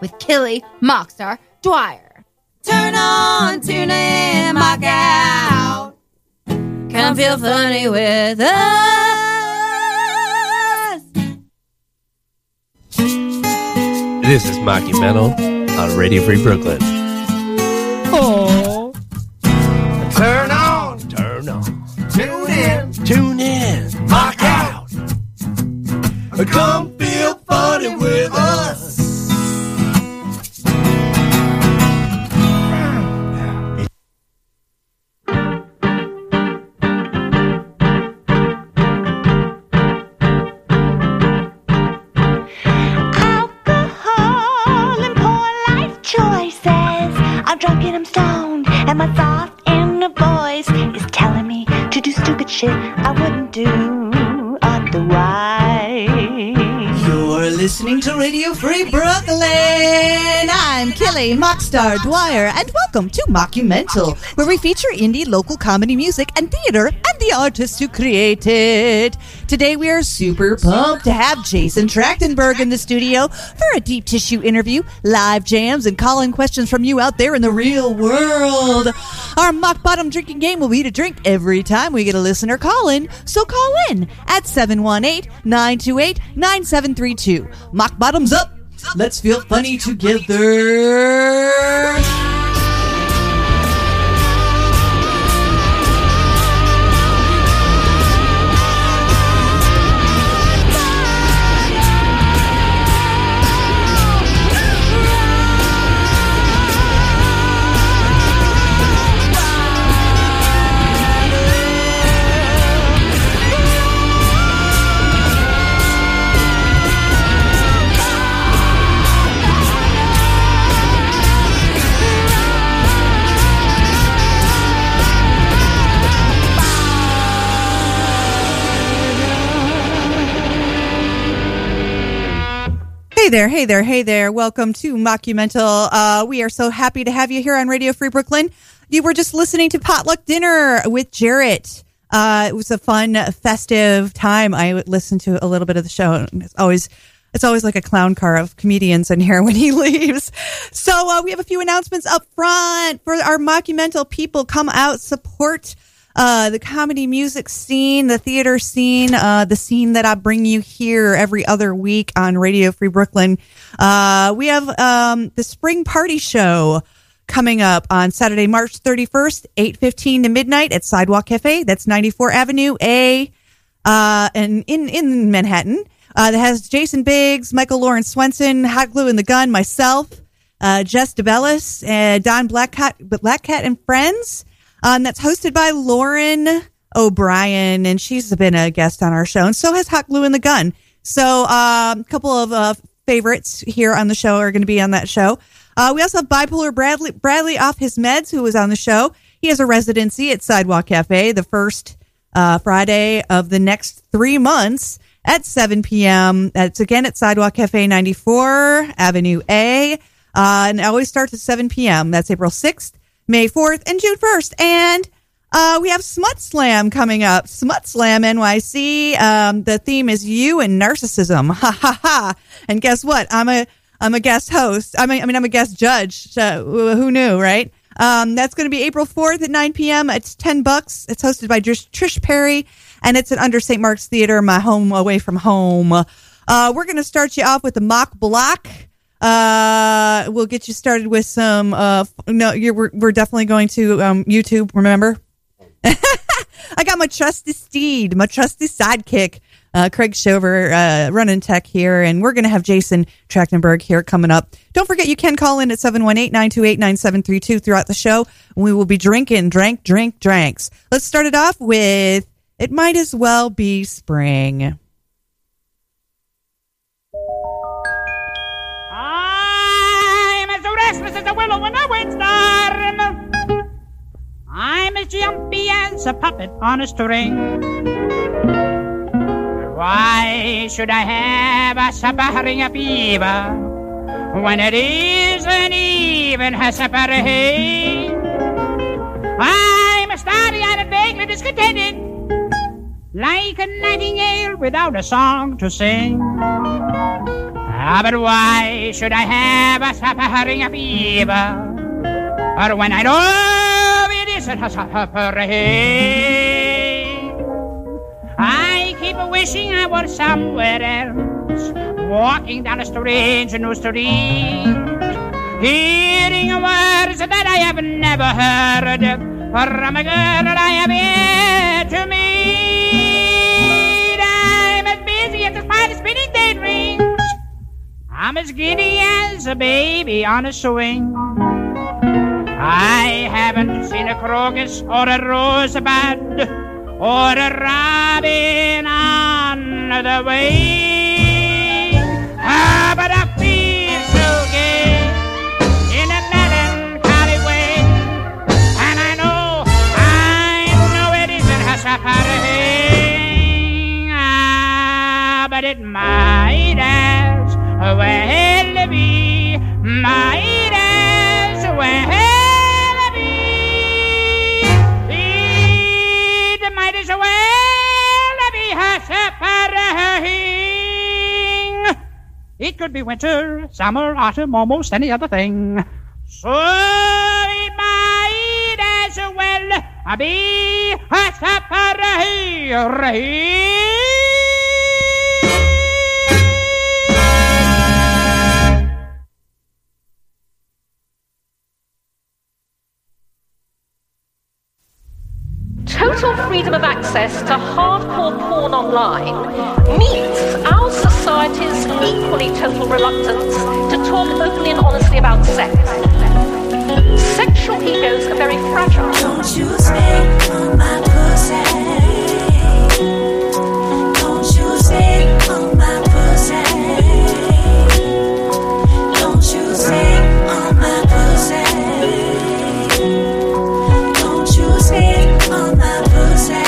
with Killy, Mockstar, Dwyer. Turn on, tune in, mock out. Come feel funny with us. This is Mocky Metal on Radio Free Brooklyn. Oh. Turn on, turn on, Tune in, tune in, mock out. Come feel funny with us. alcohol and poor life choices. I'm drunk and I'm stoned, and my soft inner voice is telling me to do stupid shit I wouldn't do otherwise. You're listening to Radio Free Brooklyn. I'm Kelly Mockstar Dwyer, and welcome to Mockumental, where we feature indie local comedy music and theater and the artists who create it. Today we are super pumped to have Jason Trachtenberg in the studio for a deep tissue interview, live jams, and call in questions from you out there in the real world. Our mock bottom drinking game will be to drink every time we get a listener call in, so call in at 718 928 9732. Mock bottoms up! Let's feel funny together! Hey there, hey there, hey there. Welcome to Mockumental. Uh, we are so happy to have you here on Radio Free Brooklyn. You were just listening to Potluck Dinner with Jarrett. Uh, it was a fun, festive time. I listened to a little bit of the show, and it's always it's always like a clown car of comedians in here when he leaves. So uh, we have a few announcements up front for our Mockumental people. Come out, support uh, the comedy music scene, the theater scene, uh, the scene that I bring you here every other week on Radio Free Brooklyn. Uh, we have um, the spring party show coming up on Saturday, March 31st, 8.15 to midnight at Sidewalk Cafe. That's 94 Avenue A uh, and in in Manhattan. Uh, that has Jason Biggs, Michael Lawrence Swenson, Hot Glue and the Gun, myself, uh, Jess DeBellis, uh, Don Blackcat, Blackcat and friends. Um, that's hosted by Lauren O'Brien, and she's been a guest on our show, and so has Hot Glue and the Gun. So, um, a couple of uh, favorites here on the show are going to be on that show. Uh, we also have bipolar Bradley Bradley off his meds, who was on the show. He has a residency at Sidewalk Cafe, the first uh, Friday of the next three months at 7 p.m. That's again at Sidewalk Cafe 94, Avenue A. Uh, and it always starts at 7 p.m. That's April 6th, May 4th, and June 1st. And uh, we have Smut Slam coming up. Smut Slam NYC. Um, the theme is you and narcissism. Ha ha ha. And guess what? I'm a I'm a guest host. I mean, I mean, I'm a guest judge. So who knew, right? Um, that's going to be April 4th at 9 p.m. It's 10 bucks. It's hosted by Trish, Trish Perry and it's at Under St. Mark's Theater, my home away from home. Uh, we're going to start you off with the mock block. Uh, we'll get you started with some, uh, f- no, you're, we're, we're definitely going to, um, YouTube, remember? I got my trusty steed, my trusty sidekick, uh, Craig Shover, uh, running tech here, and we're going to have Jason Trachtenberg here coming up. Don't forget, you can call in at 718-928-9732 throughout the show. We will be drinking, drank, drink, dranks. Let's start it off with It Might As Well Be Spring. I'm as restless as a willow in a windstorm. I'm as jumpy as a puppet on a string. Why should I have a suffering of fever when it isn't even a suffering? I'm starry-eyed and vaguely discontented, like a nightingale without a song to sing. Ah, but why should I have a suffering fever? Or when I know it isn't a suffering. I keep wishing I were somewhere else, walking down a strange new street hearing words that I have never heard from a girl that I have yet to meet. I'm as busy as a spider spinning daydreams. I'm as giddy as a baby on a swing. I haven't seen a crocus or a rosebud or a robin on the wing. Ah, but I feel so gay in a melancholy way. And I know, I know it isn't a suffering, ah, but it might as well be, might as well be. It might as well be a suffering. It could be winter, summer, autumn, almost any other thing. So it might as well be a separate. total freedom of access to hardcore porn online meets our society's equally total reluctance to talk openly and honestly about sex. Sexual egos are very fragile. Don't you stay on my pussy. Don't you stay on my pussy. Don't you stay on my pussy. Don't you stay on my pussy.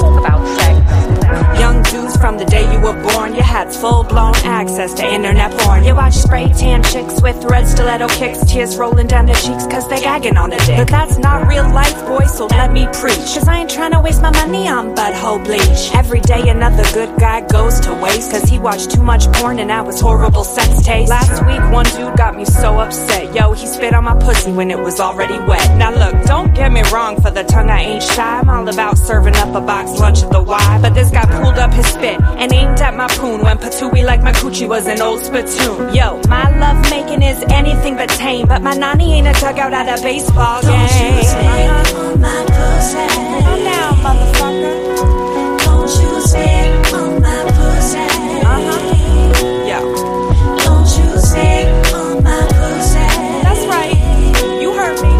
Talk about sex. Young dudes from the day you were born, you had full blown access to internet porn. You watched spray tan chicks with red stiletto kicks, tears rolling down their cheeks cause they gagging on a dick. But that's not real life, boy, so let me preach. Cause I ain't trying to waste my money on butthole bleach. Every day another good guy goes to waste cause he watched too much porn and that was horrible sex taste. Last week, one dude got me so upset. Yo, he spit on my pussy when it was already wet. Now look, don't get me wrong, for the tongue I ain't shy. I'm all about serving up a box lunch at the Y. But this guy pulled up his spit and aimed at my poon when patooey like my coochie was an old spittoon. Yo, my love making is anything but tame. But my nanny ain't a dugout at a baseball Don't you stay game. on my pussy. Calm down, motherfucker. Don't you stay on my pussy. Yo, Don't you stay on my pussy. that's right. You heard me.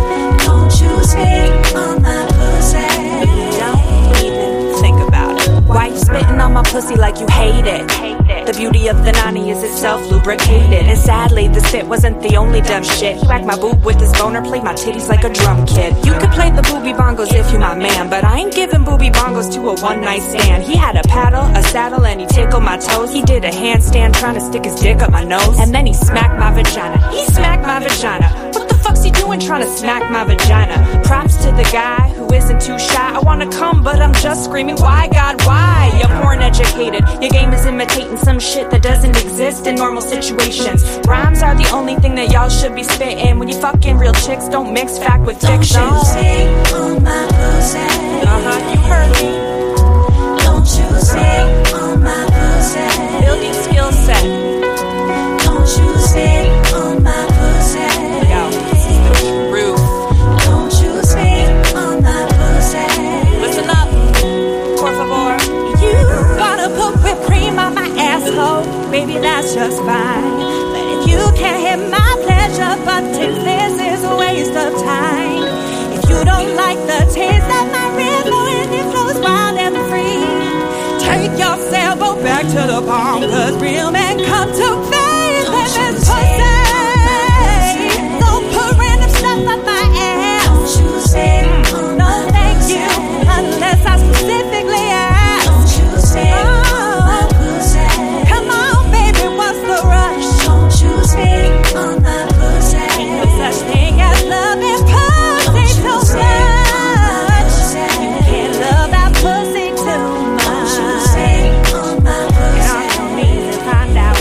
Don't you spit on my pussy. Don't even think about it. Why you spitting on my pussy like you hate it? The beauty of the nanny is itself lubricated. And sadly, the spit wasn't the only dumb shit. He whacked my boob with his boner, played my titties like a drum kit. You could play the booby bongos if you my man, but I ain't giving booby bongos to a one night stand. He had a paddle, a saddle, and he tickled my toes. He did a handstand trying to stick his dick up my nose. And then he smacked my vagina. He smacked my vagina. What the fuck's he doing trying to smack my vagina? Props to the guy who isn't too shy. I wanna come, but I'm just screaming, why, God, why? You're porn educated. Your game is imitating some shit that doesn't exist in normal situations. Rhymes are the only thing that y'all should be spitting. When you fucking real chicks, don't mix fact with fiction. Don't you stay on my pussy. Uh-huh, you heard me. Don't you stay on my pussy. Building skill set. Don't you stay on my pussy. Yo, this is the truth. Don't you stay on my pussy. Listen up, por favor. You Gotta put whipped cream on my asshole. Baby, that's just fine. But if you can't hit my pleasure button, this is a waste of time. If you don't like the taste of my river and it flows wild and free, take your sailboat back to the palm, cause real men come to faith and this pussy. So put random stuff up my ass. Mm, don't you stay on No, my thank pussy. you. Unless I specifically ask. Oh. Don't you stay on my pussy. Come on, baby, what's the rush? Don't you stay on my No pussy. such thing as love is pussy too much. You can't love that pussy too much. Get on your knees and find out.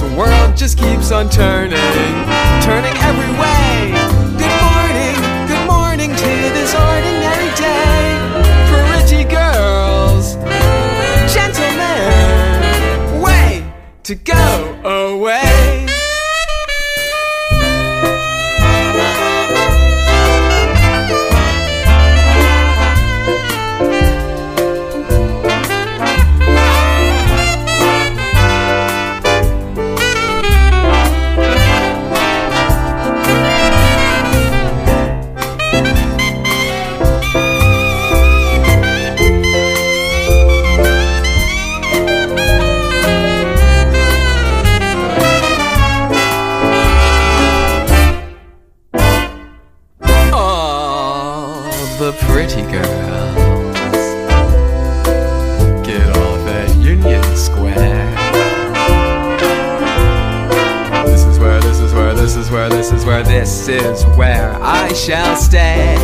the world just keeps on turning, turning every way. Good morning, good morning to this ordinary day. Pretty girls, gentlemen, way to go away. All the pretty girls get off at Union Square. This is where, this is where, this is where, this is where, this is where I shall stay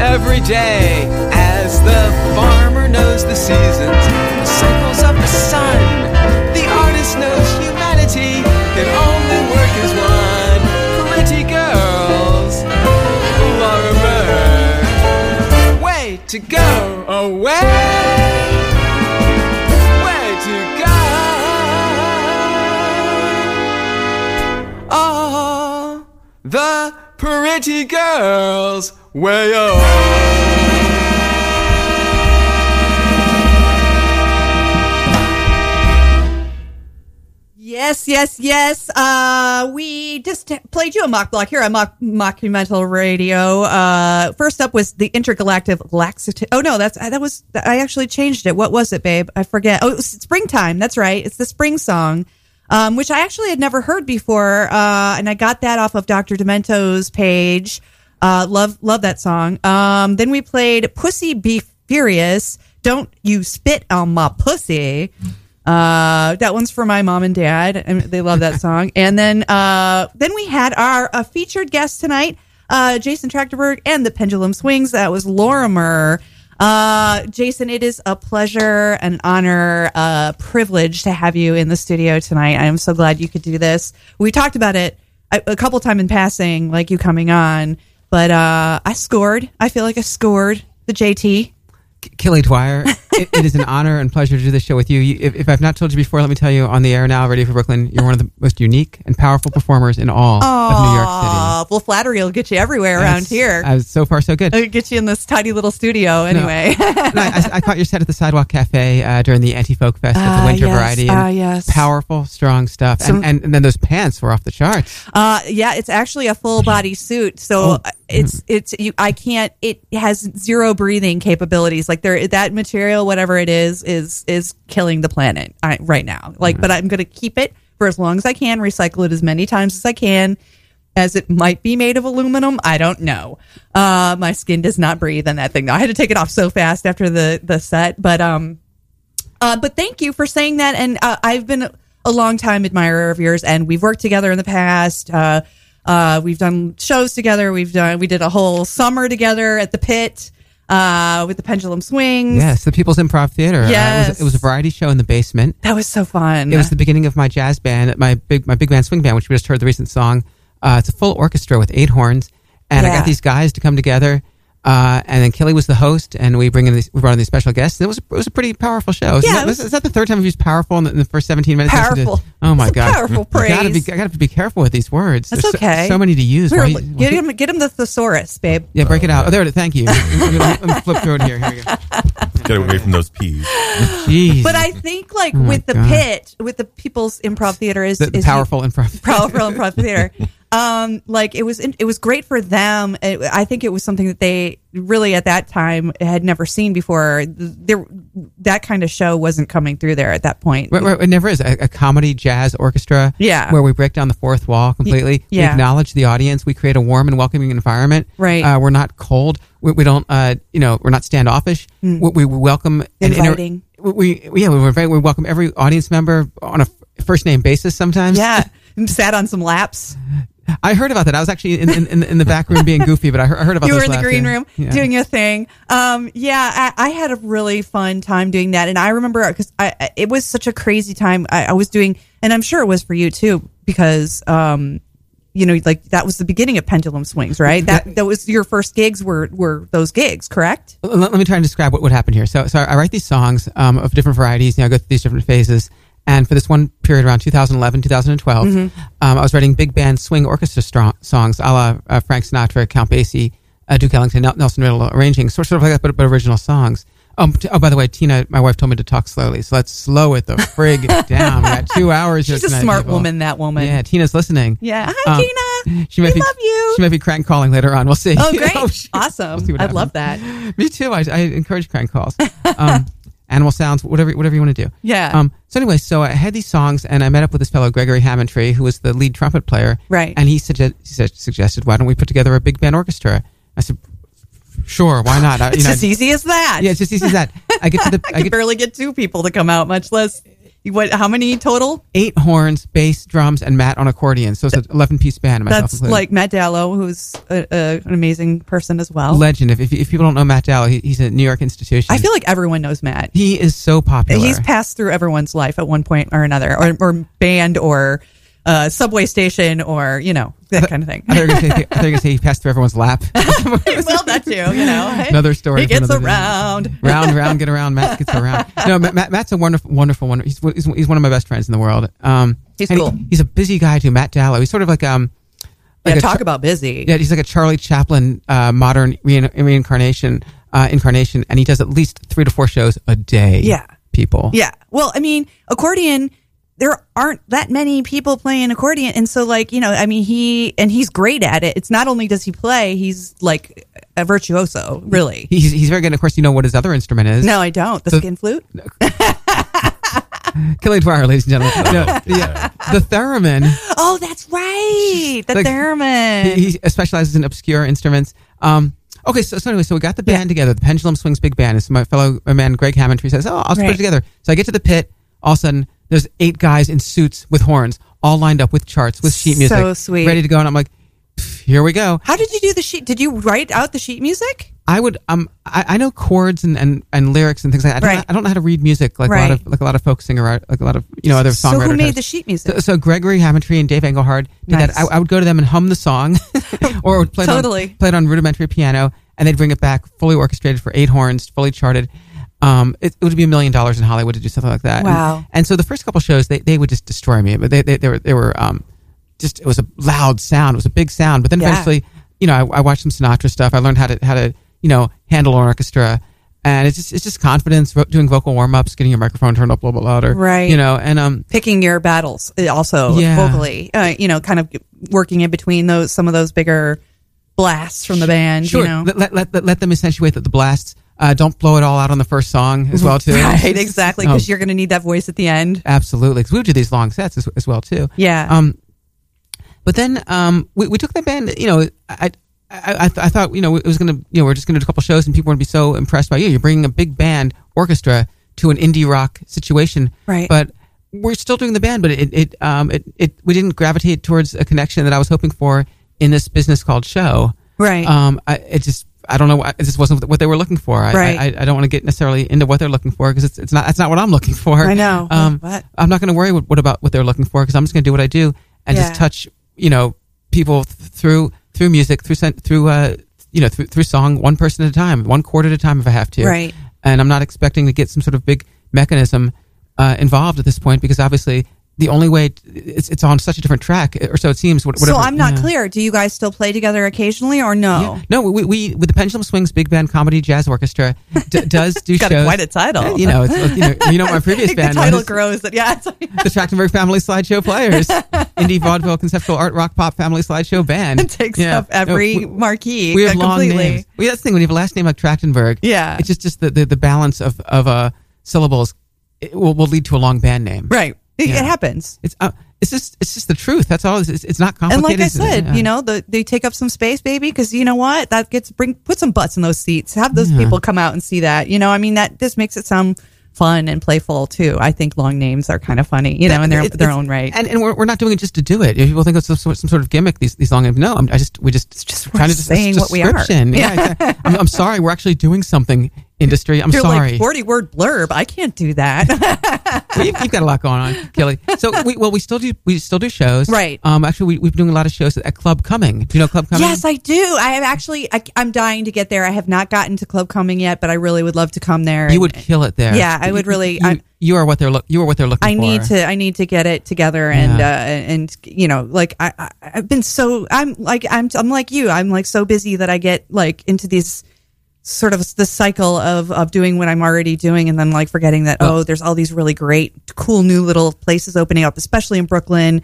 every day as the farmer knows the seasons, the cycles of the sun. The artist knows humanity can only work as one. Pretty girls. Lorimer. Way to go away. Way to go. All the pretty girls way up. Yes, yes, yes. Uh, we just played you a mock block here on mock, Mockumental Radio. Uh, first up was the intergalactic laxative. Oh no, that's that was I actually changed it. What was it, babe? I forget. Oh, it was springtime. That's right. It's the spring song, um, which I actually had never heard before, uh, and I got that off of Doctor Demento's page. Uh, love love that song. Um, then we played "Pussy Be Furious." Don't you spit on my pussy? Uh, that one's for my mom and dad, and they love that song. And then, uh, then we had our uh, featured guest tonight, uh, Jason Trachterberg and the Pendulum Swings. That was Lorimer. Uh, Jason, it is a pleasure, an honor, uh, privilege to have you in the studio tonight. I am so glad you could do this. We talked about it a, a couple time in passing, like you coming on, but uh, I scored. I feel like I scored the JT. Kelly Dwyer, it, it is an honor and pleasure to do this show with you. you if, if I've not told you before, let me tell you on the air now, ready for Brooklyn, you're one of the most unique and powerful performers in all of New York City. Aw, well, flattery will get you everywhere around That's- here. I was, so far, so good. It'll get you in this tiny little studio anyway. And I, I- I caught your set at the Sidewalk Cafe uh, during the Anti Folk Fest at Ah, the Winter yes. Variety. Ah, yes. Powerful, strong stuff. Some- and, and, and then those pants were off the charts. Uh, yeah, it's actually a full body suit, so Oh. uh it's it's you. I can't. It has zero breathing capabilities. Like there, that material, whatever it is, is is killing the planet I, right now. Like, but I'm gonna keep it for as long as I can, recycle it as many times as I can, as it might be made of aluminum. I don't know. Uh, my skin does not breathe in that thing. though. I had to take it off so fast after the the set, but um, Uh, but thank you for saying that. And uh, I've been a long time admirer of yours, and we've worked together in the past. Uh, uh, we've done shows together. We've done we did a whole summer together at the pit uh, with the pendulum swings. Yes, the People's Improv Theater. Uh, it, Yes. was, it was a variety show in the basement. that was so fun. It was the beginning of my jazz band, my big my big band swing band, which we just heard the recent song. Uh, it's a full orchestra with eight horns, and I Yeah. got these guys to come together. Uh, and then Kelly was the host, and we bring in these, we brought in these special guests. And it was it was a pretty powerful show. Yeah, is, it that, was- is that the third time I've used powerful in the, in the first seventeen minutes? I listened to- Powerful. oh my It's a god! powerful I gotta praise. be I gotta be careful with these words. that's There's so- okay. So, many to use. We were Why- li- get him get him the thesaurus, babe. yeah, break it out. Oh, there it is. Thank you. Let me flip through it here. Here we go. Get away from those peas. Jeez. Oh But I think like my with the God. pit, with the People's Improv Theater is, the, the is powerful and improv. powerful improv theater. Um, like it was, it was great for them. It, I think it was something that they really at that time had never seen before. There, that kind of show wasn't coming through there at that point. Right, right, it never is a, a comedy jazz orchestra. Yeah. where we break down the fourth wall completely. yeah. we acknowledge the audience. We create a warm and welcoming environment. Right. uh, we're not cold. We, we don't. Uh, you know, we're not standoffish. We, we welcome and inter- Mm. Inviting. we, we yeah, we're very, we welcome every audience member on a first name basis. Sometimes. Yeah, sat on some laps. I heard about that. I was actually in in, in, in the back room being goofy, but I heard, I heard about You those were in the last green year. room Yeah. doing your thing. Um, yeah, I, I had a really fun time doing that, and I remember because I, I- it was such a crazy time. I, I was doing and I'm sure it was for you too because um, you know like that was the beginning of Pendulum Swings, right? That that was your first gigs were were those gigs, correct? Let, let me try and describe what would happen here. So, so I write these songs um, of different varieties. You know, I go through these different phases. And for this one period around 2011, 2012, Mhm. um, I was writing big band swing orchestra strong, songs a la uh, Frank Sinatra, Count Basie, uh, Duke Ellington, Nel- Nelson Riddle arranging, sort, sort of like that, but, but original songs. Um, t- oh, by the way, Tina, my wife told me to talk slowly. So let's slow it the frig down. We got two hours here She's a tonight, smart people. woman, that woman. Yeah, Tina's listening. Yeah. Um, Hi, Tina. She might be, we love you. She might be crank calling later on. We'll see. Oh, great. see awesome. what I love that. Me too. I, I encourage crank calls, um, animal sounds, whatever whatever you want to do. Yeah. Um, so anyway, so I had these songs, and I met up with this fellow Gregory Hammondtree, who was the lead trumpet player. Right. And he, sugge- he su- suggested, why don't we put together a big band orchestra? I said, sure, why not? I, It's as easy as that. Yeah, it's as easy as that. I get to the. I, could barely get two people to come out, much less. What? How many total? Eight horns, bass, drums, and Matt on accordion. So it's an eleven-piece band. Myself That's included. like Matt Dallow, who's a, a, an amazing person as well. legend. If, if, if people don't know Matt Dowell, he, he's a New York institution. I feel like everyone knows Matt. he is so popular. He's passed through everyone's life at one point or another, or, or band, or uh, subway station, or you know that kind of thing. I thought you were gonna say- I thought you were going to say he passed through everyone's lap. well, that too, you know. Another story. He for gets another day. around. round, round, get around. Matt gets around. No, Ma- Matt, Matt's a wonderful, wonderful, one. He's, he's, he's one of my best friends in the world. Um, He's and he- cool. he's a busy guy too. Matt Dallow. He's sort of like um, Yeah, like a talk Char- about busy. Yeah, he's like a Charlie Chaplin uh, modern rein- reincarnation uh, incarnation, and he does at least three to four shows a day. Yeah. people. Yeah. Well, I mean, accordion, there aren't that many people playing accordion. And so, like, you know, I mean, he, and he's great at it. It's not only does he play, he's like a virtuoso, really. He's, he's very good. Of course, you know what his other instrument is. No, I don't. The So- skin flute? Killing Twire, ladies and gentlemen. No, the, the theremin. Oh, that's right. The Like, theremin. He, he specializes in obscure instruments. Um, okay, so, so anyway, so we got the band together, the Pendulum Swings Big Band. And so my fellow my man Greg Hammondtree says, "Oh, I'll just put Right. it together." So I get to the pit. All of a sudden, there's eight guys in suits with horns, all lined up with charts, with sheet music, So sweet. ready to go. And I'm like, "Pff, "Here we go." How did you do the sheet? Did you write out the sheet music? I would um I, I know chords and, and, and lyrics and things like that. I don't, Right. I don't know how to read music like a lot Right. of like a lot of folk singer like a lot of you know other So songwriters. who made the sheet music? So, so Gregory Hammontree and Dave Englehart did Nice. that. I, I would go to them and hum the song, or would play it on- Totally. play it on rudimentary piano, and they'd bring it back fully orchestrated for eight horns, fully charted. Um, it, it would be a million dollars in Hollywood to do something like that. And- Wow. And, so the first couple shows they, they would just destroy me, but they they, they were they were um just it was a loud sound, it was a big sound, but then Yeah. eventually you know, I, I watched some Sinatra stuff. I learned how to how to you know handle an orchestra, and it's just it's just confidence, vo- doing vocal warm ups, getting your microphone turned up a little bit louder, Right. You know, and um, Picking your battles uh, also Yeah. vocally, uh, you know, kind of working in between those, some of those bigger blasts from the band, sure, you know? let, let, let let them accentuate the, the blasts. Uh, don't blow it all out on the first song as well, too. Right, exactly. Because Um, you're going to need that voice at the end. absolutely because we would do these long sets as, as well too. Yeah. Um, but then um, we, we took that band. You know, I I, I, th- I thought you know it was gonna you know we're just gonna do a couple shows and people would be so impressed by you. You're bringing a big band orchestra to an indie rock situation, Right. But we're still doing the band, but it it um it, it we didn't gravitate towards a connection that I was hoping for in this business called show, Right. Um, I, it just. I don't know. why- It just wasn't what they were looking for. I, Right. I, I don't want to get necessarily into what they're looking for because it's, it's not. That's not what I'm looking for. I know. Um, What? I'm not going to worry what, what about what they're looking for because I'm just going to do what I do and Yeah. just touch you know people th- through through music through sen- through uh you know through through song one person at a time one chord at a time if I have to Right. and I'm not expecting to get some sort of big mechanism uh, involved at this point because obviously the only way it's it's on such a different track eh, or so it seems. what- Whatever, so I'm not yeah. clear. Do you guys still play together occasionally or no? No, we, we with the Pendulum Swings Big Band Comedy Jazz Orchestra d- does do Got shows. quite a title. You know, it's, you know, you know what my previous the band. title was grows. That, yeah. it's- the Trachtenberg Family Slideshow Players, indie vaudeville conceptual art rock pop family slideshow band. It takes Yeah. up every No, we- marquee. uh, we have completely. long names. We, that's the thing when you have a last name like Trachtenberg. Yeah. it's just just the the, the balance of of uh, syllables it will, will lead to a long band name. Right. It, Yeah. it happens. It's uh, it's just it's just the truth. That's all. It's, it's, it's not And complicated. like I It's- said, yeah. you know, the, they take up some space, baby, because you know what? That gets bring put some butts in those seats. Have those Yeah. people come out and see that. You know, I mean that this makes it sound fun and playful too. I think long names are kind of funny, you know, in their It's- their it's- own right. And, and we're, we're not doing it just to do it. If people think it's some, sort- some sort of gimmick, these, these long names. No, I'm, I just we just just trying we're to just saying what we are. description. Yeah, exactly. I'm, I'm sorry. We're actually doing something. Industry. I'm You're sorry. like forty word blurb. I can't do that. well, you've, you've got a lot going on, Kelly. So, we, well, we still do we still do shows, Right. Um, actually, we, we've been doing a lot of shows at Club Coming. Do you know Club Coming? Yes, I do. I am actually. I, I'm dying to get there. I have not gotten to Club Coming yet, but I really would love to come there. you And would kill it there. Yeah, I would really- You, I'm- you are what they're look. You are what they're looking I for. need to. I need to get it together and Yeah. uh, and you know, like I, I I've been so. I'm like I'm I'm like you. I'm like so busy that I get like into these sort of the cycle of of doing what I'm already doing and then like forgetting that oh, there's all these really great, cool new little places opening up, especially in Brooklyn.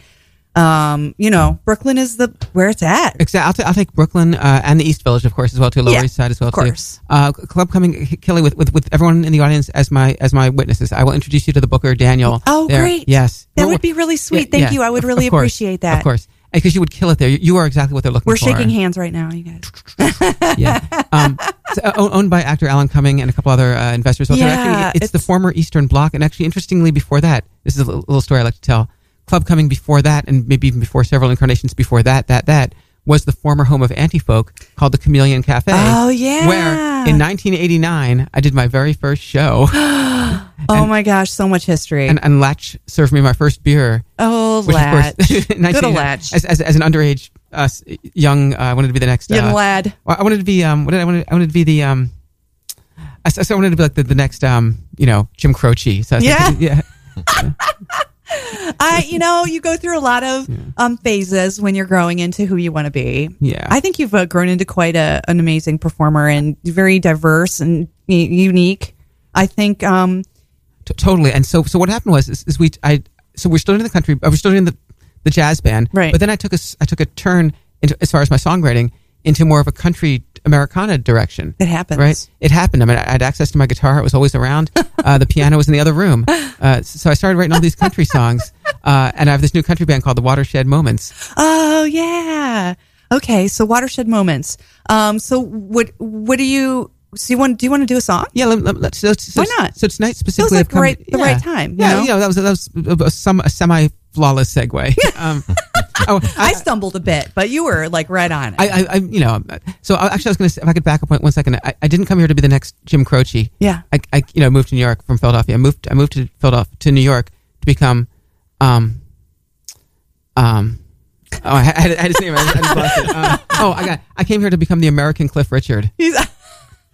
Um, you know, Brooklyn is the where it's at. Exactly. I'll, t- I'll take Brooklyn uh, and the East Village, of course, as well, too. Lower Yeah, East Side as well, of course. too. Uh, Club coming, Kelly, with, with with everyone in the audience as my as my witnesses. I will introduce you to the Booker Daniel. Oh, there. great. Yes, That We're- would be really sweet. Thank you. I would Of- really of course. appreciate that. Of course, because you would kill it there. You, you are exactly what they're looking We're for. shaking hands right now, you guys. It's, uh, own- owned by actor Alan Cumming and a couple other uh, investors. So Yeah, actually, it's, the former Eastern Bloc, and actually, interestingly, before that, this is a little little story I like to tell. Club Cumming before that, and maybe even before several incarnations before that, that that was the former home of Antifolk called the Chameleon Cafe. Oh, yeah. where in 1989 I did my very first show, Oh my gosh, so much history. and, and Latch served me my first beer. oh, Which, Latch. of course, in Good 1989 old Latch. As, as, as an underage uh, s- young, uh, I wanted to be the next Young uh, lad. Well, I wanted to be um. What did I wanted? I wanted to be the um. I, s- I wanted to be like the, the next um. You know, Jim Croce. So I was Yeah. thinking- yeah. I, you know, you go through a lot of um, phases when you're growing into who you want to be. Yeah. I think you've uh, grown into quite a, an amazing performer and very diverse and y- unique. I think, um, T- totally. And so so what happened was is, is we I so we're still in the country. I was still in the the jazz band. Right. But then I took a s- I took a turn into, as far as my songwriting into more of a country Americana direction. It happens. Right. It happened. I mean, I had access to my guitar. It was always around. Uh, the piano was in the other room. Uh, so I started writing all these country songs. Uh, and I have this new country band called the Watershed Moments. oh, yeah. Okay. So, watershed moments. Um, so, what, what do you, so you want, do you want to do a song? Yeah, let, let, let, so, so, Why not? So tonight specifically, like I've come- the right- the yeah. right time, you Yeah, know? yeah, that was that was a, a, some a semi flawless segue. um, oh, I I, stumbled a bit, but you were like right on it. I, I, I, you know, so I, actually, I was going to if I could back up one, one second. I, I didn't come here to be the next Jim Croce. Yeah. I, I, you know, moved to New York from Philadelphia. I moved, I moved to Philadelphia to New York to become, um, um. Oh, I had, I had his name. I just, I just lost it. Um, oh, I got. I came here to become the American Cliff Richard. He's-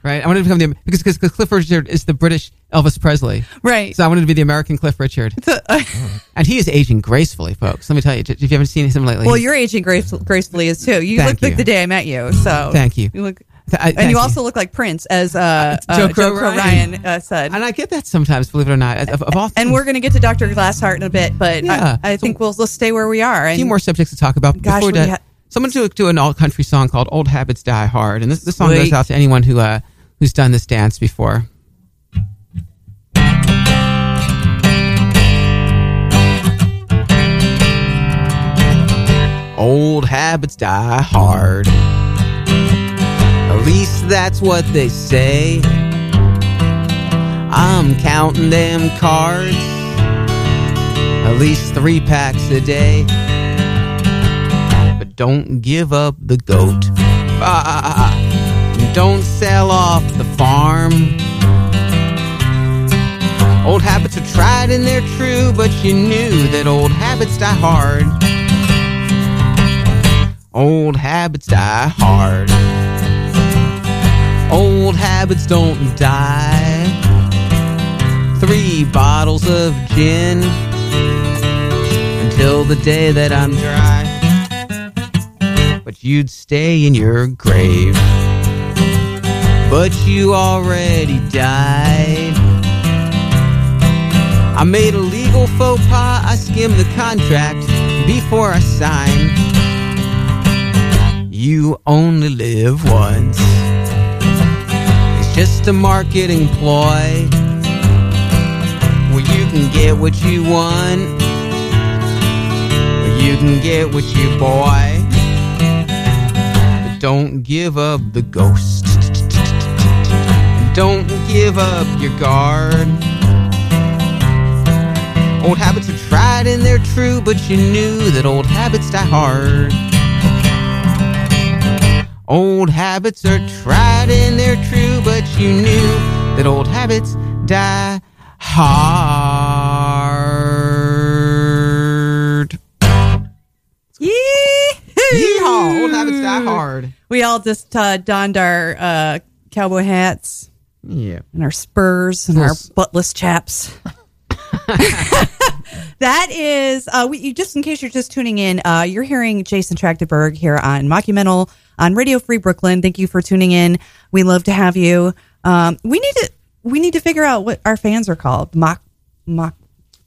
right? I wanted to become the because because Cliff Richard is the British Elvis Presley, Right. So I wanted to be the American Cliff Richard, and he is aging gracefully, folks. Let me tell you, if you haven't seen him lately, Well, you're aging grace- gracefully as too. You Thank look like you. the day I met you. So Thank you. You look, Th- I- and thank you you. also look like Prince, as uh, uh, Joe, Joe Crow Crow Ryan, Ryan. uh, said. and I get that sometimes, believe it or not, of, of all And we're going to get to Doctor Glasshart in a bit, but Yeah. I, I So- think we'll let's stay where we are. a few And- more subjects to talk about. Gosh, Before we that, ha- someone do do an all country song called "Old Habits Die Hard," and this, this song Sweet. goes out to anyone who uh, who's done this dance before. Old habits die hard. At least that's what they say. I'm counting them cards. At least three packs a day but don't give up the goat. Ah, and don't sell off the farm. Old habits are tried and they're true, but you knew that old habits die hard. Old habits die hard. Old habits don't die. Three bottles of gin until the day that I'm dry but you'd stay in your grave. But you already died. I made a legal faux pas, I skimmed the contract before I signed. You only live once. It's just a marketing ploy where you can get what you want, or you can get what you buy but don't give up the ghost. And Don't give up your guard. Old habits are tried and they're true, but you knew that old habits die hard. Old habits are tried and they're true, but you knew that old habits die hard. all. Old habits die hard. We all just uh, donned our uh, cowboy hats Yeah. and our spurs and our Yes. buttless chaps. that is, uh, we, you, just in case you're just tuning in, uh, you're hearing Jason Trachtenberg here on Mockumental on Radio Free Brooklyn. Thank you for tuning in. We love to have you. Um, we need to we need to figure out what our fans are called. Mock mock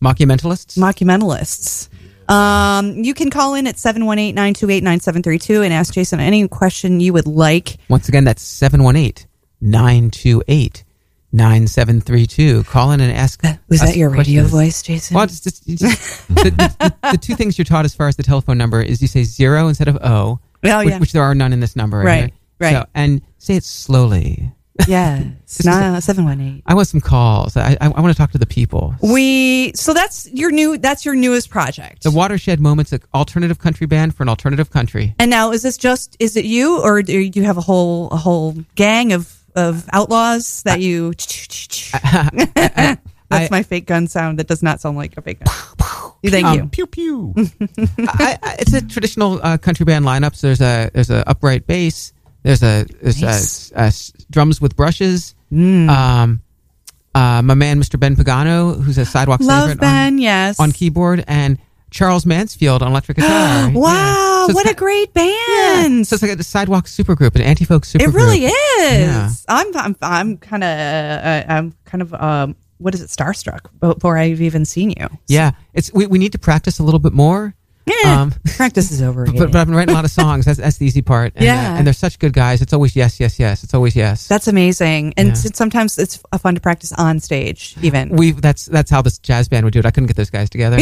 Mockumentalists. mockumentalists. Um, you can call in at 718 928 9732 and ask Jason any question you would like. Once again, that's 718 928 9732. Call in and ask. Uh, Was us that your radio questions. voice, Jason? Well, it's just, it's just- the, the- the two things you're taught as far as the telephone number is you say zero instead of O, Oh, which, yeah. which there are none in this number. Right, right. So, and say it slowly. Yeah. nah, 718. I want some calls. I, I, I want to talk to the people. We so that's your new that's your newest project. the Watershed Moment's an alternative country band for an alternative country. and now is this just is it you or do you have a whole a whole gang of of outlaws that you That's my fake gun sound that does not sound like a fake gun. Thank Um, you. Pew pew. I, I, it's a traditional uh, country band lineup. So there's a there's a upright bass. There's a there's a- Nice. Mm. a, s- drums with brushes. Um, uh, my man, Mr. Ben Pagano, who's a sidewalk Love favorite Ben, on, yes. on keyboard, and Charles Mansfield on electric guitar. Yeah. wow, So it's what ki- a great band. So it's like a sidewalk supergroup, an anti-folk supergroup. It really is. Yeah. I'm I'm I'm kind of uh, I'm kind of um what is it starstruck before I've even seen you. Yeah, it's we, we need to practice a little bit more. Yeah. Um, Practice is over. but, but I've been writing a lot of songs. That's, that's the easy part. And, uh, Yeah. and they're such good guys. It's always yes, yes, yes. It's always yes. that's amazing, and Yeah. s- sometimes it's uh, fun to practice on stage. Even we that's that's how this jazz band would do it. I couldn't get those guys together.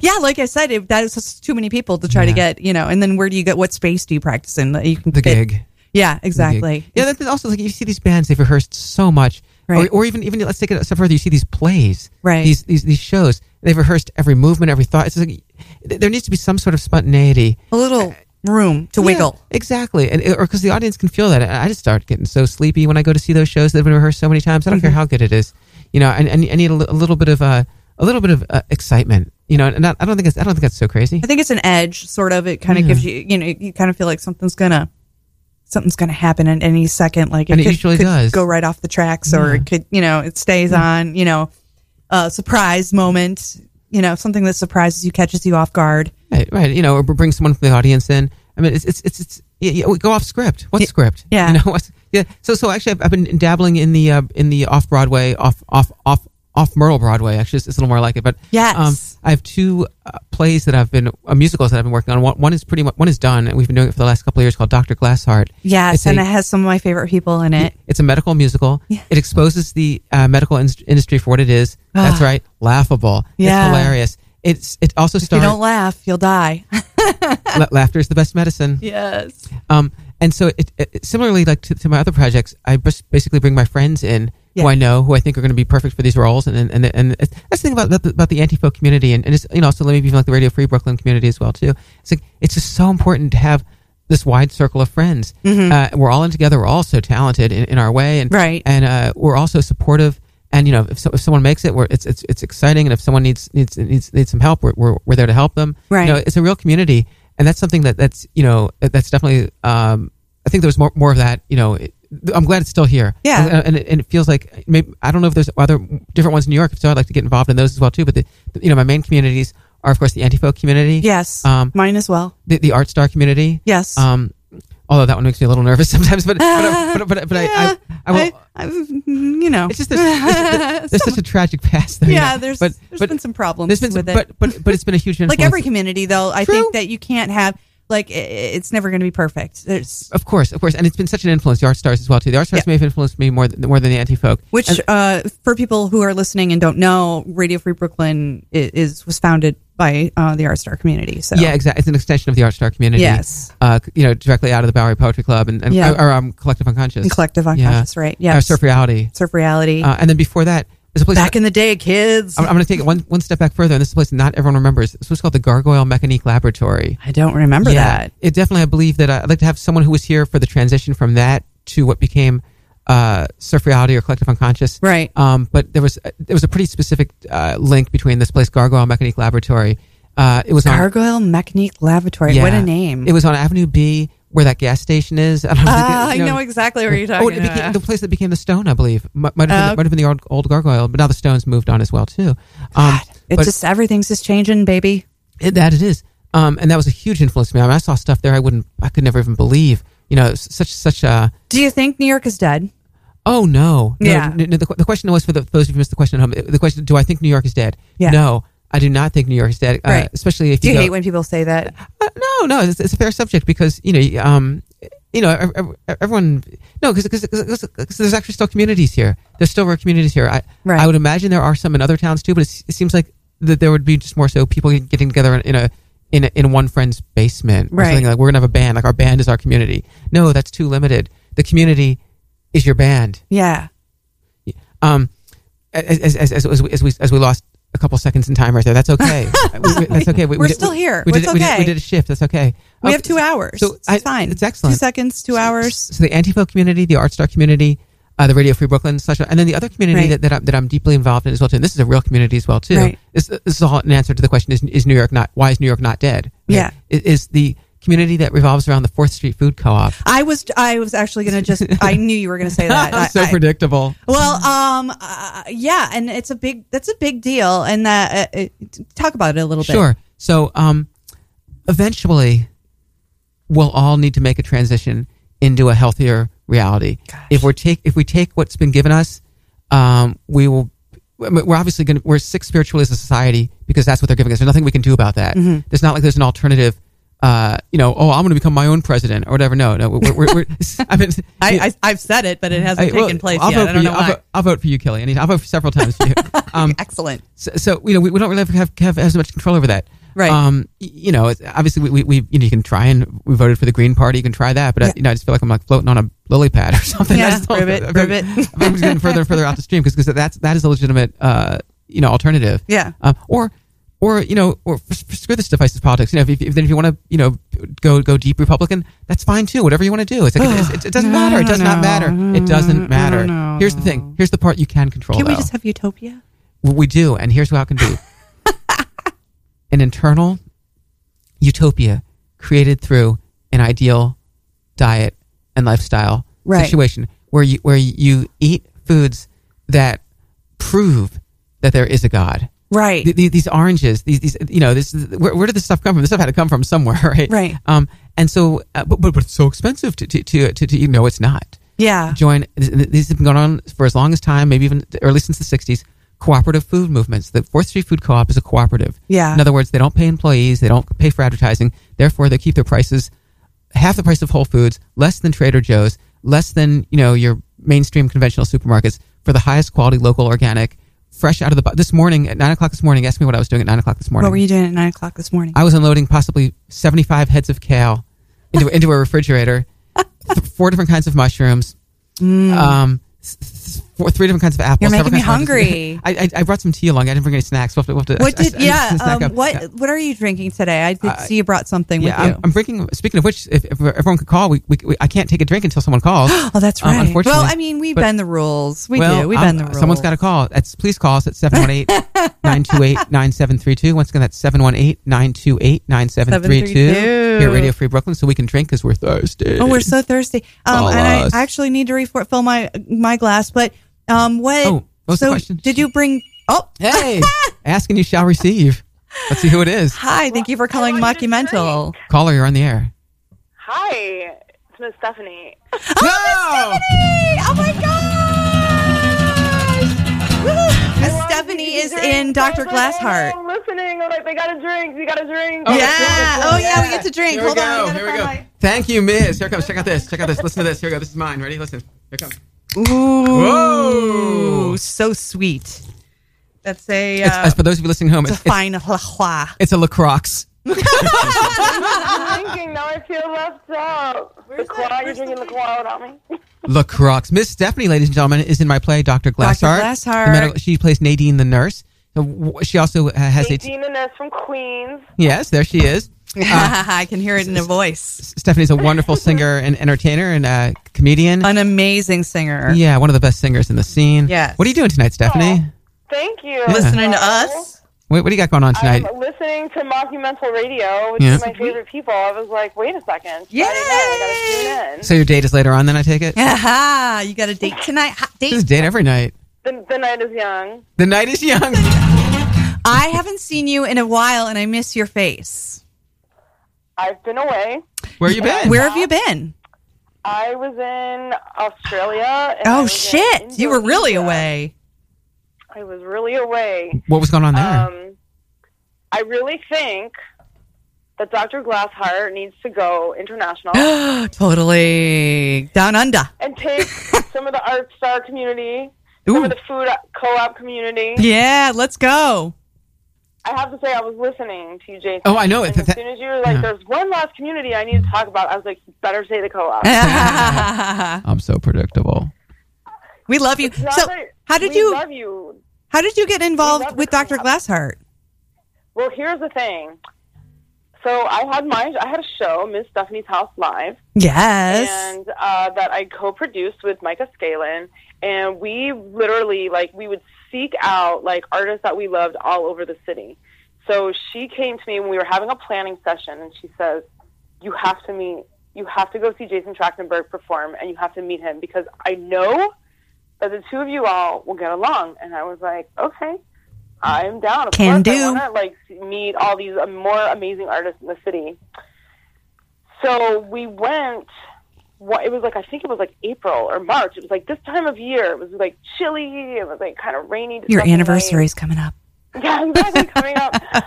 yeah, like I said, it, that is just too many people to try to Yeah. get. You know, and then where do you get what space do you practice in? that You can The fit- gig. Yeah, exactly. Yeah, that's also like you see these bands; they've rehearsed so much, Right. or, or even even let's take it a step further. You see these plays, Right. These these these shows. They've rehearsed every movement, every thought. It's like th- there needs to be some sort of spontaneity a little room to wiggle. Uh, Yeah, exactly, and or because the audience can feel that. And I just start getting so sleepy when I go to see those shows that have been rehearsed so many times. I don't Mm-hmm. care how good it is, you know. And I, I need a, li- a little bit of uh, a little bit of uh, excitement, you know. And not, I don't think it's, I don't think that's so crazy. I think it's an edge, sort of. It kind of Mm. gives you, you know, you kind of feel like something's gonna, something's gonna happen in any second. Like And it usually does. go right off the tracks, or it could, you know, it stays on. You know, a surprise moment. You know, something that surprises you, catches you off guard. Right, right. You know, or bring someone from the audience in. I mean, it's it's it's, it's yeah, yeah, we go off script. What script? yeah. You know what's yeah. So so actually, I've, I've been dabbling in the uh, in the off Broadway, off off off off Myrtle Broadway. Actually, it's, it's a little more like it. But um, Yes. I have two uh, plays that I've been uh, musicals that I've been working on. One, one is pretty much one is done, and we've been doing it for the last couple of years called Doctor Glassheart. Yes, It's and a- it has some of my favorite people in it. it's a medical musical. It exposes the uh, medical in- industry for what it is. That's right, laughable. Yeah. It's hilarious. It's it also If you stars don't laugh, you'll die. la- laughter is the best medicine. yes. Um, and so it, it similarly, like to, to my other projects, I bas- basically bring my friends in Yeah. who I know, who I think are going to be perfect for these roles, and and and, and it's, that's the thing about about the, about the anti-folk community, and, and it's, you know, also maybe even like the Radio Free Brooklyn community as well too. It's like it's just so important to have this wide circle of friends. Uh, we're all in together. We're all so talented in, in our way, and Mm-hmm. Right. and uh, we're also supportive. And you know, if, so, if someone makes it, we're, it's it's it's exciting, and if someone needs needs needs, needs some help, we're, we're we're there to help them. Right. You know, it's a real community, and that's something that that's you know that- that's definitely. Um, I think there was more more of that. You know, it- I'm glad it's still here. Yeah. and and it, and it feels like maybe I don't know if there's other different ones in New York. If so, I'd like to get involved in those as well too. But the, you know, my main communities are of course the anti folk community. Yes. Um, Mine as well. the, the art star community. Yes. Um, although that one makes me a little nervous sometimes, but but but but, but Yeah, I, I I will. I- I've- you know. It's just there's, there's, there's such a tragic past. There, you Yeah, know. there's- but, there's but been some problems There's been some- with it. but but but it's been a huge influence. like every community, though, I True. think that you can't have like i- i- it's never going to be perfect. There's Of course, of course, and it's been such an influence. The art stars as well too. The art stars Yeah. may have influenced me more than, more than the anti folk. Which, uh, for people who are listening and don't know, Radio Free Brooklyn is, is was founded by uh, the Art Star community. So Yeah, exactly. It's an extension of the art star community. Yes. Uh, c- you know, directly out of the Bowery Poetry Club and, and Yeah. or, or, um, Collective Unconscious. And Collective Unconscious, right. Yeah. Yes. Or Surf Reality. Surf Reality. Uh, and then before that, there's a place Back in the day, kids. I'm, I'm going to take it one, one step back further, and this is a place not everyone remembers. This was called the Gargoyle Mechanique Laboratory. I don't remember that. It definitely, I believe that I- I'd like to have someone who was here for the transition from that to what became uh, surf reality or collective unconscious. Right. uh, Um, but there was there was a pretty specific uh, link between this place, Gargoyle Mechanique Laboratory, Uh, it was on, Gargoyle Mechanique Laboratory. What a name. It was on Avenue B where that gas station is. I, don't know if you Ah, get- I you know exactly what you're Oh, it talking became- about. the place that became the Stone, I believe, M- might have been, Oh. might have been the old, old Gargoyle, but now the Stone's moved on as well too. Um, It's but- just everything's just changing, baby. it, that it is, um, and that was a huge influence to me. I, mean, I saw stuff there I wouldn't, I could never even believe. You know, s- such such a. Do you think New York is dead? Oh no! no Yeah. n- n- the, qu- the question was for, the, for those of you who missed the question at home. The question: Do I think New York is dead? Yeah. No, I do not think New York is dead. Uh, Right. especially if Do you, you go- hate when people say that? Uh, no, no, it's, it's a fair subject because you know, um, you know, ev- ev- everyone. No, because there's actually still communities here. There's still real communities here. I Right. I would imagine there are some in other towns too, but it's, it seems like that there would be just more so people getting together in a in a, in one friend's basement or Right. something like we're gonna have a band like our band is our community. No, that's too limited. The community is your band. Yeah. Um, as as as, as, as, we, as we as we lost a couple seconds in time right there. That's okay. We- we- that's okay. We, We're did- still here. We did, It's it- we, did, okay. we did a shift. That's okay. We Um, have two hours. So it's I- fine. It's excellent. Two seconds, two hours. So the Antifa community, the Art Star community, uh, the Radio Free Brooklyn, slash, and then the other community Right. that, that, I'm, that I'm deeply involved in as well too. And this is a real community as well too. Right. This, this is all an answer to the question: Is, is New York not? Why is New York not dead? Yeah. It is the community that revolves around the Fourth Street Food Co-op. I was I was actually gonna just I knew you were gonna say that. I- so I- predictable. well, um, uh, yeah, and it's a big that's a big deal, and that uh, it, talk about it a little Sure. So, um, eventually, we'll all need to make a transition into a healthier reality. If we take if we take what's been given us, um, we will. We're obviously going. to We're sick spiritually as a society because that's what they're giving us. There's nothing we can do about that. Mm-hmm. There's not like there's an alternative. Uh, you know, oh, I'm going to become my own president or whatever. No, no. We're, we're, we're, I mean, bit. I, I I've said it, but it hasn't I- well, taken place I'll yet. vote I for don't you. know I'll why. vote, I'll vote for you, Kelly. I mean, I'll vote several times for you. Um, Excellent. so, so you know, we, we don't really have, have have as much control over that. Right. Um, y- you know, it's, obviously we, we, we you know you can try and we voted for the Green Party. You can try that, but I, you know I just feel like I'm like floating on a lily pad or something. Yeah, I just don't- ribbit, I feel like- ribbit. I feel like I'm just getting further and further out the stream because that's that is a legitimate uh you know alternative. Yeah. Um, or or you know or f- f- screw this divisive politics. You know, if, if, if then if you want to you know go go deep Republican, that's fine too. Whatever you want to do, it's like it's, it, it doesn't matter. It does not matter. It doesn't matter. Here's the thing. Here's the part you can control. Can we though. just have utopia? Well, We do, and here's how it can be an internal utopia created through an ideal diet and lifestyle Right. situation where you where you eat foods that prove that there is a God. Right. Th- th- these oranges, these, these you know, this is- where, where did this stuff come from? This stuff had to come from somewhere, right? Right. Um, and so, uh, but, but but it's so expensive to to to, to, to you know, it's not yeah. join these have been going on for as long as time maybe even early since the 60s cooperative food movements the fourth street food co-op is a cooperative Yeah. in other words they don't pay employees they don't pay for advertising therefore they keep their prices half the price of whole foods less than trader joe's less than you know your mainstream conventional supermarkets for the highest quality local organic fresh out of the bo- this morning at 9 o'clock this morning ask me what i was doing at 9 o'clock this morning What were you doing at nine o'clock this morning? I was unloading possibly 75 heads of kale into, into a refrigerator, th- four different kinds of mushrooms, um, s- s- four, three different kinds of apples. Mm. You're several making kinds me of oranges. hungry. I, I, I brought some tea along. I didn't bring any snacks. We'll have to, we'll have to- what I- I- did I need yeah? to snack Um, up. what Yeah, what are you drinking today? I did I- see you brought something yeah, with you. I'm, um, I'm drinking. Speaking of which, if, if everyone could call, we, we, we I can't take a drink until someone calls. oh, that's Um, right. unfortunately, well, I mean, we but- bend the rules. We do. We um, bend the rules. Someone's got to call. That's, please call us at 718-928-9732. Once again, that's 718-928-9732 here at Radio Free Brooklyn so we can drink because we're thirsty. Oh, we're so thirsty. Um, Call and us. I actually need to refill my my glass. But um, what? Oh, what was the so question? did you bring? Oh, Hey, ask and you shall receive. Let's see who it is. hi. Thank you for calling Mockumental. Caller, you're on the air. Hi, it's Miss Stephanie. no! Oh my gosh! Woo! Miss Stephanie is in Dr. Glassheart. I'm listening. I'm like, they got a drink. We got a drink. Oh, yeah. Oh yeah, we get to drink. Here Hold we on. I go. gotta Here we find go. my- Thank you, Miss. Here it comes. Check out this. Check out this. Listen to this. Here we go. This is mine. Ready? Listen. Here it comes. Ooh, Whoa. so sweet. That's a It's- uh, as for those of you listening home, it's a it's, it's, fine hua. it's a LaCroix. I'm drinking. Now I feel left out. The quad, you're drinking the quad without me. LaCroix. Miss Stephanie, ladies and gentlemen, is in my play, Dr. Glasshart. Glasshart. The medical- she plays Nadine the nurse. So w- She also uh, has a. Nadine and us from Queens. yes, there she is. I can hear it in her voice. S- Stephanie's a wonderful singer and entertainer and uh, comedian. An amazing singer. Yeah, one of the best singers in the scene. Yes. What are you doing tonight, Stephanie? Thank you. Yeah. Listening to us. What, what do you got going on tonight? I'm listening to Mockumental Radio, which Yeah. is my favorite people. I was like, wait a second. Yeah. I gotta tune in. So your date is later on, then I take it. Aha! You got a date tonight. Hot This date. is date every night. The, the night is young. The night is young. I haven't seen you in a while, and I miss your face. I've been away. Where you been? Where have you been? I was in Australia. And I Oh was in shit! You were really away. I was really away. What was going on there? Um, I really think that Dr. Glasshart needs to go international totally down under. and take some of the art star community, some Ooh. of the food co-op community. Yeah, let's go. I have to say, I was listening to you, Jason. Oh, I know. And Th- as th- soon as you were like, Yeah. "There's one last community I need to talk about," I was like, "You better say the co-op." I'm so predictable. We love you. Not So, that- how did we you Love you. how did you get involved with Dr. Glasshart? Well, here's the thing. So I had my I had a show, Miss Stephanie's House Live. Yes. And uh, that I co-produced with Micah Scalen, and we literally like we would seek out like artists that we loved all over the city. So she came to me when we were having a planning session, and she says, "You have to meet, you have to go see Jason Trachtenberg perform, and you have to meet him because I know that the two of you all will get along." And I was like, "Okay." I'm down. Of Can course, do. I want to like meet all these uh, more amazing artists in the city. So we went. What it was like? I think it was like April or March. It was like this time of year. It was like chilly. It was like kind of rainy. Your December anniversary is coming up. night. Yeah, exactly. Coming up. Um,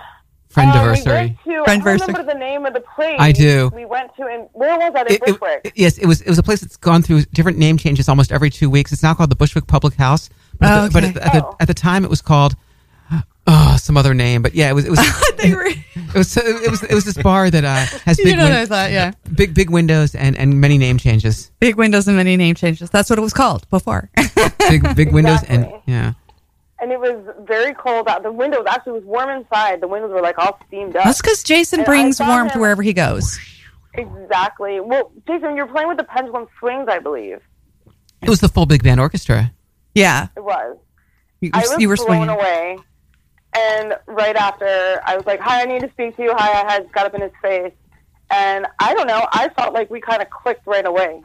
We went Friendiversary. to, I don't Friendiversary. remember the name of the place. I do. We went to and where was that in It- it- Bushwick? it- yes, it was. It was a place that's gone through different name changes almost every two weeks. It's now called the Bushwick Public House, but, at, the, but at, the, at, Oh. the, at the time it was called oh, some other name. But yeah, it was. It was. they were. It was. so- It was. It was this bar that uh, has You big, know what I thought, yeah. big big windows and and many name changes. Big windows and many name changes. That's what it was called before. Big big windows and yeah. And it was very cold out. The windows actually it was warm inside. The windows were like all steamed up. That's because Jason And I brings saw warmth him- wherever he goes. Exactly. Well, Jason, you're playing with the pendulum swings, I believe. It was the full big band orchestra. Yeah. It was. You- I was you were blown swinging. away. And right after, I was like, "Hi, I need to speak to you." Hi, I had got up in his face, and I don't know. I felt like we kind of clicked right away.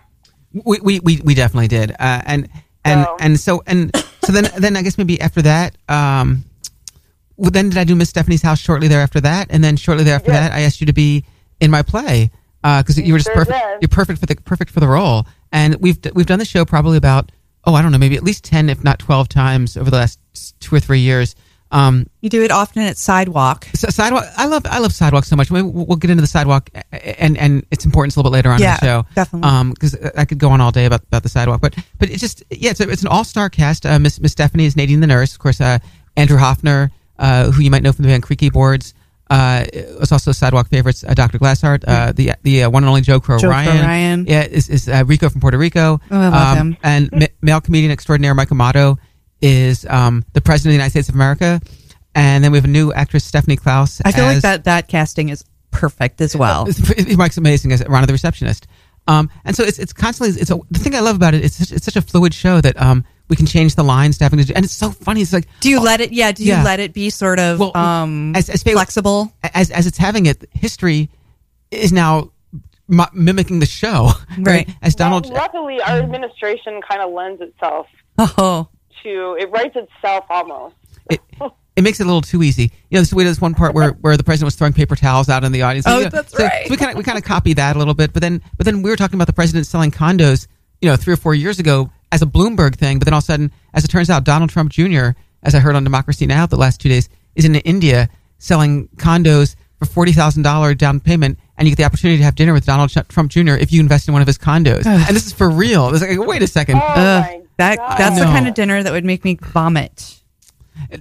We we we, we definitely did. Uh, and and Wow. and so and so then then I guess maybe after that. Um, well, then did I do Miss Stephanie's house shortly thereafter that, and then shortly thereafter that I asked you to be in my play because you, were just sure perfect. did. You're perfect for the perfect for the role, and we've d- we've done the show probably about oh I don't know maybe at least ten if not twelve times over the last s- two or three years. Um, you do it often at sidewalk. So sidewalk. I love I love sidewalk so much. Maybe we'll we'll get into the sidewalk a- a- and and its importance a little bit later on Yeah, in the show. Um, definitely. because I could go on all day about, about the sidewalk, but but it's just yeah, it's, a, it's an all star cast. Uh, Miss Miss Stephanie is Nadine the nurse, of course. Uh, Andrew Hoffner, uh, who you might know from the Van Creaky Boards, uh, was also sidewalk favorites. Uh, Doctor Glasshart, uh, the the uh, one and only Joe Crow Joe Crow Ryan, Ryan. yeah, is, is uh, Rico from Puerto Rico. Um, Oh, I love him. And ma- male comedian extraordinaire Mike Amato is um, the president of the United States of America. And then we have a new actress, Stephanie Klaus. I feel like as- that that casting is perfect as well. It's- Mike's amazing as Ron the receptionist. Um, and so it's, it's constantly, it's a, the thing I love about it, it's such, it's such a fluid show that um, we can change the lines to having to do, and it's so funny. It's like, Do you let it? Yeah. Do you Oh. Yeah. let it be sort of um flexible? as, as it's having it, history is now mi- mimicking the show. Right. As Donald, Well, luckily, our administration kind of lends itself Oh. to it writes itself almost. it makes it a little too easy. You know, so we had this one part where, where the president was throwing paper towels out in the audience. Oh, You know, that's so right. we kind of we kind of copy that a little bit, but then but then we were talking about the president selling condos, you know, three or four years ago as a Bloomberg thing, but then all of a sudden, as it turns out, Donald Trump Jr., as I heard on Democracy Now the last two days, is in India selling condos for forty thousand dollar down payment, and you get the opportunity to have dinner with Donald Ch- Trump Jr. if you invest in one of his condos. and this is for real. It's like, wait a Oh second. Ugh, that that's the No. kind of dinner that would make me vomit.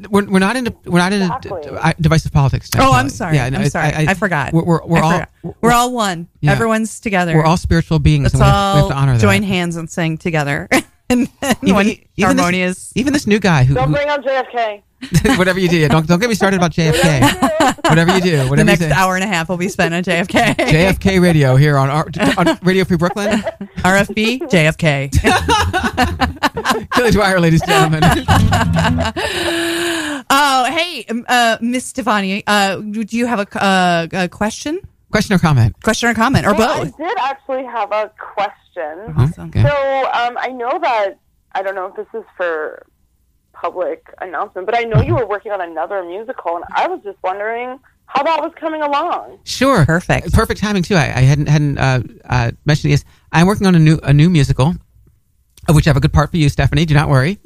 we're, we're not into we're not into uh, divisive politics. Oh, I'm definitely. sorry. no, I'm it- sorry. I, forgot. We're, we're, we're I all forgot. we're all one. Yeah. Everyone's together. We're all spiritual beings. Let's and we have, all we have to honor join that. hands and sing together. and and Even- one even this- harmonious. even this new guy who, Don't bring up JFK. who- whatever you do, yeah, don't don't get me started about JFK. whatever you do, whatever the next you do. hour and a half will be spent on JFK. JFK radio here on, our, on Radio Free Brooklyn. RFB, JFK. Kelly Dwyer, ladies and gentlemen. Oh, hey, um, uh, Miss Stefani, uh, do you have a, uh, a question? Question or comment? Question or comment, or Hey, both? Uh-huh. I did actually have a question. Awesome. Uh-huh. Okay. So um, I know that I don't know if this is for public announcement, but I know Uh-huh. you were working on another musical, and I was just wondering how that was coming along. Sure. Perfect. Perfect timing too. I, I hadn't hadn't uh, uh, mentioned it. Yes, I'm working on a new a new musical, of which I have a good part for you, Stephanie. Do not worry.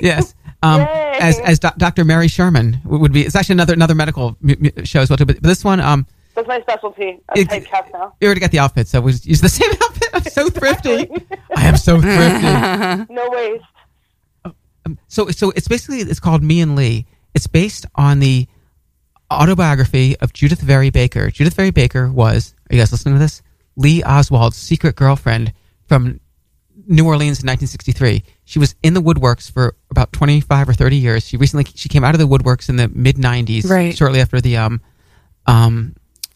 yes. Um, as as doc Dr. Mary Sherman w- would be. It's actually another another medical mu- mu- show as well too. But, but this one, um, That's my specialty. I'm It- typecast now. you already got the outfit, so we just use the same outfit. I'm so thrifty. I am so thrifty. no waste. so so it's basically it's called Me and Lee. It's based on the autobiography of Judith Very Baker. Judith Very Baker was are you guys listening to this? Lee Oswald's secret girlfriend from New Orleans in 1963. She was in the woodworks for about 25 or 30 years. She recently she came out of the woodworks in the mid 90s, Right. shortly after the um um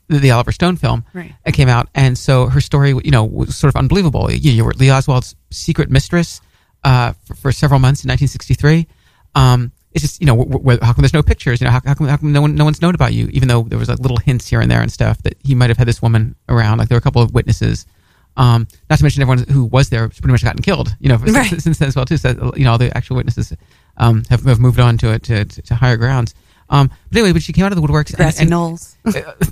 the, the Oliver Stone film Right. it came out, and so her story, you know, was sort of unbelievable. You, you were Lee Oswald's secret mistress uh, for, for several months in 1963. Um, it's just, you know, wh- wh- how come there's no pictures? You know, how, how come, how come no one no one's known about you? Even though there was like little hints here and there and stuff that he might have had this woman around. Like there were a couple of witnesses. Um, not to mention everyone who was there has pretty much gotten killed. You know, since, Right. since then as well too. So you know, all the actual witnesses um, have, have moved on to, to to higher grounds. Um, but anyway, but she came out of the woodworks. and- Grassy and- uh, knolls.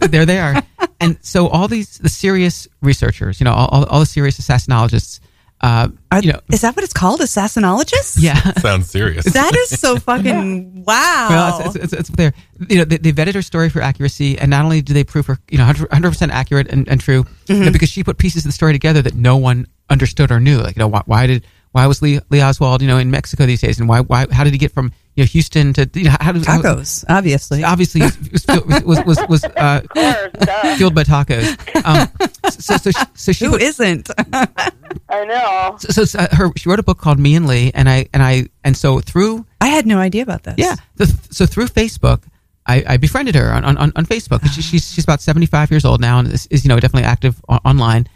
there they are. and so all these the serious researchers, you know, all, all, all the serious assassinologists, uh, you know, Is that what it's called? Assassinologist? yeah. Sounds serious. That is so fucking wow. Well, it's, it's, it's, it's there. You know, they, they vetted her story for accuracy, and not only do they prove her, you know, hundred percent accurate and, and true, you know, Mhm. because she put pieces of the story together that no one understood or knew. Like, you know, why, why did why was Lee, Lee Oswald, you know, in Mexico these days, and why why how did he get from you know Houston to you know how did Tacos, obviously obviously it was was was, was, was uh, fueled by tacos. Um, so so she, so she Who put- isn't? I know. so, so uh, her she wrote a book called Me and Lee, and I and I and so through I had no idea about this. yeah, the, so through Facebook, I, I befriended her on on, on- on Facebook. She, she's she's about seventy five years old now, and is, is you know definitely active o- online.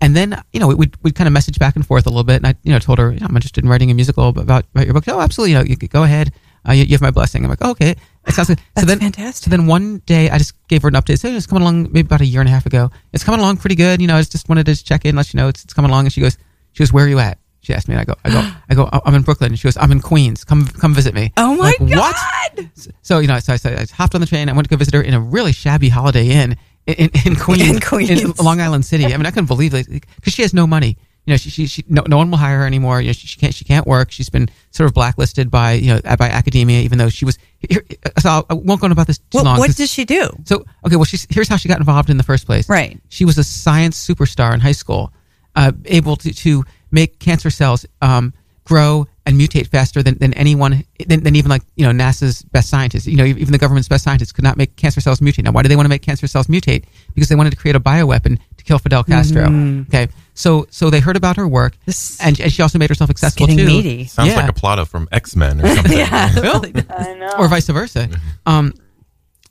And then you know we would we kind of message back and forth a little bit, and I you know told her you know, I'm interested in writing a musical about, about your book. Oh, absolutely, you know, you, could go ahead. Uh, you, you have my blessing. I'm like, oh, okay, that sounds good. so then, fantastic. So then one day I just gave her an update. So it's coming along maybe about a year and a half ago. It's coming along pretty good. You know, I just wanted to check in, let you know it's, it's coming along. And she goes, she goes, where are you at? She asked me, and I go, I go, I go, I'm in Brooklyn. And she goes, I'm in Queens. Come, come visit me. Oh I'm my like, What? So you know, so I, so I hopped on the train. I went to go visit her in a really shabby Holiday Inn in, in, in Queens, in Long Island City. I mean, I couldn't believe it because she has no money. You know, she, she, she no, no one will hire her anymore. You know, she, she can't she can't work. She's been sort of blacklisted by you know by academia, even though she was. Here, so I'll, I won't go on about this too What- long. what 'cause- does she do? So okay, well, she's here's how she got involved in the first place. Right. She was a science superstar in high school, uh, able to, to make cancer cells um, grow and mutate faster than, than anyone, than, than even like, you know, NASA's best scientists. You know, even the government's best scientists could not make cancer cells mutate. Now, why do they want to make cancer cells mutate? Because they wanted to create a bioweapon to kill Fidel Castro. Mm. Okay. So so they heard about her work, and, and she also made herself accessible getting too. meaty. Sounds Yeah like a Plata from X Men or something. or vice versa. Um,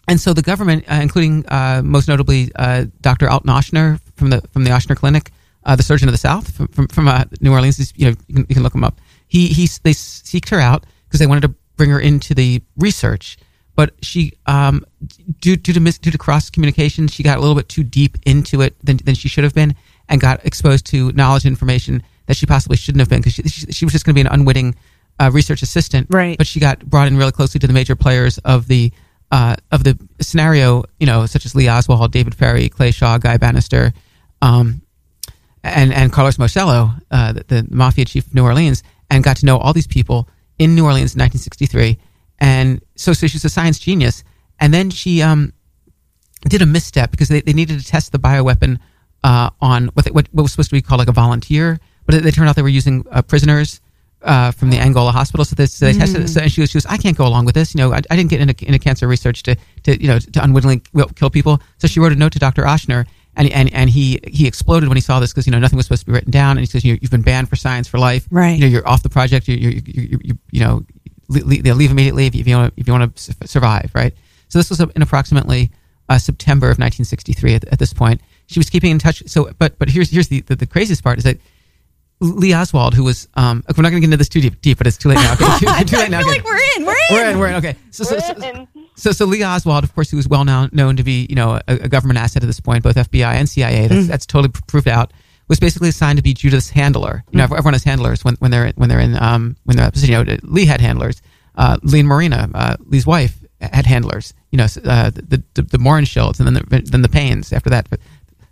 and so the government, uh, including uh, most notably uh, Dr. Alton Oshner from the from the Oshner Clinic, uh, the surgeon of the South from from, from uh, New Orleans, he's- you know, you can, you can look him up. He he they seeked her out because they wanted to bring her into the research, but she um, due due to mis- due to cross communication, she got a little bit too deep into it than than she should have been, and got exposed to knowledge and information that she possibly shouldn't have been because she, she, she was just going to be an unwitting uh, research assistant, right? But she got brought in really closely to the major players of the uh, of the scenario, you know, such as Lee Oswald, David Ferry, Clay Shaw, Guy Bannister, um, and and Carlos Marcello, uh, the, the mafia chief of New Orleans, and got to know all these people in New Orleans in 1963. And so, so she's a science genius. And then she um, did a misstep because they, they needed to test the bioweapon uh, on what, they, what what was supposed to be called like a volunteer, but it, it turned out they were using uh, prisoners uh, from the Angola hospital. So they, so they tested it. Mm. So, and she was, she was, I can't go along with this. You know, I, I didn't get into, into cancer research to, to, you know, to unwittingly kill people. So she wrote a note to Dr. Oshner. And, and, and he, he exploded when he saw this because, you know, nothing was supposed to be written down. And he says, you, you've been banned for science for life. Right. You know, you're off the project. You, you, you, you, you, you know, leave, leave immediately if you, if you want to, if you want to survive. Right. So this was in approximately uh, September of 1963 at, at this point. She was keeping in touch. So, but, but here's, here's the, the, the craziest part is that Lee Oswald, who was, um, we're not going to get into this too deep, deep, but it's too late now. Okay, too, too late now. okay. We're in. We're in. We're in. We're in. Okay. So, so, so, We're in. so, so Lee Oswald, of course, who was well known, known to be, you know, a, a government asset at this point, both FBI and CIA. That's, Mm. Mhm. that's totally pr- proved out. Was basically assigned to be Judith's handler. You know, Mm. everyone has handlers when, when they're when they're in um, when they're in that position. You know, Lee had handlers. Uh, Lee and Marina, uh, Lee's wife, had handlers. You know, s- uh, the the, the Morin Shields and then the, then the Paynes after that. But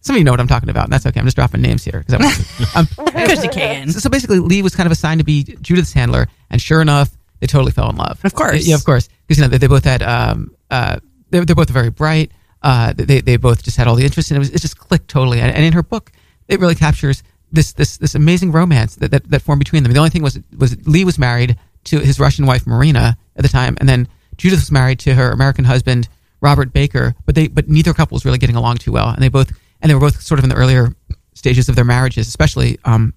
some of you know what I'm talking about. And that's okay. I'm just dropping names here 'cause I want to- Because you can. so, so basically, Lee was kind of assigned to be Judith's handler, and sure enough, they totally fell in love. Of course. yeah, of course, because you know they, they both had um uh they're, they're both very bright. Uh, they they both just had all the interest, and it was it just clicked totally. And, and in her book, it really captures this this this amazing romance that, that that formed between them. The only thing was was Lee was married to his Russian wife Marina at the time, and then Judith was married to her American husband Robert Baker. But they but neither couple was really getting along too well, and they both and they were both sort of in the earlier stages of their marriages, especially um,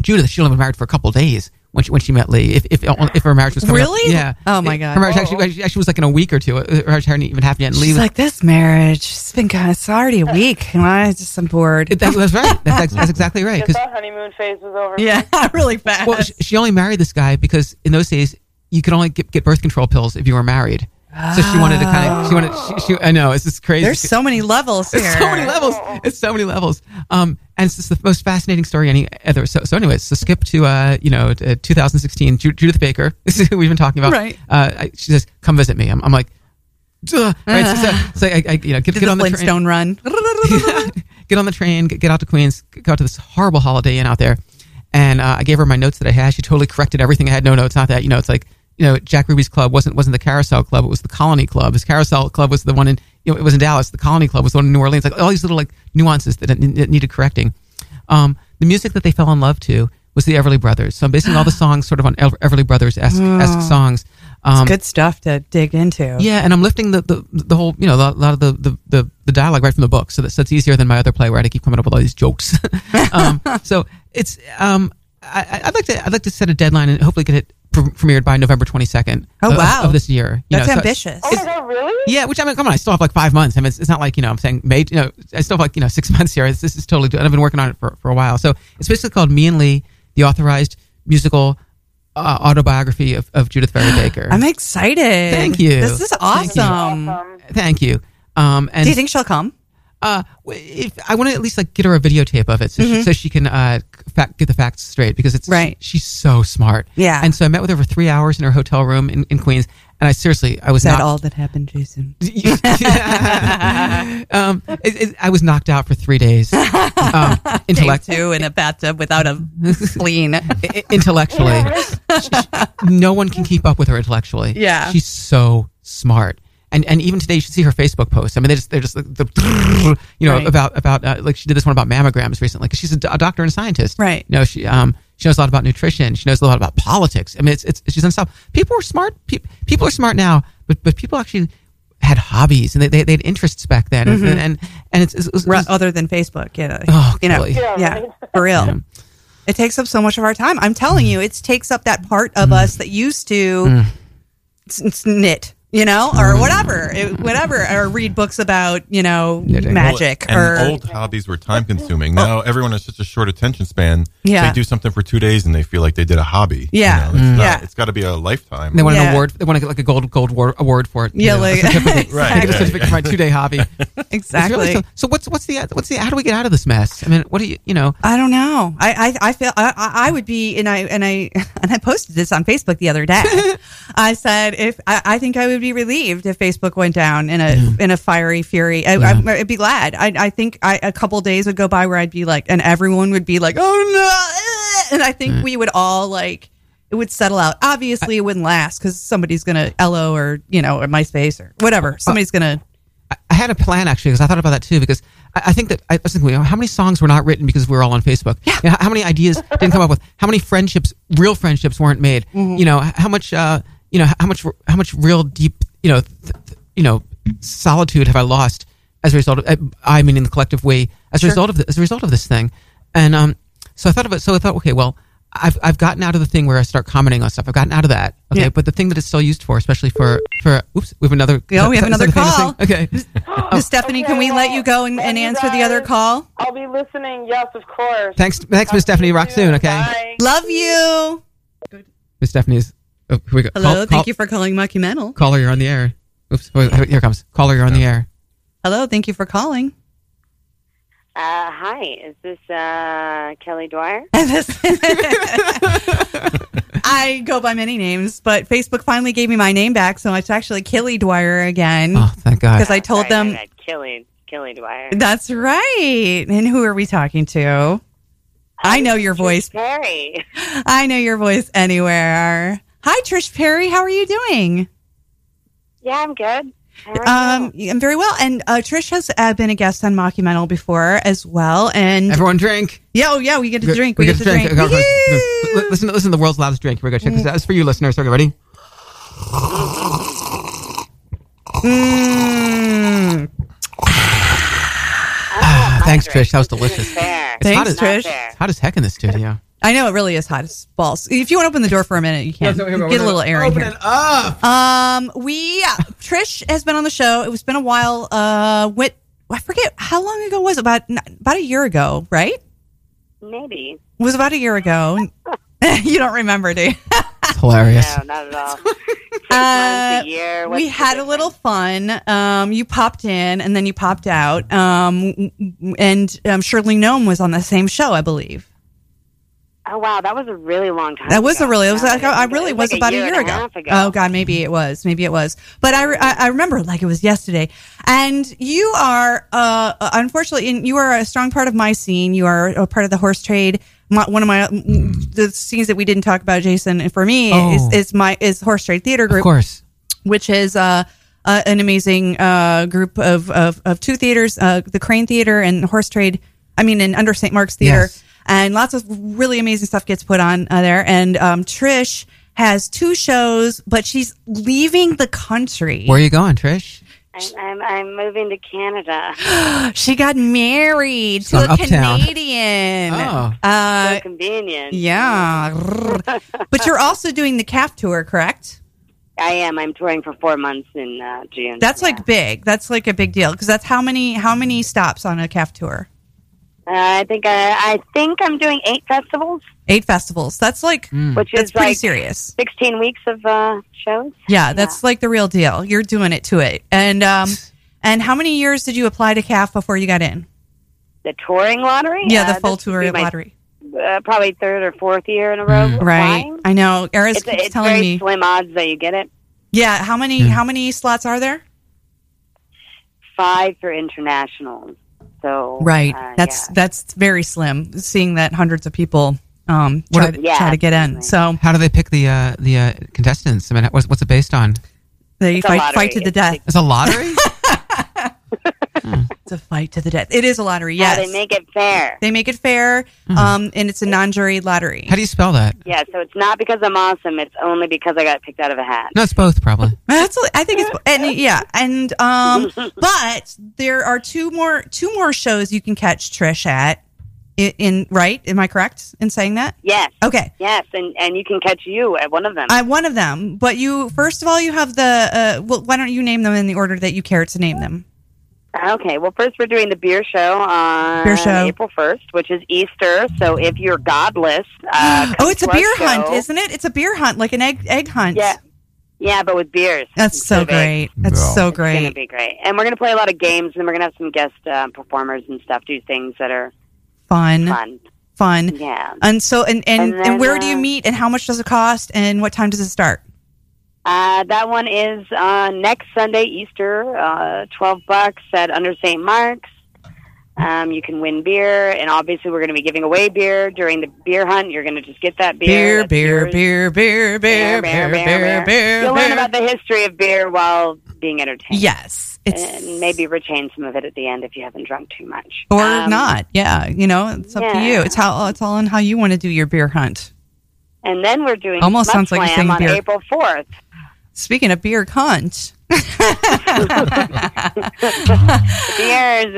Judith, she only been married for a couple of days when she, when she met Lee. If if if her marriage was coming up- Really? yeah. Oh, my It- God. her marriage actually, actually actually was like in a week or two. Her marriage hadn't even happened yet. And Lee She's was like, this marriage, it's been kind of, it's already a week. And I just, I'm bored. That, that's right. That's, ex- that's exactly right. Because that honeymoon phase was over. Yeah, really fast. Well, she, she only married this guy because in those days you could only get, get birth control pills if you were married. So she wanted to kind of she wanted she, she I know it's just crazy. There's so many levels here. It's so many levels. It's so many levels. Um, and it's just the most fascinating story any other. So, so anyways, so skip to uh, you know, to 2016. Ju- Judith Baker, this is who we've been talking about. Right. Uh, I- she says, "Come visit me." I'm, I'm like, Duh. Right. so, so, so I, I, you know, get, get Did the on the Flintstone train, run. get on the train, get, get out to Queens, go out to this horrible Holiday Inn out there, and uh, I gave her my notes that I had. She totally corrected everything I had. No, no, it's not that. You know, it's like you know, Jack Ruby's club wasn't wasn't the Carousel Club. It was the Colony Club. His Carousel Club was the one in you know it was in Dallas. The Colony Club was the one in New Orleans. Like all these little like nuances that, that needed correcting. Um, the music that they fell in love to was the Everly Brothers. So I'm basing all the songs sort of on Ever- Everly Brothers esque Oh. songs. Um, it's good stuff to dig into. Yeah, and I'm lifting the, the, the whole, you know, a lot of the, the, the, the dialogue right from the book. So, that, so it's easier than my other play where I had to keep coming up with all these jokes. um, so it's, um, I, I- I'd like to, I'd like to set a deadline and hopefully get it pr- premiered by November 22nd. Oh, of- wow. Of, this year. That's so- ambitious. Oh my god, really? yeah, which I mean, come on, I still have like five months. I mean, it's, it's not like you know, I'm saying, mate, you know, I still have like you know six months here. This, this is totally. do- And I've been working on it for, for a while. So it's basically called Me and Lee, the authorized musical uh, autobiography of, of Judith Ferry Baker. I'm excited. Thank you. This is Thank you. awesome. Thank you. Um, and Do you think she'll come? Uh, if I want to at least like get her a videotape of it, so, she, Mhm. so she can uh, fact, get the facts straight because it's right. she's so smart. Yeah. And so I met with her for three hours in her hotel room in, in Queens, and I seriously I was Is that not all that happened, Jason? um, it, it, I was knocked out for three days. Um, intellect- Day two in a bathtub without a spleen. intellectually, She- she- no one can keep up with her intellectually. Yeah. she's so smart. And, and even today, you should see her Facebook posts. I mean, they're just, they're just like the, you know, Right. about, about, uh, like she did this one about mammograms recently because she's a, do- a doctor and a scientist. Right. You know, she, um, she knows a lot about nutrition. She knows a lot about politics. I mean, it's, it's, she's unstoppable. People are smart. Pe- people are smart now, but, but people actually had hobbies and they, they, they had interests back then. And- Mhm. And, and, and it's, it's, it's- Ra- other than Facebook, you know, Oh, you know, golly. yeah, Yeah, Mm. for real. It takes up so much of our time. I'm telling you, it takes up that part of us that used to Mm. s- s- knit, you know, Mm. or whatever, it, whatever, or read books about, you know, magic Well, or and old hobbies were time consuming. Now everyone has such a short attention span. Yeah. They do something for two days and they feel like they did a hobby. Yeah. You know, it's Mm. not- Yeah. It's got to be a lifetime. They want an award. They want to get like a gold gold war, award for it. you Yeah, know, a like- certificate. Right, I get a yeah, certificate for my yeah. two day hobby. It's really exactly. so, so what's what's the what's the how do we get out of this mess? I mean, what do you you know? I don't know. I I, I feel I, I I would be and I and I and I posted this on Facebook the other day. I said if I, I think I would be relieved if Facebook went down in a in a fiery fury. I, Yeah. I, would be glad. I I think I, a couple days would go by where I'd be like, and everyone would be like, oh no, eh," and I think Mm. we would all like. It would settle out. Obviously, it wouldn't last because somebody's gonna LO or you know or MySpace or whatever. Somebody's gonna. I had a plan actually because I thought about that too because I, I think that I was thinking you know, how many songs were not written because we were all on Facebook. Yeah. how many ideas didn't come up with? How many friendships, real friendships, weren't made? Mm-hmm. You know h- how much uh, you know how much how much real deep you know th- th- you know solitude have I lost as a result of I mean in the collective way as a Sure. result of the, as a result of this thing, and um, so I thought of it. So I thought, okay, well. I've, I've gotten out of the thing where I start commenting on stuff. I've gotten out of that. Okay. Yeah. But the thing that it's still used for, especially for, for, oops, we have another. Yeah, we have is that another the famous call. thing? Okay. Stephanie, can we let you go and, and answer the other call? I'll be listening. Yes, of course. Thanks, thanks, Miss Stephanie. Rock soon, okay? Bye. Love you. Miss Stephanie is Oh, here we go. Hello, Call- thank call- you for calling Mockumental. Caller, you're on the air. Oops. Oh, here it comes. Caller, you're on the air. Hello, thank you for calling. Uh, hi, is this uh, Kelly Dwyer? I go by many names, but Facebook finally gave me my name back, so it's actually Killy Dwyer again. Oh, thank God. Because I told Sorry, them my bad. Kelly, Kelly Dwyer. that's right. And who are we talking to? I know your voice. Perry. I know your voice anywhere. Hi, Trish Perry. How are you doing? Yeah, I'm good. How are Um, I'm very well. And uh, Trish has uh, been a guest on Mockumental before as well. And everyone drink. Yeah, oh yeah, we get to drink. We We, get to drink. drink. Okay, Listen, listen, listen to the world's loudest drink. Here we go. Check this out. It's for you, listeners. Okay, ready? Mm. Ah, thanks, Trish. That was delicious. It's hot Thanks, as, Trish. it's hot as heck in the studio. I know it really is hot as balls. If you want to open the door for a minute, you can No, no, here we go. get a little air in Open here. it up. Um, we Trish has been on the show. It was been a while. Uh, went I forget how long ago was it? about about a year ago, right? you? Maybe. It was about a year ago. you don't remember, do you? It's hilarious. No, not at all. Uh, a year, what's we the had a little fun. Um, you popped in and then you popped out. Um, and um, Shirley Gnome was on the same show, I believe. Oh, wow, that was a really long time That was ago. a really. It was Now like that I think really it was like about a year, and ago. half Oh God, maybe it was. Maybe it was. But I, re- I I remember like it was yesterday. And you are uh unfortunately, and you are a strong part of my scene. You are a part of the horse trade. My, one of my mm, the scenes that we didn't talk about, Jason, and for me Oh. is, is my is horse trade theater group Of course. which is uh, uh, an amazing uh, group of, of, of two theaters, uh, the Crane Theater and Horse Trade, I mean, and Under St. Mark's Theater. Yes. And lots of really amazing stuff gets put on uh, there. And um, Trish has two shows, but she's leaving the country. Where are you going, Trish? I'm, I'm, I'm moving to Canada. she got married to From a Uptown. Canadian. Oh. Uh, so convenient. yeah. but you're also doing the calf tour, correct? I am. I'm touring for four months in uh, June. That's like big. That's like a big deal because that's how many how many stops on a calf tour? Uh, I think I, I think I'm doing eight festivals, Eight festivals. That's like Mm. which that's is pretty like serious. Sixteen weeks of uh, shows. Yeah, that's like the real deal. You're doing it to it. And um and how many years did you apply to calf before you got in? The touring lottery. Yeah, the Uh, full this will tour be my, lottery. Mm-hmm. Uh, probably third or fourth year in a Mm. row. Right. applying. I know. Eris It's, keeps it's telling very me. slim odds that you get it. Yeah, how many how many slots are there? Five for internationals. So Right. uh, that's that's very slim seeing that hundreds of people um try, What- to, Yeah, try to get in. So How do they pick the uh, the uh, contestants? I mean, what's, what's it based on? they It's a fight lottery. fight to the It's death. It's a lottery? It's a fight to the death. It is a lottery. Yeah, Yes. they make it fair. They make it fair, Mm-hmm. um, and it's a non-jury lottery. How do you spell that? Yeah, so it's not because I'm awesome. It's only because I got picked out of a hat. No, it's both, probably. That's what- I think it's and yeah and um but there are two more two more shows you can catch Trish at in, in right am I correct in saying that Yes. okay Yes, and and you can catch you at one of them. I one of them but you first of all you have the uh well, why don't you name them in the order that you care to name them Okay, well, first we're doing the beer show on Beer show. April 1st, which is Easter. So if you're godless, uh, oh it's a beer hunt is isn't it it's a beer hunt like an egg egg hunt Yeah. Yeah, but with beers. that's so great that's so It's going to great be great. And we're going to play a lot of games, and we're going to have some guest uh, performers and stuff do things that are fun fun. fun Yeah. and so and and, And and, then, where do you uh, meet and how much does it cost and what time does it start Uh, that one is uh, next Sunday, Easter, uh, 12 bucks at Under St. Mark's. Um, you can win beer, and obviously we're going to be giving away beer during the beer hunt. You're going to just get that beer. beer, That's beer, yours. beer, beer, beer, beer, beer, beer, You'll learn beer. about the history of beer while being entertained. Yes, it's and maybe retain some of it at the end if you haven't drunk too much. or Um, not. Yeah, you know, it's up to yeah. you. It's how it's all on how you want to do your beer hunt. And then we're doing Almost sounds like you're Mutzlam saying on beer. April fourth. Speaking of beer hunt, Beers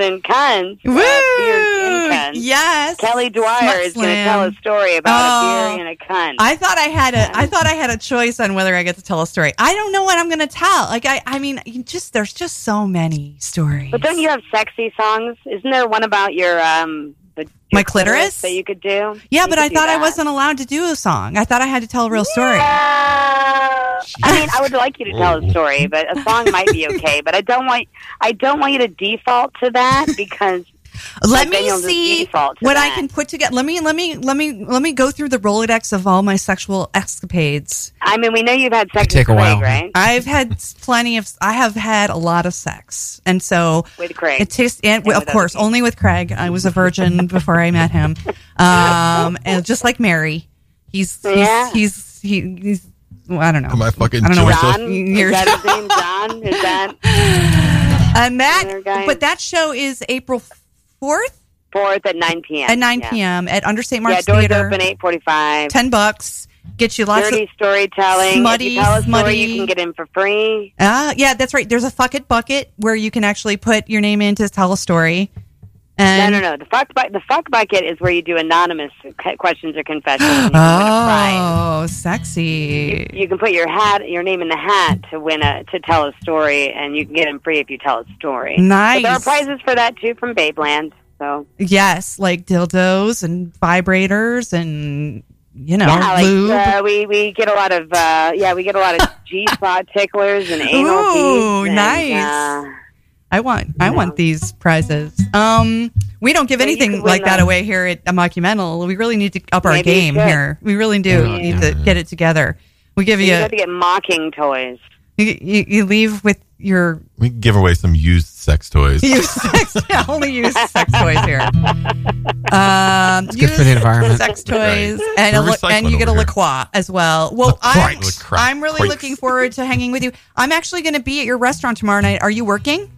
and cunts. uh, Woo! beers and cunts. Yes, Kelly Dwyer is going to Mutzlam. tell a story about Oh. a beer and a cunt. I thought I had a I thought I had a choice on whether I get to tell a story. I don't know what I'm going to tell. Like I I mean, you just there's just so many stories. but don't you have sexy songs? Isn't there one about your um the My clitoris? that you could do. You Yeah, but could I do thought I that. wasn't allowed to do a song. I thought I had to tell a real story. I mean, I would like you to tell a story, but a song might be okay. But I don't want I don't want you to default to that because Let like, me then you'll just see default what to I that. can put together. Let me let me let me let me go through the Rolodex of all my sexual escapades. I mean, we know you've had sex take a with Craig, while. right? I've had plenty of. I have had a lot of sex, and so With Craig. it tastes. And, And of with course, only with Craig. I was a virgin before I met him, um, and just like Mary, he's he's Yeah. he's, he, he's well, I don't know. Am I fucking I don't know what- Joseph? John, You're- is that his name? John, is that And that, Other guy? Uh, but that show is April fourth fourth at nine p.m. at nine Yeah. p.m. at Under St. Yeah, Mark's doors Theater. open eight forty-five. Ten bucks gets you lots Dirty of. storytelling. if smutty, you tell a story, smutty- you can get in for free. Ah, yeah, that's right. There's a fuck it bucket where you can actually put your name in to tell a story. And no, no, no. The fuck, bu- the fuck bucket is where you do anonymous que- questions or confessions. and you win a prize. Oh, sexy. You can put your hat, your name in the hat to win a to tell a story, and you can get in free if you tell a story. But Nice. there are prizes for that too from Babeland. So Yes, like dildos and vibrators and you know yeah, like lube. uh, we we get a lot of uh, yeah, we get a lot of G spot ticklers and anal Ooh, beads and, nice. uh, I want I want these prizes. Um, we don't give Yeah, you anything could win like that them. away here at Mockumental. We really need to up our Maybe you game should. here. We really do Yeah. need to get it together. We give you you have to get mocking toys. you, you, you leave with your We can give away some used sex toys. you sex yeah, only use sex toys here. Um, good for the use environment. Sex Right. toys and a, We're li- and you recycling get a over here. LaCroix as well. Well, LaCroix, I'm, LaCroix. I'm really Croix. looking forward to hanging with you. I'm actually going to be at your restaurant tomorrow night. Are you working?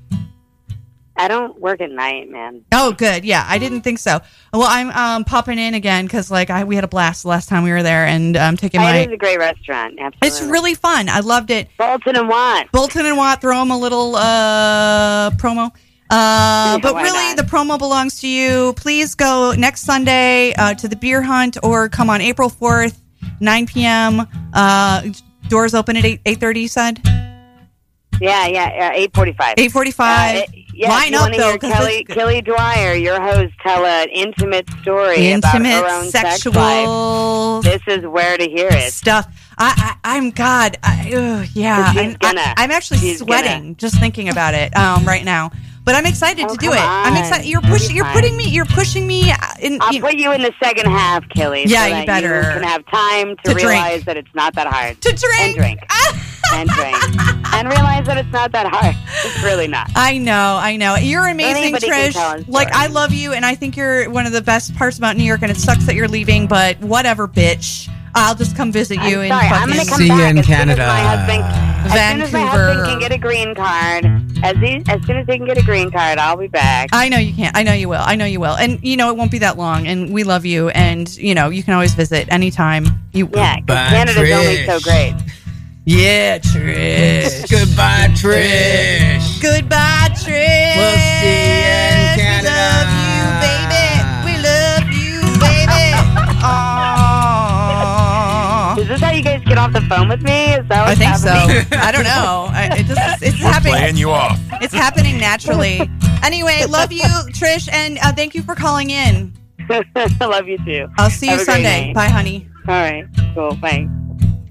I don't work at night, man. Oh, good. Yeah, I didn't think so. Well, I'm um, popping in again because like I, we had a blast the last time we were there, and I'm taking my. It is a great restaurant. Absolutely. It's really fun. I loved it. Bolton and Watt. Bolton and Watt. Throw them a little uh, promo. Uh, but why really, not? the promo belongs to you. Please go next Sunday uh, to the beer hunt, or come on April fourth, nine p.m. Uh, doors open at eight eight thirty. You said Yeah, yeah, eight forty-five. eight forty Uh, five. yeah, Line you up wanna though, hear 'cause Kelly, it's- Kelly Dwyer, your host, tell an intimate story about her Intimate, own sex life. sexual This is where to hear it. stuff. I, I I'm God. I, ugh, yeah, She's I'm, gonna. I, am actually She's sweating gonna. just thinking about it um, right now. But I'm excited Oh, to do come it. I'm on. excited. You're It'll be pushing. You're fine. putting me. You're pushing me uh, in. I'll you- put you in the second half, Kelly. Yeah, so you that better. can have time to, To drink. realize that it's not that hard. To And drink. drink. and drink. And realize that it's not that hard. It's really not. I know, I know. You're amazing, Anybody can tell a Trish. Like story. I love you, and I think you're one of the best parts about New York. And it sucks that you're leaving, but whatever, bitch. I'll just come visit you I'm in sorry, I'm fucking going to come See you back in as Canada. Soon as my husband, as soon as my husband Vancouver. can get a green card, as, he, as soon as he can get a green card, I'll be back. I know you can't. I know you will. I know you will. And you know it won't be that long. And we love you. And you know you can always visit anytime you. Yeah, 'cause Bye, Canada's only so Trish. great. Yeah, Trish. Goodbye, Trish. Goodbye, Trish. We'll see you in Canada. We love you, baby. We love you, baby. Aww. Is this how you guys get off the phone with me? Is that I what's think so. happening? I don't know. I, it just it's We're playing happening. you off. It's happening naturally. Anyway, love you, Trish, and uh, thank you for calling in. I love you too. I'll see you Have a great Sunday. night. Bye, honey. All right, cool. Bye.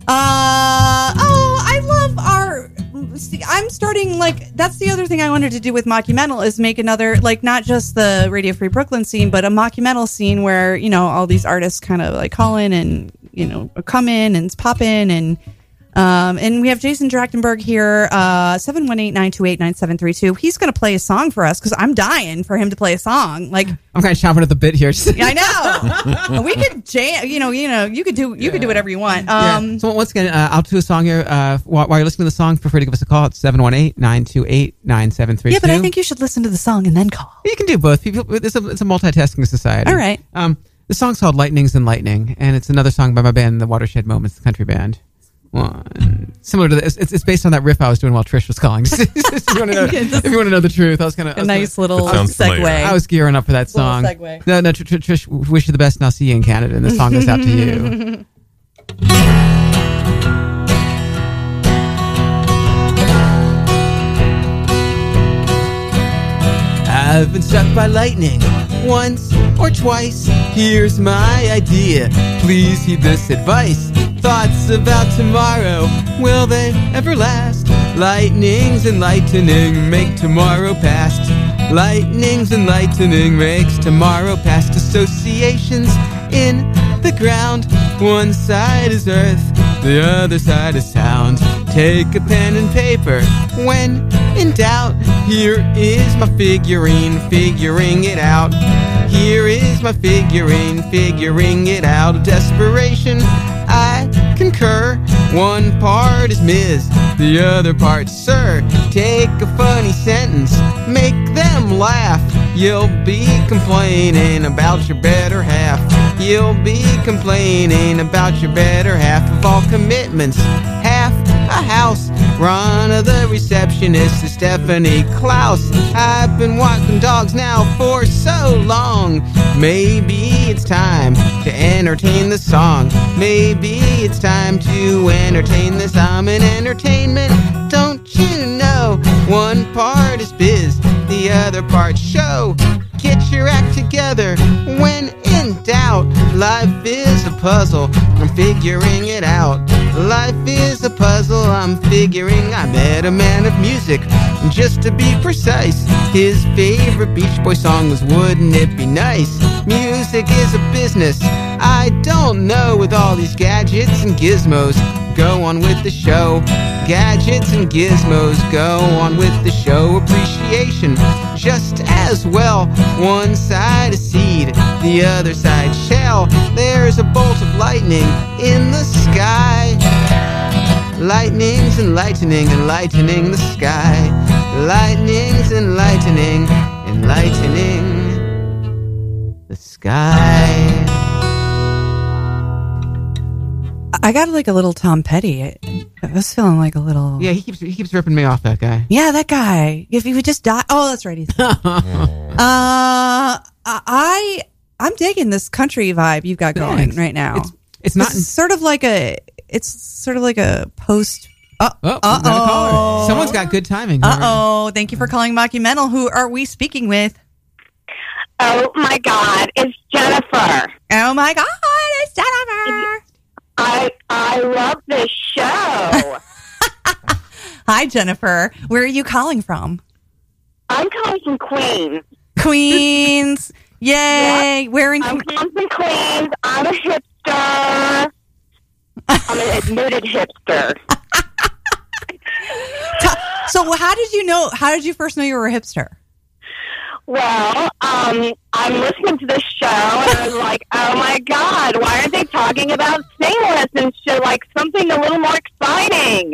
Uh oh, I love our. See, I'm starting like that's the other thing I wanted to do with mockumental is make another like not just the Radio Free Brooklyn scene, but a mockumental scene where you know all these artists kind of like call in and you know come in and pop in and um and we have Jason Drachtenberg here uh seven one eight nine two eight nine seven three two. He's gonna play a song for us because I'm dying for him to play a song like. I'm kind of chomping at the bit here. I know. we could jam, you know, you know, you could do, you could do whatever you want. Yeah. Um, so once again, uh, I'll do a song here. Uh, while, while you're listening to the song, feel free to give us a call at 718-928-9732. Yeah, but I think you should listen to the song and then call. you can do both. People, it's a, it's a multitasking society. All right. Um, the song's called Lightnings and Lightning, and it's another song by my band, the Watershed Moments Country Band. One. Similar to this, it's, it's based on that riff I was doing while Trish was calling. If you wanna know- if you want to know the truth, I was kind of A nice little That sounds familiar. segue. I was gearing up for that Little song. segue. No, no, Tr- Tr- Trish, w- wish you the best, and I'll see you in Canada. And the song goes out to you. I I've been struck by lightning once or twice. Here's my idea. Please heed this advice. Thoughts about tomorrow, will they ever last? Lightning's enlightening, make tomorrow past. Lightning's enlightening makes tomorrow past. Associations in the ground. One side is earth, the other side is sound. Take a pen and paper when in doubt. Here is my figurine, figuring it out. Here is my figurine, figuring it out. Desperation, I concur. One part is Ms., the other part, Sir. Take a funny sentence, make them laugh. You'll be complaining about your better half. You'll be complaining about your better half of all commitments. Half a house. Rhonda, the receptionist, is Stephanie Klaus. I've been walking dogs now for so long. Maybe it's time to entertain the song. Maybe it's time to entertain this. I'm an entertainment. Don't you know? One part is biz, the other part show. Get your act together when in doubt. Life is a puzzle, I'm figuring it out. Life is a puzzle, I'm figuring. I met a man of music, just to be precise. His favorite Beach Boy song was Wouldn't It Be Nice? Music is a business, I don't know with all these gadgets and gizmos. Go on with the show. Gadgets and gizmos, go on with the show. Appreciation, just as well. One side is seed, the other side shell. There's a bolt of lightning in the sky. Lightning's enlightening, enlightening the sky. Lightning's enlightening, enlightening the sky. I got like a little Tom Petty. I, I was feeling like a little. Yeah, he keeps he keeps ripping me off. That guy. Yeah, that guy. If he would just die. Oh, that's right. He's Oh, uh, I I'm digging this country vibe you've got going Thanks. right now. It's- it's not- This is sort of like a. It's sort of like a post. Uh Oh, we got a oh. caller. Someone's got good timing. Uh oh. Thank you for calling Mockumental. Who are we speaking with? Oh my God! It's Jennifer. Oh my God! It's Jennifer. I I love this show. Hi, Jennifer. Where are you calling from? I'm calling from Queens. Queens. Yay. Where in I'm calling from Queens. I'm a hipster. I'm an admitted hipster. So how did you know? How did you first know you were a hipster? Well, um, I'm listening to this show and I'm like, oh my god, why aren't they talking about singleness and shit? Like something a little more exciting.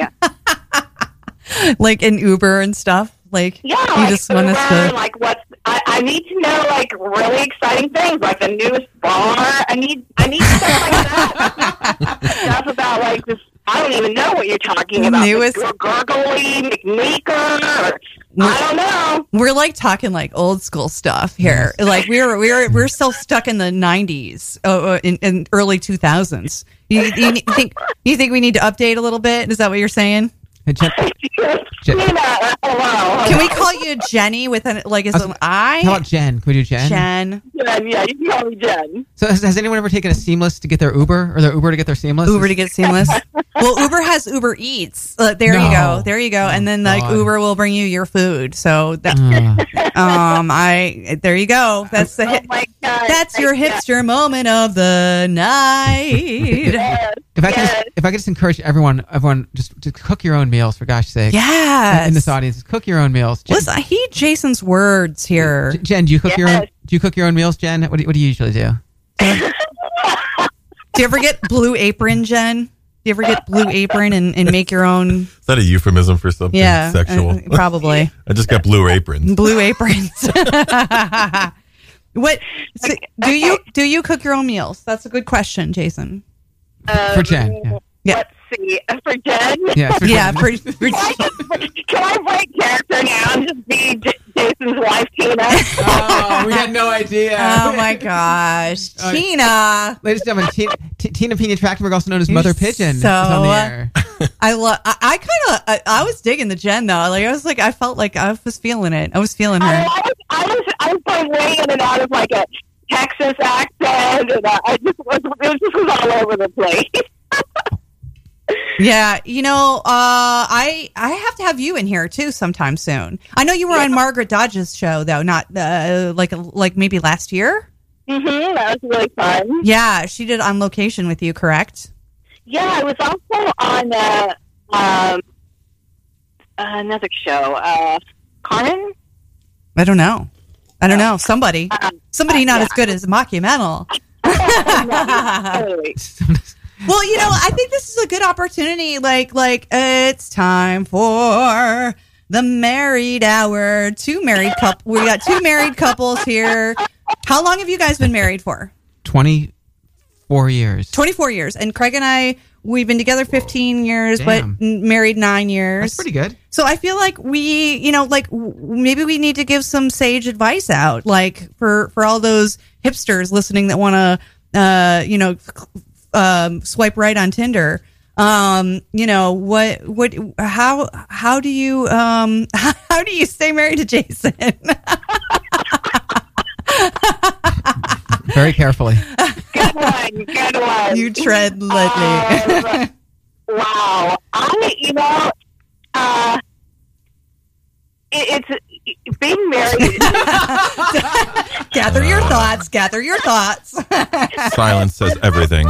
like in Uber and stuff. Like Yeah, you like just want us Uber, to. like what's I, I need to know like really exciting things, like the newest bar. I need I need stuff like that. stuff about like this. I don't even know what you're talking about. Newest- Like, gurgly McNeaker. I don't know. We're like talking like old school stuff here. Like we were we were we're still stuck in the '90s, uh, uh, in, in early 2000s. You, you ne- think you think we need to update a little bit? Is that what you're saying? uh, oh, Can we call you Jenny with an like is an I? How about Jen? Can we do Jen? Jen. Jen, yeah, you can call me Jen. So has, has anyone ever taken a seamless to get their Uber or their Uber to get their seamless? Uber to get seamless. well, Uber has Uber Eats. Uh, there you No. go. There you go. and then like God. Uber will bring you your food. So that um I there you go. That's the hip, That's your hipster moment of the night. If I could just, if I could just encourage everyone, everyone just to cook your own meals for gosh sake. Yes. In this audience, cook your own meals. Jen, Listen, I hate Jason's words here. Jen, do you cook your own? Yes. Do you cook your own meals, Jen? What do, you- what do you usually do? Do you ever get Blue Apron, Jen? Do you ever get Blue Apron and, and make your own? Is that a euphemism for something Yeah, uh, sexual? probably. I just got blue aprons. Blue aprons. what so do you do you cook your own meals? That's a good question, Jason. Um, For Jen, Let's see. For Jen? Yeah, for Yeah, Jen. For, can I break character now and just be J- Jason's wife, Tina? Oh, we had no idea. Oh my gosh, Tina! Ladies and gentlemen, Tina, T- Tina Pena Trachtenberg, also known as Mother Pigeon, so- is on the air. Oh, I love. I, I kind of. I, I was digging the Jen though. Like I was like, I felt like I was feeling it. I was feeling her. I was, I was, I was like way in and out of like a Texas accent, and I, I just was, it was just was all over the place. Yeah, you know, uh, I I have to have you in here too sometime soon. I know you were on Margaret Dodge's show though, not uh, like like maybe last year. Mm-hmm, that was really fun. Yeah, she did on location with you, correct? Yeah, I was also on uh, um, another show, uh, Conan. I don't know. I don't know. Somebody, somebody not as good as Mockumental. Well, you know, I think this is a good opportunity. Like, like it's time for the married hour. Two married couple. We got two married couples here. How long have you guys been married for? Twenty-four years. Twenty four years. And Craig and I, we've been together fifteen years, but Damn. n- married nine years. That's pretty good. So I feel like we, you know, like w- maybe we need to give some sage advice out, like for for all those hipsters listening that want to, uh, you know, um, swipe right on Tinder. Um, you know what? What? How? How do you? Um, how do you stay married to Jason? Very carefully. Good one, good one. You tread lightly. Um, wow, I you know, uh, it, it's being married. gather your thoughts. Gather your thoughts. Silence says everything.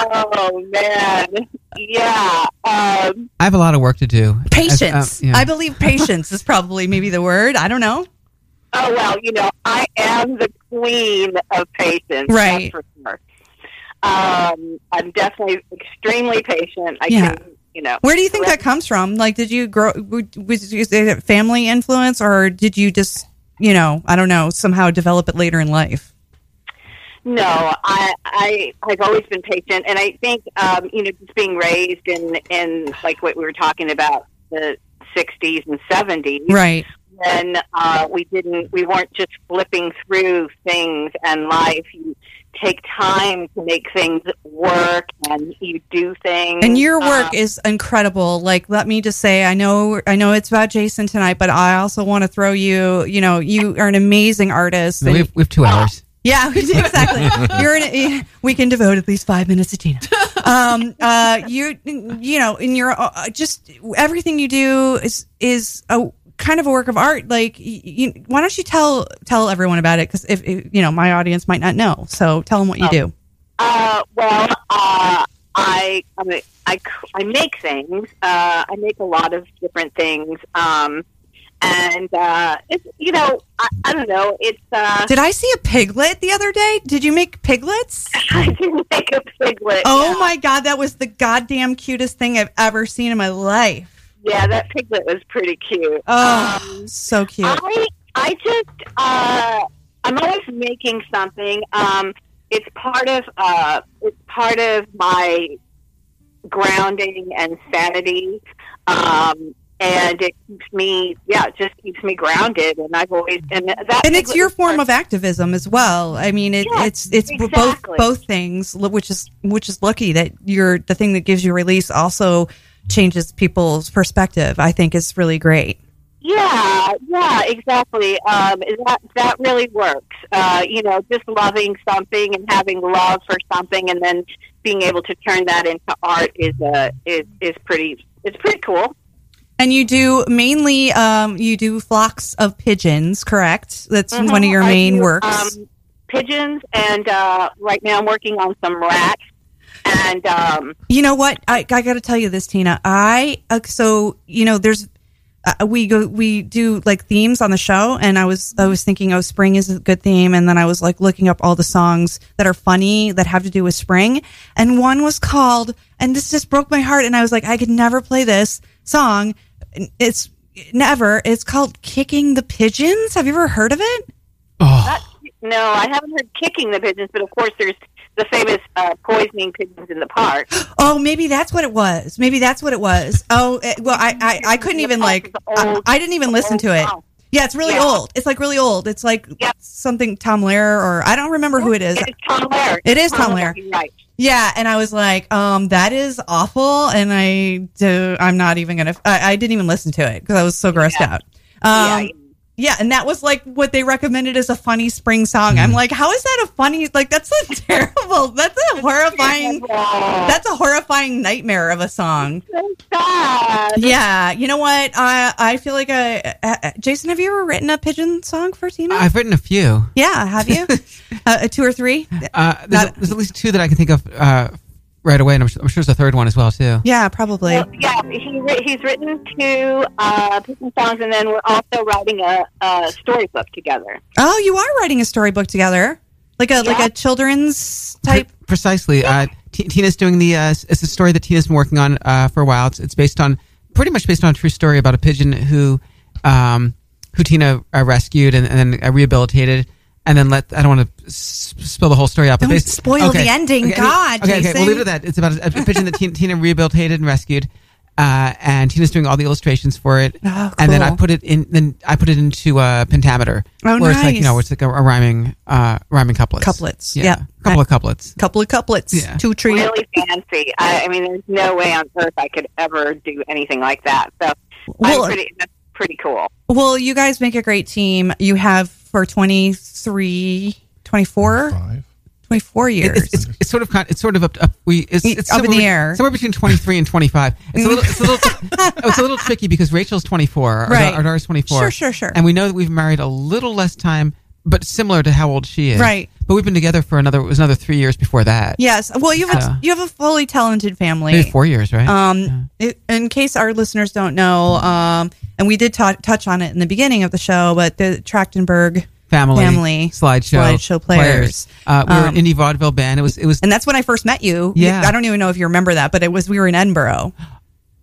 oh man, yeah. Um, I have a lot of work to do. uh, Patience. I, uh, yeah. I believe patience is probably maybe the word. I don't know. oh well, you know, I am the queen of patience. Right. That's for sure. Um, I'm definitely extremely patient. I Yeah. can, you know. Where do you think that comes from? Like, did you grow? w- Was is it family influence, or did you just, you know, I don't know, somehow develop it later in life? No, I, I I've always been patient, and I think um, you know just being raised in in like what we were talking about the '60s and '70s, Right. When uh, we didn't, we weren't just flipping through things and life. You take time to make things work, and you do things. And your uh, work is incredible. Like, let me just say, I know, I know it's about Jason tonight, but I also want to throw you. You know, you are an amazing artist. We have, And, we have two hours. yeah, exactly. You're an, we can devote at least five minutes to Tina. Um, uh, you, you know, in your uh, just everything you do is is a kind of a work of art. Like, you, you, why don't you tell tell everyone about it? Because if, if you know, my audience might not know. So tell them what you Oh. do. Uh, well, uh, I, I, mean, I c- I make things. Uh, I make a lot of different things. Um, and uh, it's you know I, I don't know. It's uh, Did I see a piglet the other day? Did you make piglets? I didn't make a piglet. Oh my god, that was the goddamn cutest thing I've ever seen in my life. Yeah, that piglet was pretty cute. Oh, Um, so cute. I I just uh, I'm always making something. Um, it's part of uh, it's part of my grounding and sanity, um, and it keeps me yeah, it just keeps me grounded. And I've always and that and it's your form of activism as well. I mean, it, it's it's b- exactly. both both things, l- which is which is lucky that you're the thing that gives you release also changes people's perspective. I think is really great. Yeah, yeah, exactly. Um, that that really works. Uh, you know, just loving something and having love for something, and then being able to turn that into art is uh, is is pretty. It's pretty cool. And you do mainly um, you do flocks of pigeons, correct? That's one of your Mhm. I main do, works. Um, pigeons, and uh, right now I'm working on some rats, and um, You know what? I, I got to tell you this, Tina. I uh, so you know, there's uh, we go we do like themes on the show, and I was I was thinking, oh, spring is a good theme, and then I was like looking up all the songs that are funny that have to do with spring, and one was called, and this just broke my heart, and I was like, I could never play this song. It's never. It's called "Kicking the Pigeons." Have you ever heard of it? that No, I haven't heard kicking the pigeons, but of course there's the famous uh, poisoning pigeons in the park. Oh, maybe that's what it was. Maybe that's what it was. Oh, eh, well, I, I, I couldn't even like, I, I didn't even listen to it. Yeah, it's really Yeah. old. It's like really old. It's like something Tom Lehrer or I don't remember who it is. It is Tom Lehrer. It is Tom Lehrer. You're Right. Yeah, and I was like, um, that is awful, and I do, I'm not even gonna. I, I didn't even listen to it because I was so grossed out. Um, yeah, and that was like what they recommended as a funny spring song. I'm like, how is that a funny? Like, that's a terrible. That's a horrifying. That's a horrifying nightmare of a song. Yeah, you know what? I I feel like I, uh, Jason. Have you ever written a pigeon song for Tina? I've written a few. yeah, have you? uh, two or three? Uh, there's, there's at least two that I can think of uh, right away, and I'm sure, I'm sure there's a third one as well too. Yeah, probably. Well, yeah, he, wri- he's written two uh, pigeon songs, and then we're also writing a, a storybook together. Oh, you are writing a storybook together, like a like a children's type. Precisely. Uh, T- Tina's doing the. Uh, it's a story that Tina's been working on uh, for a while. It's, it's based on pretty much based on a true story about a pigeon who, um, who Tina uh, rescued and, and then uh, rehabilitated, and then let. I don't want to s- spill the whole story out. But Don't basi- spoil the ending. okay, God, Okay, okay, Jason. we'll leave it at that. It's about a, a pigeon that Tina, Tina rehabilitated and rescued. Uh, and Tina's doing all the illustrations for it, Oh, and then I cool. put it in. Then I put it into uh, pentameter, Oh, where it's like you nice. know, it's like a, a rhyming, uh, rhyming couplets, Couplets, yeah, yeah. couple of couplets. couple of couplets, two trees. Really fancy. I, I mean, there's no way on earth I could ever do anything like that. So Well, I'm pretty, that's pretty cool. Well, you guys make a great team. You have for 23, 24, 24 years. It's, it's, it's sort of kind- it's sort of up, up we it's, it's Up in somewhere- the air. somewhere between twenty three and twenty five. It's a little it's a little oh, it's a little tricky because Rachel's twenty four, our, Right. our daughter's twenty four. Sure, sure, sure. And we know that we've married a little less time, but similar to how old she is, Right. But we've been together for another it was another three years before that. Yes. Well, you have a, Uh, you have a fully talented family. maybe four years, right? Um, it, in case our listeners don't know, um, and we did ta- touch on it in the beginning of the show, but the Trachtenberg family, family slideshow, slideshow players. Uh, we were Um, an indie vaudeville band. It was it was and that's when I first met you. Yeah. I don't even know if you remember that, but it was we were in Edinburgh.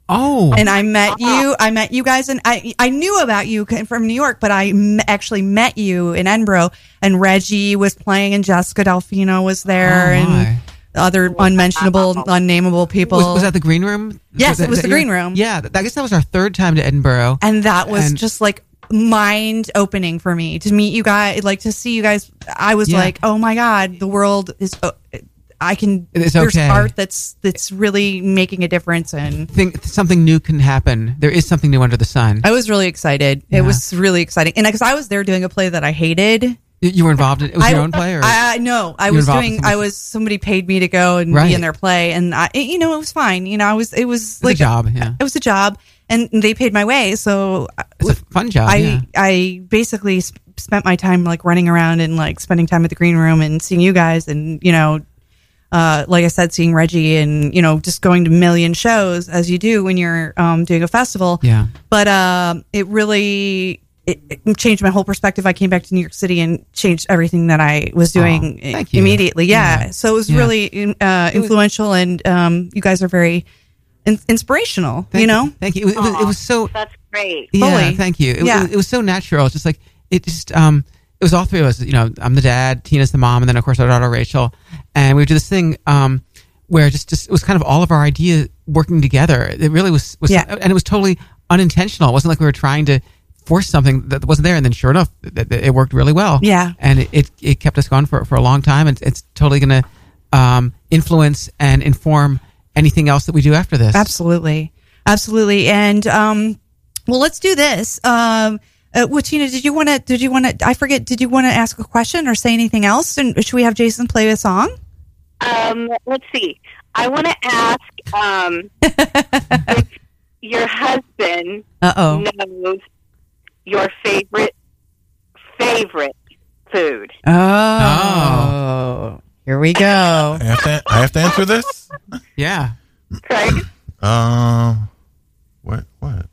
Oh, and I met you. I met you guys, and I I knew about you from New York, but I m- actually met you in Edinburgh. And Reggie was playing, and Jessica Delfino was there, Oh, my. and other unmentionable, unnameable people. Was, was that the green room? Yes, it was the year? green room. Yeah, th- I guess that was our third time to Edinburgh. and that was And- just like mind opening for me to meet you guys, like to see you guys. I was Yeah. like, oh my god, the world is. o I I can. It is there's okay. art that's that's really making a difference, and think something new can happen. There is something new under the sun. I was really excited. It was really exciting, and because I was there doing a play that I hated. You- You were involved in it was your own play, or I, I no, I You were involved was with doing. somebody- I was somebody paid me to go and Right. be in their play, and I, it- you know, it was fine. You know, I was. It was like like a job? Yeah, It was a job, and they paid my way, so I- fun job. I yeah. I basically sp- spent my time like running around and like spending time at the green room and seeing you guys, and you know. Uh, like I said, seeing Reggie and you know just going to a million shows as you do when you're um, doing a festival Yeah. but um, it really it, it changed my whole perspective. I came back to New York City and changed everything that I was doing Aw, thank i- you. immediately. Yeah. Yeah. so it was Yeah. really uh, influential, and um, you guys are very in- inspirational. Thank you know, Thank you. It was, it was- it was so That's great. yeah. fully. Thank you. It, Yeah. was, it was so natural. It's just like it just um it was all three of us. You know, I'm the dad, Tina's the mom, and then of course our daughter Rachel, and we would do this thing um where just just it was kind of all of our ideas working together. It really was was Yeah. and it was totally unintentional. It wasn't like we were trying to force something that wasn't there and then sure enough it, it worked really well Yeah. and it, it, it kept us going for, for a long time and it's totally going to um, influence and inform anything else that we do after this Absolutely. Absolutely. And um well let's do this. Um uh, well, Tina, did you want to? Did you want to? I forget. Did you want to ask a question or say anything else? And should we have Jason play a song? Um, let's see. I want to ask um, if your husband Uh-oh. knows your favorite favorite food. Oh. Oh. Here we go. I have to, I have to answer this. yeah Um, what? What?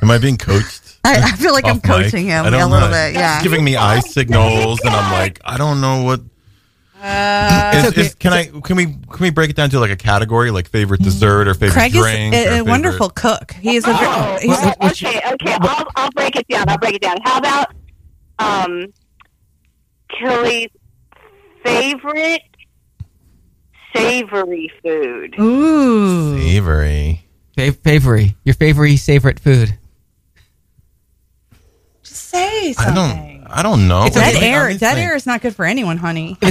Am I being coached? I- I feel like Off I'm mic? coaching him I don't a little know. bit, He's yeah. giving me eye signals, and I'm like, I don't know what. Is- Uh, is- can I? Can we? Can we break it down to like a category, like favorite dessert or favorite Craig is drink? or a, a favorite- wonderful cook. He Oh, is a. ver- he's a- okay, okay. I'll, I'll break it down. I'll break it down. How about um, particularly favorite savory food. Ooh. Savory. Fav- savory. Your favorite favorite food. Say I something. don't. I don't know. dead Like, air. honestly. Dead air is not good for anyone, honey.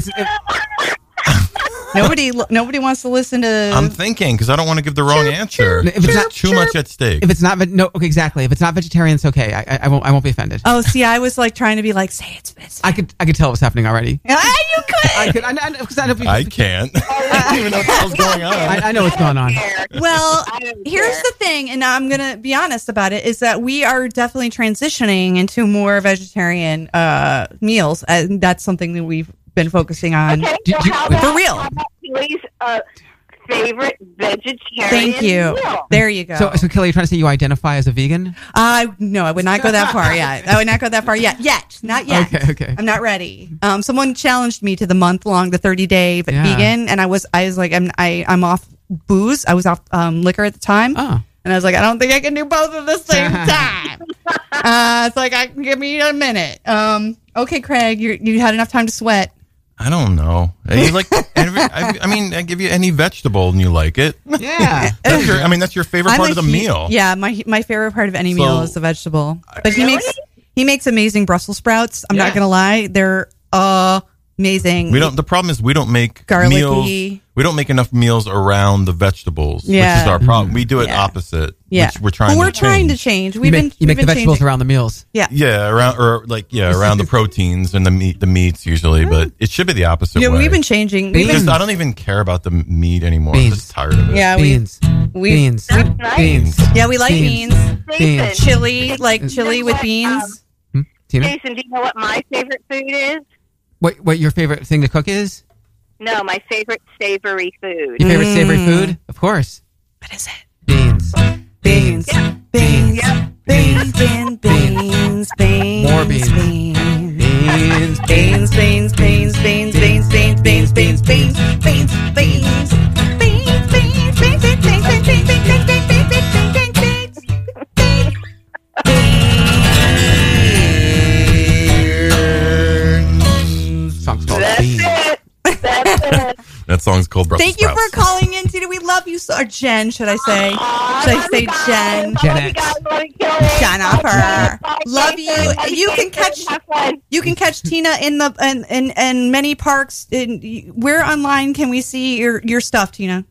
nobody, nobody wants to listen to. I'm thinking because I don't want to give the wrong answer. If it's not too much at stake. If it's not, ve- no, okay, exactly. If it's not vegetarian, it's okay. I, I, I won't. I won't be offended. oh, see, I was like trying to be like, say it's. I could. I could tell what's happening already. Ah, you could. I could. I, know- I, know- 'cause I, know people- I can't. I, I know what's going on. well, here's the thing, and I'm gonna be honest about it: is that we are definitely transitioning into more vegetarian uh, meals, and that's something that we've been focusing on Okay, so how about, for real. How about Julie's uh, favorite vegetarian? Thank you. meal? There you go. So, so Kelly, you're trying to say you identify as a vegan? Uh, no, I would not go that far yet. I would not go that far yet. Yet, not yet. Okay, okay. I'm not ready. Um, someone challenged me to the month long, the 30 day Yeah. vegan, and I was, I was like, I'm, I, I'm off booze. I was off um, liquor at the time, Oh. and I was like, I don't think I can do both at the same time. uh, it's like, I can give me a minute. Um, okay, Craig, you you had enough time to sweat. I don't know. You like every, I, I mean, I give you any vegetable and you like it. Yeah. That's your, I mean, that's your favorite I'm part a of the hu- meal. Yeah, my my favorite part of any So- meal is the vegetable. But he makes he makes amazing Brussels sprouts. I'm Yeah. not gonna lie, they're amazing. We don't. The problem is we don't make Garlicky. meals. We don't make enough meals around the vegetables, which Yeah. is our problem. We do it opposite. Yeah, which we're trying. But to we're trying change. to change. We've make- been you we've make the been vegetables changing. around the meals. Yeah. Yeah, around or like yeah, around the proteins and the meat, the meats usually, but it should be the opposite. Yeah, way. we've been changing. It's We've been, just, I don't even care about the meat anymore. I'm just tired of it. yeah, we, we beans. Beans. Yeah, we like Beans. beans. Beans. Chili, like chili with beans. Hmm? Tina, Um, Jason, do you know what my favorite food is? what what your favorite thing to cook is? No, my favorite savory food. Your Hmm. Mm. favorite savory food, of course. Beans. Beans. Beans. Beans. Beans. Beans. More beans. Beans. Beans. Beans. Beans. Beans. Beans. Beans. Beans. Beans. Beans. Beans. Beans. Song's called That's Beans. That song's called Brussels Thank you sprouts. for calling in, Tina. We love you so. Or Jen, should I say? Should I say Jen? Jen X. Jennifer, love you. You can catch you can catch Tina in the in in, in many parks. In, where online can we see your your stuff, Tina?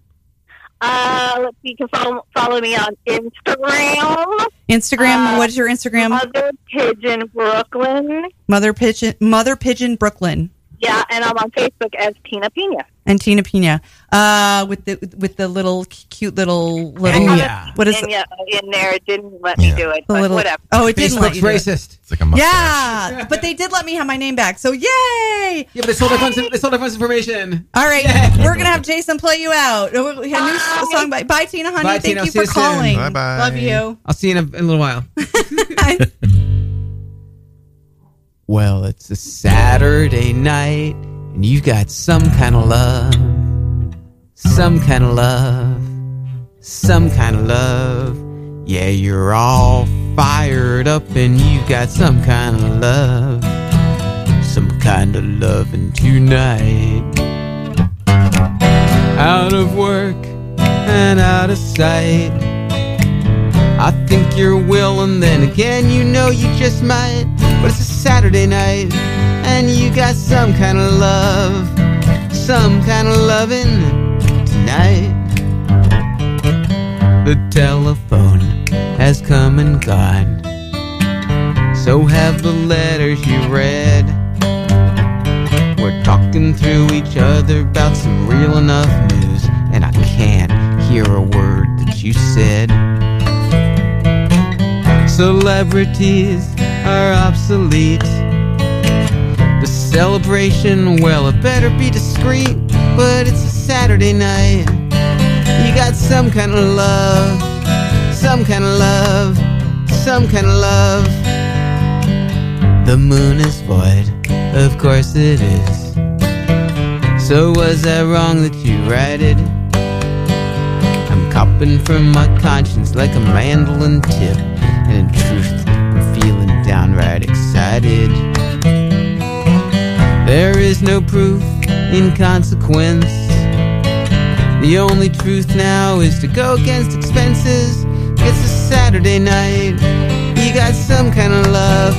Uh, let's see. You can follow, follow me on Instagram. Instagram. Uh, what is your Instagram? Mother Pigeon Brooklyn. Mother Pigeon, Mother Pigeon Brooklyn, Yeah, and I'm on Facebook as Tina Pina. and Tina Pina. Uh, with the with the little cute little little. And- What is and, yeah, in there? It didn't let me do it. The But little- whatever. Oh, it didn't let you do it. racist. It's like a Yeah, but they did let me have my name back, so yay! Yeah, but they sold everyone's, they sold everyone's information. All right, we're gonna have Jason play you out. Oh, A new s- song by Bye, Tina, honey. Bye, Thank Tina. you See for you soon. calling. Bye-bye. Love you. I'll see you in a, in a little while. well, it's a Saturday night, and you've got some kind of love, some kind of love, some kind of love. Yeah, you're all fired up, and you've got some kind of love, some kind of loving tonight. Out of work and out of sight. I think you're willing, then again, you know you just might. But it's a Saturday night, and you got some kind of love, some kind of loving tonight. The telephone has come and gone, so have the letters you read. We're talking through each other about some real enough news, and I can't hear a word that you said. Celebrities are obsolete. The celebration, well, it better be discreet, but it's a Saturday night. You got some kind of love, some kind of love, some kind of love. The moon is void, of course it is. So was I wrong that you righted? I'm copping from my conscience like a mandolin tip, and in truth, I'm feeling downright excited. no proof in consequence. The only truth now is to go against expenses. It's a Saturday night. You got some kind of love,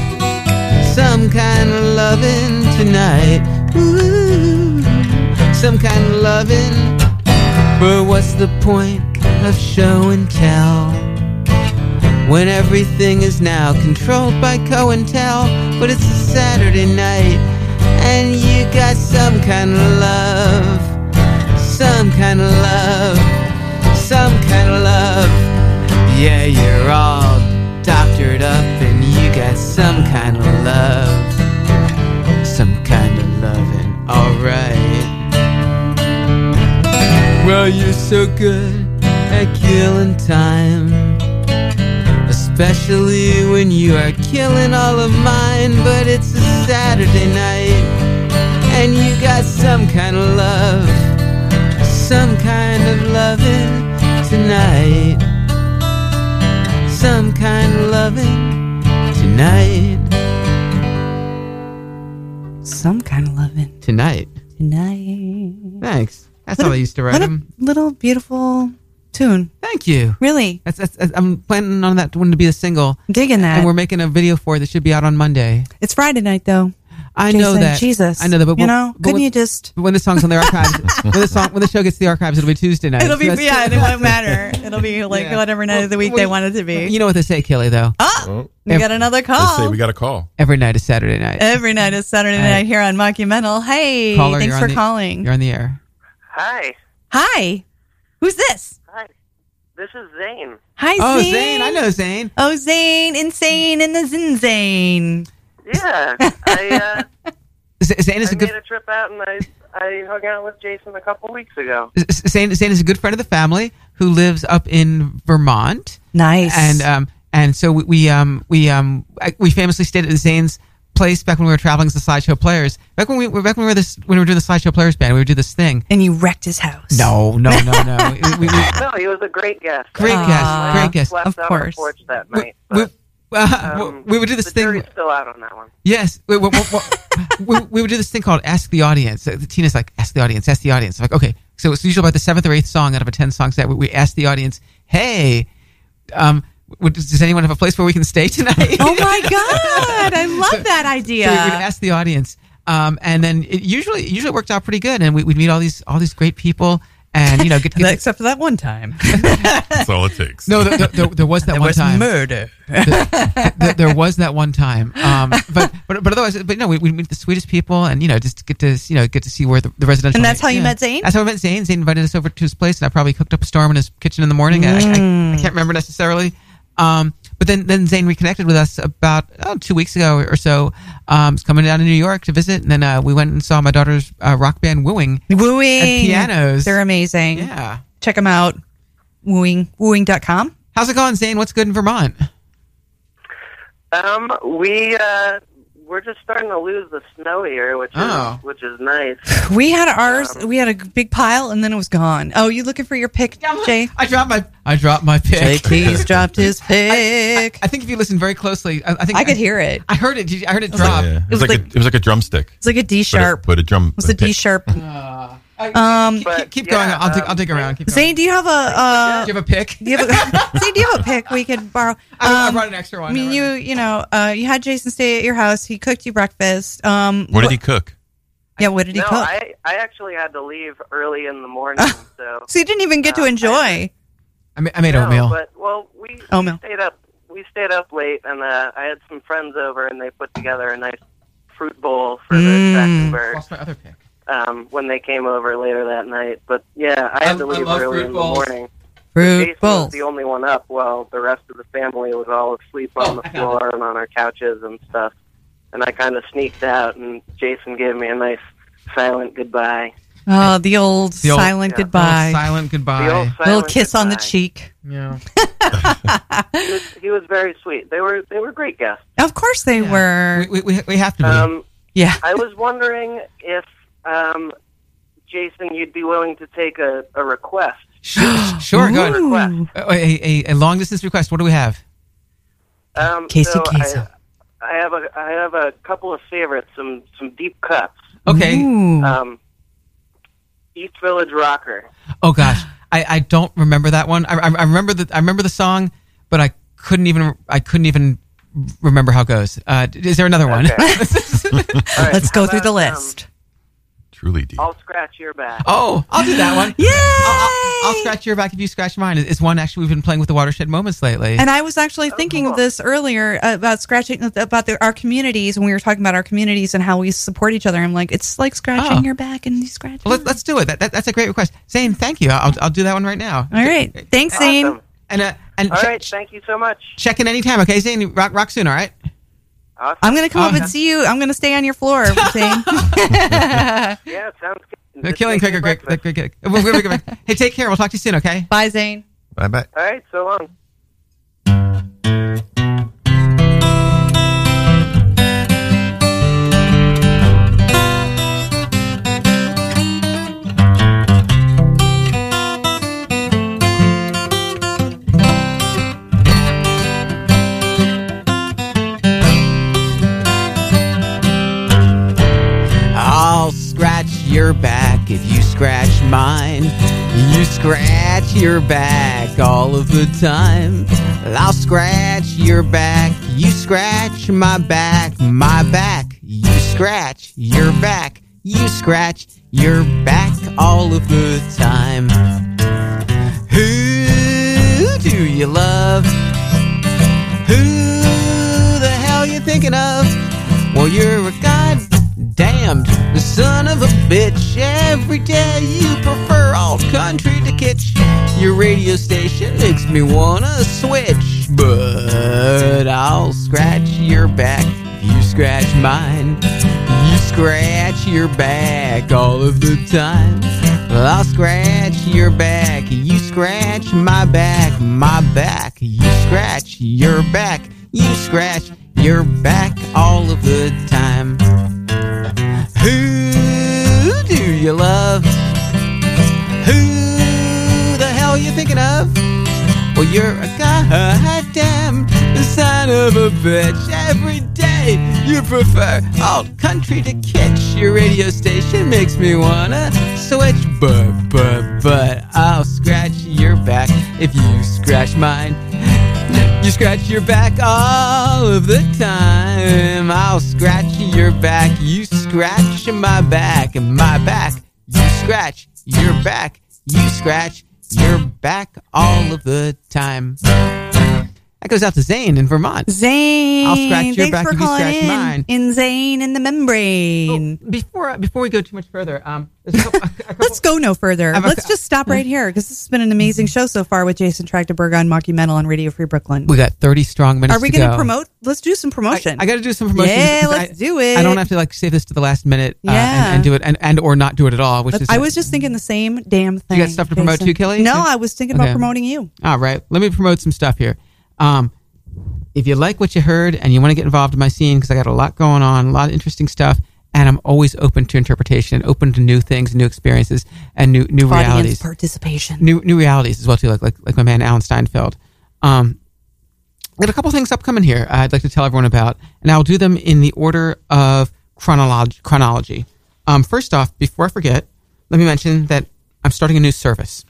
some kind of loving tonight. Ooh, some kind of loving. But what's the point of show and tell? When everything is now controlled by COINTEL, but it's a Saturday night, and you got some kind of love, some kind of love, some kind of love. Yeah, you're all doctored up, and you got some kind of love, some kind of loving, alright. Well, you're so good at killing time. Especially when you are killing all of mine, but it's a Saturday night, and you got some kind of love, some kind of loving tonight, some kind of loving tonight, some kind of loving tonight. tonight. Thanks. That's What how a- I used to write what a them. little beautiful tune. Thank you. Really? That's, that's, that's- I'm planning on that one to be a single. digging that. And we're making a video for it that should be out on Monday. It's Friday night though. I know Jason, that. Jesus. I know that. But when- you know, but couldn't when- you just? But when the song's on the archives, when the song, when the show gets to the archives, it'll be Tuesday night. It'll be That's- yeah. It won't matter. It'll be like Yeah. whatever night of the week well, they want it to be. You know what they say, Kelly? Though. Oh, we got another call. They say we got a call. Every night is Saturday night. Every night is Saturday Hey. night here on Mockumental. Hey, Caller, thanks you're on for the- calling. You're on the air. Hi. Hi, who's this? Hi. This is Zane. Hi, Oh, Zane. Zane, I know Zane. Oh, Zane, insane in the Zin Zane. Yeah. I, uh, Z- Zane is I a good made a trip out and I, I hung out with Jason a couple weeks ago. S- Zane, Zane is a good friend of the family who lives up in Vermont. Nice. And um and so we, we um we um I, we famously stayed at Zane's place back when we were traveling as the Slideshow Players. Back when we back when we were this when we were doing the Slideshow Players band, we would do this thing. And you wrecked his house. No, no, no, no. We- we- we- No, he was a great guest. Great I guest, slept- great guest, slept of out course. On the porch that We- night. we- uh, um, we would do this the thing- jury's still out on that one. Yes, we, we, we- we- we would do this thing called "Ask the Audience." Uh, Tina's like, "Ask the audience, ask the audience." I'm like, okay, so it's usually about the seventh or eighth song out of a ten song set. We, we ask the audience, "Hey, um, would, does anyone have a place where we can stay tonight?" Oh my God, I love that idea. So we would ask the audience, um, and then it usually it usually worked out pretty good, and we, we'd meet all these all these great people, and you know, get, get except for that one time. That's all it takes. No, th- th- th- there was that There one was time. murder. Th- th- there was that one time. Um, but but but otherwise, but no, we, we meet the sweetest people, and you know, just get to you know get to see where the, the residential. And that's how you yeah. met Zane? That's how I met Zane. Zane invited us over to his place, and I probably cooked up a storm in his kitchen in the morning. I- Hmm. I, I, I can't remember necessarily. Um, but then then Zane reconnected with us about oh, two weeks ago or so. Um, he's coming down to New York to visit, and then uh, we went and saw my daughter's uh, rock band Wooing. Wooing. At pianos. They're amazing. Yeah. Check them out. Wooing, wooing.com. How's it going, Zane? What's good in Vermont? Um, we uh, we're just starting to lose the snow here, which Oh. is which is nice. We had ours, we had a big pile and then it was gone. Oh, you looking for your pick, Jay? I dropped my I dropped my pick. Jake Keys dropped his pick. I, I think if you listen very closely, I, I think I could hear it. I heard it. I heard it was like- drop. Yeah. It, was was like, a, it was like a drumstick. It's like a D sharp. But a, drum. It was a but a D pick. sharp. Um, keep, keep going. I'll dig. I'll dig um, around. Keep going. Zane, do you have a uh, do you have a pick? Do you have a, Zane, do you have a pick we could borrow? Um, I- I brought an extra one. I mean, you you know, uh, you had Jason stay at your house. He cooked you breakfast. Um, What did he cook? Yeah, what did he no, cook? I I actually had to leave early in the morning, so so you didn't even get uh, to enjoy. I, ma- I made no, oatmeal. But well, we Oatmeal. stayed up. We stayed up late, and uh, I had some friends over, and they put together a nice fruit bowl for Mm. the Trachtenberg. my other pick. Um, when they came over later that night, but yeah, I had I- to I leave love early fruit in the bowls. morning. Fruit Jason was bowls. the only one up, while the rest of the family was all asleep Oh, on the floor and on our couches and stuff. And I kind of sneaked out, and Jason gave me a nice silent goodbye. Oh, the old The old- silent yeah. goodbye. Old silent goodbye. The old Little silent kiss on the cheek. Yeah. he, was, he was very sweet. They were they were great guests. Of course they were. We, we, we have to. Be. Um, yeah. I was wondering if, um, Jason, you'd be willing to take a, a request. Sure, sure go ahead. A, a, a- a long distance request. What do we have? Um, Casey so I- Kasem. I, have a I have a couple of favorites, some some deep cuts. Okay. Um, East Village Rocker. Oh gosh, I, I don't remember that one. I, I, I remember the I remember the song, but I couldn't even I couldn't even remember how it goes. Uh, is there another one? Okay. right, Let's go how through the um, about, um, list. Truly deep. I'll scratch your back. Oh, I'll do that one. Yeah. I'll, I'll, I'll scratch your back if you scratch mine. It's one actually we've been playing with the watershed moments lately. And I was actually thinking of this earlier uh, about scratching about the, our communities when we were talking about our communities and how we support each other. I'm like, it's like scratching Oh. your back and you scratch. Well, let, us do it. That, that, that's a great request. Zane, thank you. I'll, I'll do that one right now. All right. Thanks, Zane. And uh, and All che- right, thank you so much. check in anytime, okay, Zane? Rock, rock soon, all right? Awesome. I'm gonna come up Oh, and see you. I'm gonna stay on your floor, Zane. Yeah, sounds good. They're killing Cricket Cricket. Cricket- Cricket. We'll- we'll- we'll- Hey, take care. We'll talk to you soon, okay? Bye, Zane. Bye bye. All right, so long. I'll scratch your back if you scratch mine. You scratch your back all of the time. I'll scratch your back. You scratch my back, my back. You scratch your back. You scratch your back all of the time. Who do you love? Who the hell you thinking of? Well, you're a goddamned son of a bitch. Every day you prefer alt country to kitsch. Your radio station makes me wanna switch, but I'll scratch your back. if You scratch mine. You scratch your back all of the time. Well, I'll scratch your back. You scratch my back, my back. You scratch your back. You scratch your back all of the time. Who do you love? Who the hell you thinking of? Well, you're a goddamn son of a bitch. Every day you prefer alt country to kitsch. Your radio station makes me wanna switch, but but but I'll scratch your back if you scratch mine. You scratch your back all of the time. I'll scratch your back. You scratch my back and my back. You scratch your back. You scratch your back all of the time. That goes out to Zane in Vermont. Zane, I'll scratch your thanks back for if you calling scratch in. mine. Oh, In Zane in the membrane. Before uh, before we go too much further, um, there's a couple, Let's go no further. I'm a- Let's just stop right here because this has been an amazing show so far with Jason Trachtenberg on Mockumental on Radio Free Brooklyn. we got thirty strong minutes. Are we to going to go. promote? Let's do some promotion. I got to do some promotion. Yeah, because let's I- do it. I don't have to like save this to the last minute uh, Yeah. and, and do it and, and or not do it at all, which Let's- is I was just thinking the same damn thing. got stuff to promote Jason. too, Kelly? No, Yeah. I was thinking Okay. about promoting you. All right, let me promote some stuff here. Um, if you like what you heard and you want to get involved in my scene, because I got a lot going on, a lot of interesting stuff, and I'm always open to interpretation, open to new things, new experiences, and new new Audience realities, participation. new new realities as well too. Like like like my man Alan Steinfeld. Um, I got a couple things upcoming here. uh, I'd like to tell everyone about, and I'll do them in the order of chronolog- chronology. Um, first off, before I forget, let me mention that I'm starting a new service.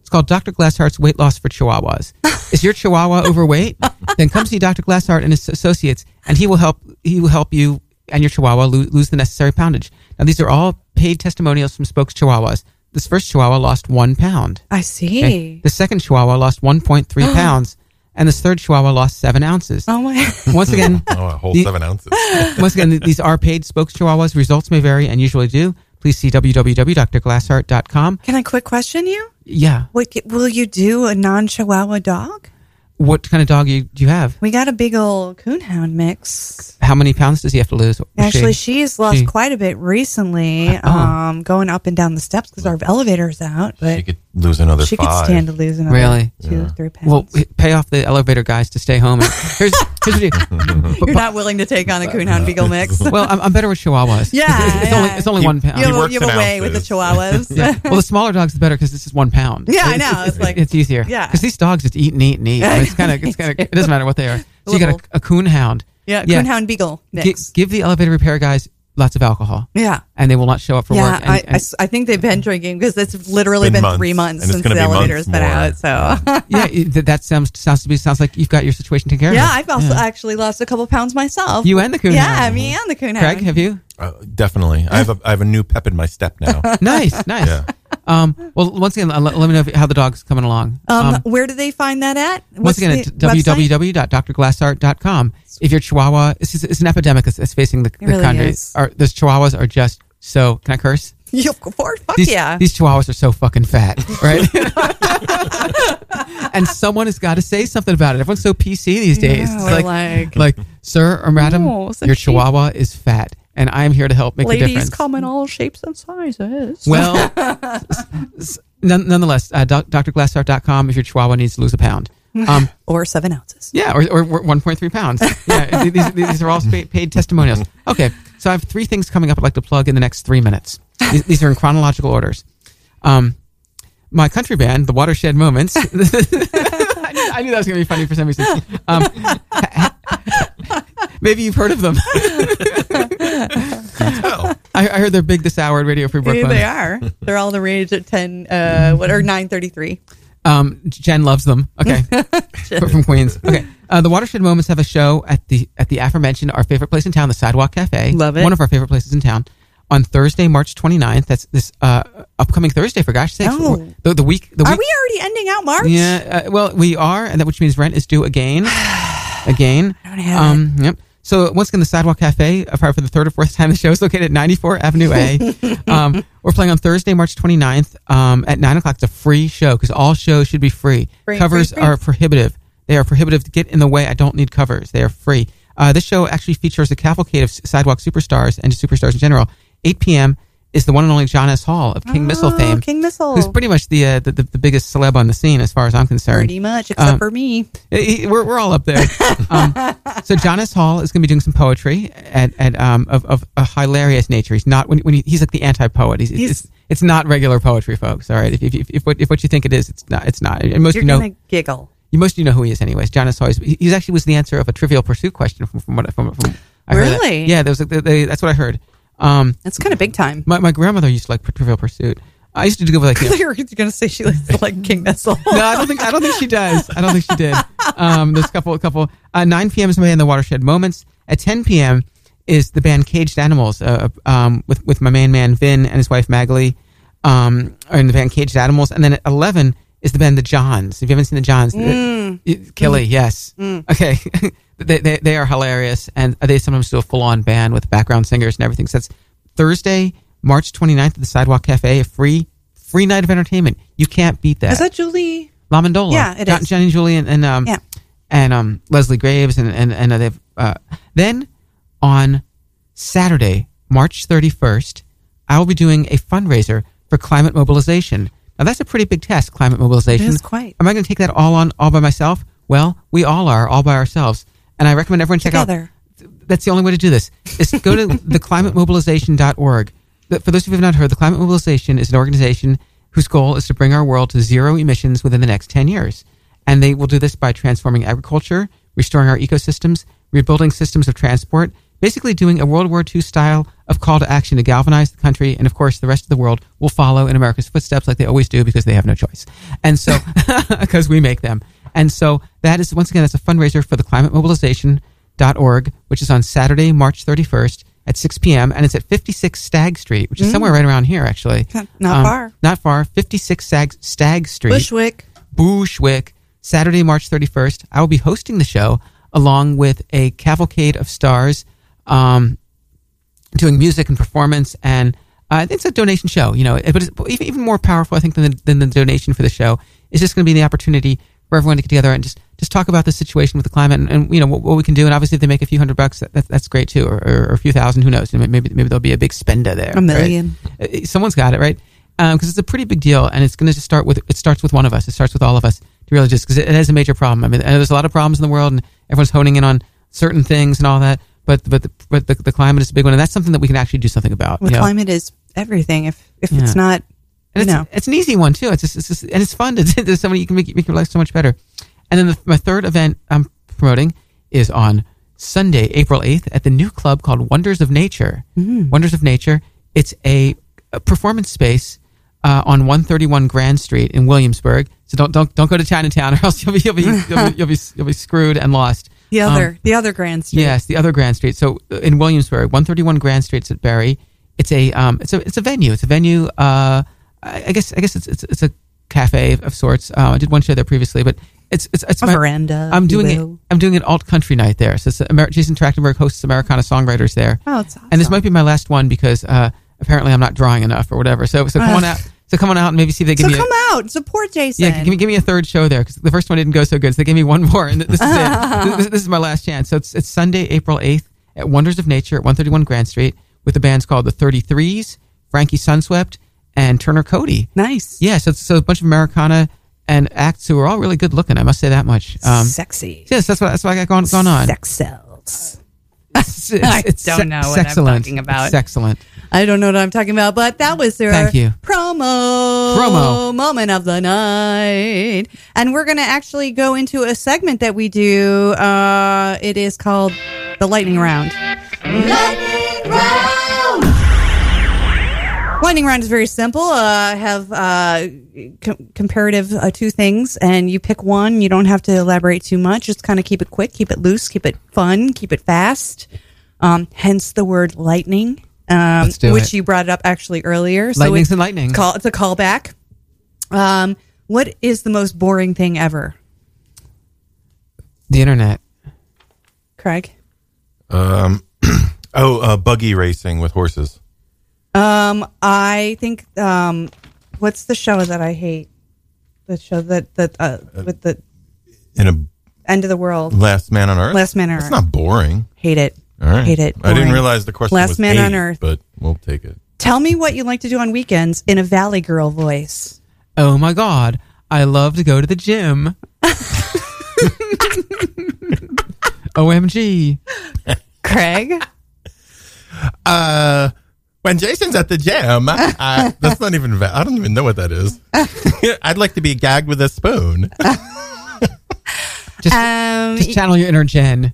It's called Dr. Glasshart's Weight Loss for Chihuahuas. Is your Chihuahua overweight? Then come see Dr. Glasshart and his associates, and he will help. He will help you and your Chihuahua lo- lose the necessary poundage. Now, these are all paid testimonials from spokes Chihuahuas. This first Chihuahua lost one pound. I see. Okay. The second Chihuahua lost 1.3 pounds, and this third Chihuahua lost seven ounces. Oh my! Once again, Oh, a whole the- seven ounces. once again, th- these are paid spokes Chihuahuas. Results may vary and usually do. Please see www.drglasshart.com. Can I quick question you? Yeah, What, will you do a non-Chihuahua dog? what kind of dog you, do you have? We got a big old coonhound mix. How many pounds does he have to lose? Actually, She- she's lost she- Oh. quite a bit recently, um, going up and down the steps because our elevator's out. But She could lose another she five. could stand to lose another Really? two, three pounds. Well, h- pay off the elevator guys to stay home. And here's, here's what you You're not willing to take on a coonhound beagle mix. Well, I'm, I'm better with Chihuahuas. Yeah, It's- it's, it's only, yeah. it's only You- one pound. He you have, works you have in a way with the chihuahuas. Yeah. Well, the smaller dogs the better because it's just one pound. Yeah, I It's- know. It's like- it's easier. yeah. because these dogs it's eat and eat and eat. I mean, it's kind of it's kind of it doesn't matter what they are. So you got a, a coon hound. Yeah, coonhound beagle Gi- mix. give the elevator repair guys lots of alcohol. Yeah. and they will not show up for yeah, work. And, I, and- I s- I think they've been drinking because it's literally Been been, months, three months and it's since gonna the be months elevator's been more. out. So yeah, it- that, that sounds sounds to me sounds like you've got your situation taken care yeah, of. I've also actually lost a couple pounds myself. You and the coonhound. Yeah, me and the coonhound. Craig, have you? Uh, definitely. I have a I have a new pep in my step now. nice, nice. Yeah. Um, well, once again, let, let me know if- how the dog's coming along. Um, Um, where do they find that at? once What's again, it's E the website? www.drglassart.com. If your chihuahua, it's, just- it's an epidemic that's, that's facing the, the really country. is. Are, those chihuahuas are just so, can I curse? Yeah, of course. Fuck these, yeah. These chihuahuas are so fucking fat, right? and someone has got to say something about it. Everyone's so PC these days. Yeah, It's we're like, like- like, sir or madam, No, such your cheap- chihuahua is fat, and I am here to help make the Ladies difference. come in all shapes and sizes. Well, s- s- none, nonetheless, uh, doc- drglassart.com if your chihuahua needs to lose a pound. Um, or seven ounces. Yeah, or, or 1.3 pounds. Yeah, th- these, these are all spa- paid testimonials. Okay, so I have three things coming up I'd like to plug in the next three minutes. These, these are in chronological orders. Um, my country band, The Watershed Moments. I, knew, I knew that was going to be funny for some reason. Um, maybe you've heard of them. I, I heard they're big this hour at Radio Free Maybe Brooklyn. they are. They're all the rage at ten. Uh, what or nine thirty three? Um, Jen loves them. Okay, From- from Queens. Okay, uh, the Watershed Moments have a show at the at the aforementioned our favorite place in town, the Sidewalk Cafe. Love it. One of our favorite places in town on Thursday, March 29th. That's this uh, upcoming Thursday. For gosh sakes, Oh. the, the week. The Are week, we already ending out March? Yeah. Uh, well, we are, and that which means rent is due again, again. I don't have um, Yep. So once again, the Sidewalk Cafe, apart for the third or fourth time, the show is located at 94 Avenue A. um, we're playing on Thursday, March 29th um, at 9 o'clock. It's a free show because all shows should be free. Free, covers free, free. are prohibitive. They are prohibitive to get in the way. I don't need covers. They are free. Uh, this show actually features a cavalcade of s- sidewalk superstars and superstars in general. 8 p.m. is the one and only John S. Hall of King Missile fame. Ah, King Missile. Who's pretty much the, uh, the, the the biggest celeb on the scene, as far as I'm concerned. Pretty much, except Um, for me. Eh, eh, We're, we're all up there. um, so John S. Hall is going to be doing some poetry at, at um, of, of a hilarious nature. He's not when, when he, he's like the anti-poet. He's, He's- it's, it's not regular poetry, folks. All right, if, if, if, if, what, if what you think it is, it's not. It's not. And most You're you know, gonna giggle. you most of you know who he is, anyways. John S. Hall. He's, he actually was the answer of a Trivial Pursuit question from, from what from, from I heard that. Really? Yeah, there was, a- they, they, that's what I heard. Um, that's kind of big time. My, my grandmother used to like Trivial Pursuit. I used to do like you know, you were gonna say she likes to like King Missile. no, I don't think I don't think she does. I don't think she did. Um, there's a couple, a couple. Uh, 9 p.m. is my band, The Watershed Moments. At 10 p.m. is the band Caged Animals, uh, um, with with my main man Vin and his wife Magalie, um, are in the band Caged Animals. And then at 11 is the band The Johns. If you haven't seen The Johns, Mm. uh, Kelly, Mm. yes, Mm. okay. they, they they are hilarious, and they sometimes do a full on band with background singers and everything. So that's Thursday, March 29th at the Sidewalk Cafe, a free free night of entertainment. You can't beat that. Is that Julie? Lamondola. Yeah, it John, is. Johnny Julie and, and um Yeah. and um Leslie Graves and and and they've uh, then on Saturday, March thirty first, I will be doing a fundraiser for climate mobilization. Now that's a pretty big task, climate mobilization. It is quite. Am I going to take that all on all by myself? Well, we all are all by ourselves, and I recommend everyone check Together. out. That's the only way to do this. Is go to theclimatemobilization.org. The- For those of you who have not heard, the Climate Mobilization is an organization whose goal is to bring our world to zero emissions within the next 10 years. And they will do this by transforming agriculture, restoring our ecosystems, rebuilding systems of transport, basically doing a World War II style of call to action to galvanize the country. And of course, the rest of the world will follow in America's footsteps like they always do because they have no choice. And so, because we make them. And so that is, once again, that's a fundraiser for the Climate Mobilization org, which is on Saturday, March 31st at 6 p.m. and it's at 56 Stag Street, which is Mm. somewhere right around here, actually. Um, Not far. Not far. 56 Stag, Stag Street. Bushwick. Bushwick. Saturday, March 31st. I will be hosting the show along with a cavalcade of stars. Um, doing music and performance and uh, it's a donation show you know it- but it's even, even more powerful i think than the, than the donation for the show is just going to be the opportunity for everyone to get together and just just talk about the situation with the climate and, and you know what, what we can do and obviously if they make a few hundred bucks that, that's great too or, or, a few thousand who knows maybe maybe there'll be a big spender there A million. right? Uh, someone's got it right because it's a pretty big deal and it's going to just start with it starts with one of us it starts with all of us to really just because it, it is a major problem i mean I know there's a lot of problems in the world and everyone's honing in on certain things and all that but but the, but the, the climate is a big one and that's something that we can actually do something about Well, you know? climate is everything. If if Yeah. it's not, and you it's, know, it's an easy one too. It's just, it's just and it's fun. It's, there's so many you can make, make your life so much better. And then the, my third event I'm promoting is on Sunday, April 8th, at the new club called Wonders of Nature. Mm-hmm. Wonders of Nature. It's a, a performance space uh, on 131 Grand Street in Williamsburg. So don't don't don't go to Chinatown, or else you'll be you'll be you'll be, you'll be, you'll be screwed and lost. The Um, other, the other Grand Street. Yes, the other Grand Street. So uh, in Williamsburg, one thirty one Grand Street's at Barry. It's a um, it's a it's a venue. It's a venue. Uh, I I guess I guess it's it's, it's a cafe of, of sorts. Uh, I did one show there previously, but it's it's it's A veranda, I'm if you doing it. will. I'm doing an alt country night there. So it's Amer- Jason Trachtenberg hosts Americana songwriters there. Oh, it's awesome. And this might be my last one because uh, apparently I'm not drawing enough or whatever. So so come on out. So come on out and maybe see if they give So me. a- come out and support Jason. yeah, give me give me a third show there because the first one didn't go so good. So they gave me one more, and th- this is it. this, this is my last chance. So it's it's Sunday, April eighth at Wonders of Nature at one thirty one Grand Street with the bands called the Thirty Threes, Frankie Sunswept, and Turner Cody. Nice. Yeah, so it's so a bunch of Americana and acts who are all really good looking. I must say that much. Um, Sexy. Yes, that's what that's what I got going, going on. Sex sells. I don't know what I'm talking about. It's excellent. I don't know what I'm talking about, but that was their Thank you. promo Promo. moment of the night. And we're going to actually go into a segment that we do. Uh, it is called the lightning round. Lightning round. Lightning round is very simple. Uh, I have uh, com- comparative uh, two things, and you pick one. You don't have to elaborate too much. Just kind of keep it quick, keep it loose, keep it fun, keep it fast. Um, hence the word lightning, um, Let's do which it. you brought it up actually earlier. Lightning's it's and lightning. Call, it's a callback. Um, what is the most boring thing ever, The internet. Craig? Um, oh, uh, buggy racing with horses. Um, I think um, what's the show that I hate? The show that that uh, with the In a end of the world. Last Man on Earth. Last Man on That's Earth. not boring. Hate it. All right. Hate it. I didn't Boring. realize the question Last was Man on hate, Earth. but we'll take it. Tell me what you like to do on weekends in a Valley Girl voice. Oh my God, I love to go to the gym. OMG. Craig? Uh, when Jason's at the gym, uh, that's not even. Va- I don't even know what that is. I'd like to be gagged with a spoon. Just, just channel your inner Jen.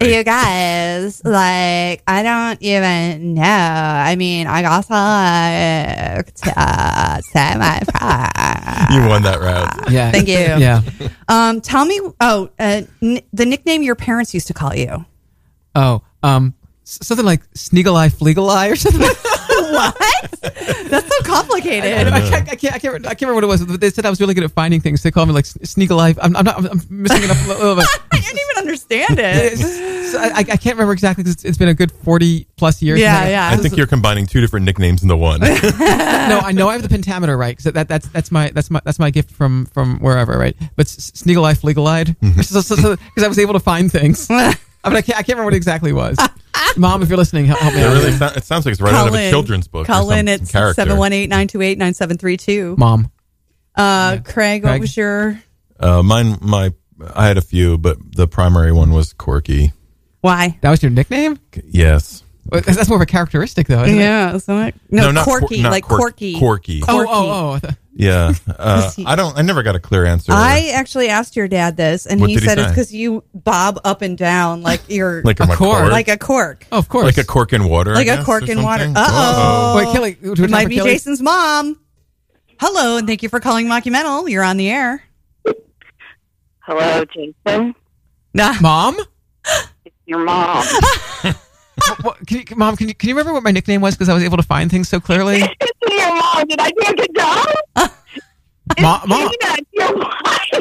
You guys, like, I don't even know. I mean, I also like to say my pride. You won that round. Yeah. Thank you. Yeah. Um, tell me, oh, uh, n- the nickname your parents used to call you. Oh, um, s- something like Sneagle Eye, Fleagle Eye, or something. Like That's so complicated. I, I, can't, I, can't, I, can't, remember- I can't remember what it was, but they said I was really good at finding things. They called me like Sneagle Eye. I'm, I'm not. I'm, I'm missing it up a little bit. I didn't even understand It's it. just- so I, I can't remember exactly 'cause it's- it's been a good forty plus years. Yeah, since yeah. I think you're combining two different nicknames into one. no, I know I have the pentameter right because that, that's that's my that's my that's my gift from from wherever right. But sneagle eyed, legal eyed Mm-hmm. because I was able to find things. but I can't I can't remember what exactly it was. Mom, if you're listening, help, help me It out. really here. sou- it sounds like it's right out of a children's book. or Call in some at character. 718 928 9732. Mom. Uh, Craig, what Craig? was your. Uh, mine, my, I had a few, but the primary one was Corky. Why? That was your nickname? Yes. Well, That's that's more of a characteristic though. Isn't It? Yeah, so I, no, No, not cor- quirky, not like quirk- quirky, quirky. Oh, oh, oh. I thought- Yeah. Uh, Was he- I don't. I never got a clear answer. I actually asked your dad this, and What he did he said it's say? because you bob up and down like you're Like I'm A a cork. cork. like a cork, Oh, of course. like a cork in water. I like a guess, cork or in water. something? Uh oh, Wait, Kelly, do we it have might for be Kelly? Jason's mom. Hello, and thank you for calling Mockumental. You're on the air. Hello, Jason. Mom. Your mom. What, can you, Mom, can you can you remember what my nickname was? Because I was able to find things so clearly. your mom. Did I do a good job? Uh, Mom, Mom, Tina, your wife.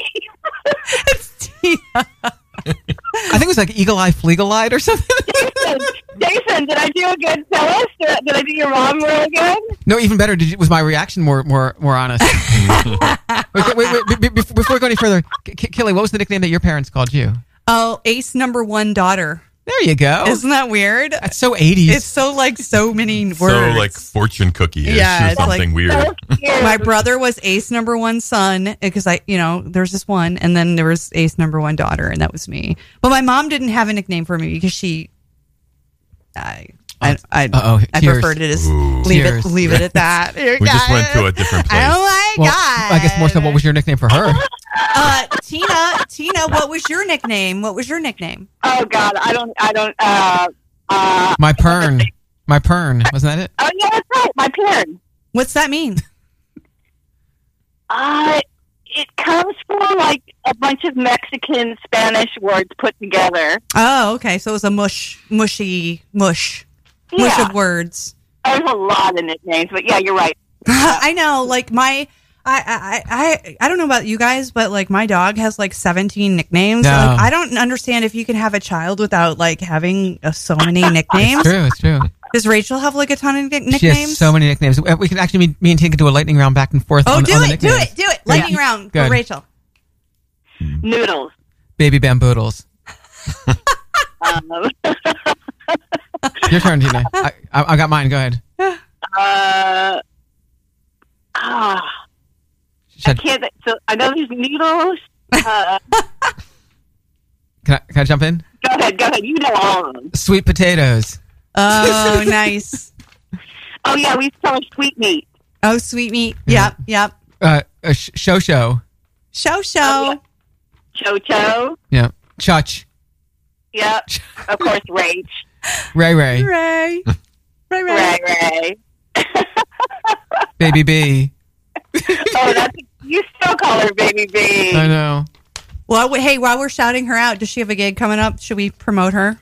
I think it was like Eagle Eye, Fleagle Eyed or something. Jason, Jason, did I do a good fellas? Did, did I do your mom really good? No, even better. Did you, was my reaction more more more honest? wait, wait, wait, be- be- before we go any further, K- K- Kelly, what was the nickname that your parents called you? Oh, ace number one daughter. There you go. Isn't that weird? That's so 80s. It's so like so many words. So like fortune cookie is Yeah, or it's like- something weird. My brother was ace number one son because I, you know, there was this one, and then there was ace number one daughter, and that was me. But my mom didn't have a nickname for me because she, I, I, I, Uh-oh, I tears. prefer to just Ooh. leave Tears. it, leave it at that. We just went to a different Oh my well, god! I guess more so, what was your nickname for her? Uh, Tina, Tina, what was your nickname? What was your nickname? Oh God, I don't, I don't. Uh, My pern. My pern. Wasn't that it? oh yeah, that's right, my parents. What's that mean? Uh, it comes from like a bunch of Mexican Spanish words put together. Oh, okay. So it was a mush, mushy, mush, mush Yeah. of words. There's a lot of nicknames, but yeah, you're right. I know. Like my, I, I, I, I don't know about you guys, but like my dog has like 17 nicknames. No. Like, I don't understand if you can have a child without like having uh, so many nicknames. It's true. It's true. Does Rachel have like a ton of nick- She has nicknames? so many nicknames. Uh, We can actually me, me and Tina could do a lightning round back and forth. Oh, on, do on the it, do nicknames. it, do it! Lightning round for Good. Rachel. Noodles. Baby bamboodles. Um, Your turn, Tina. I, I, I got mine. Go ahead. uh, ah, I Should- can't. So I know there's noodles. Uh, Can I, can I jump in? go ahead, go ahead. You know all of them. Sweet potatoes. Oh, nice. Oh yeah, we sell sweet meat. Oh, sweet meat. Yep, yep. Uh, uh, sh- show show. Show Oh, show. Cho cho. Yeah. Chuch. Yep. Of course, Rach. Ray Ray. Ray. Ray. Ray. Ray. Baby B. Oh, that's you still call her Baby B. I know. Well, w- hey, while we're shouting her out, does she have a gig coming up? Should we promote her?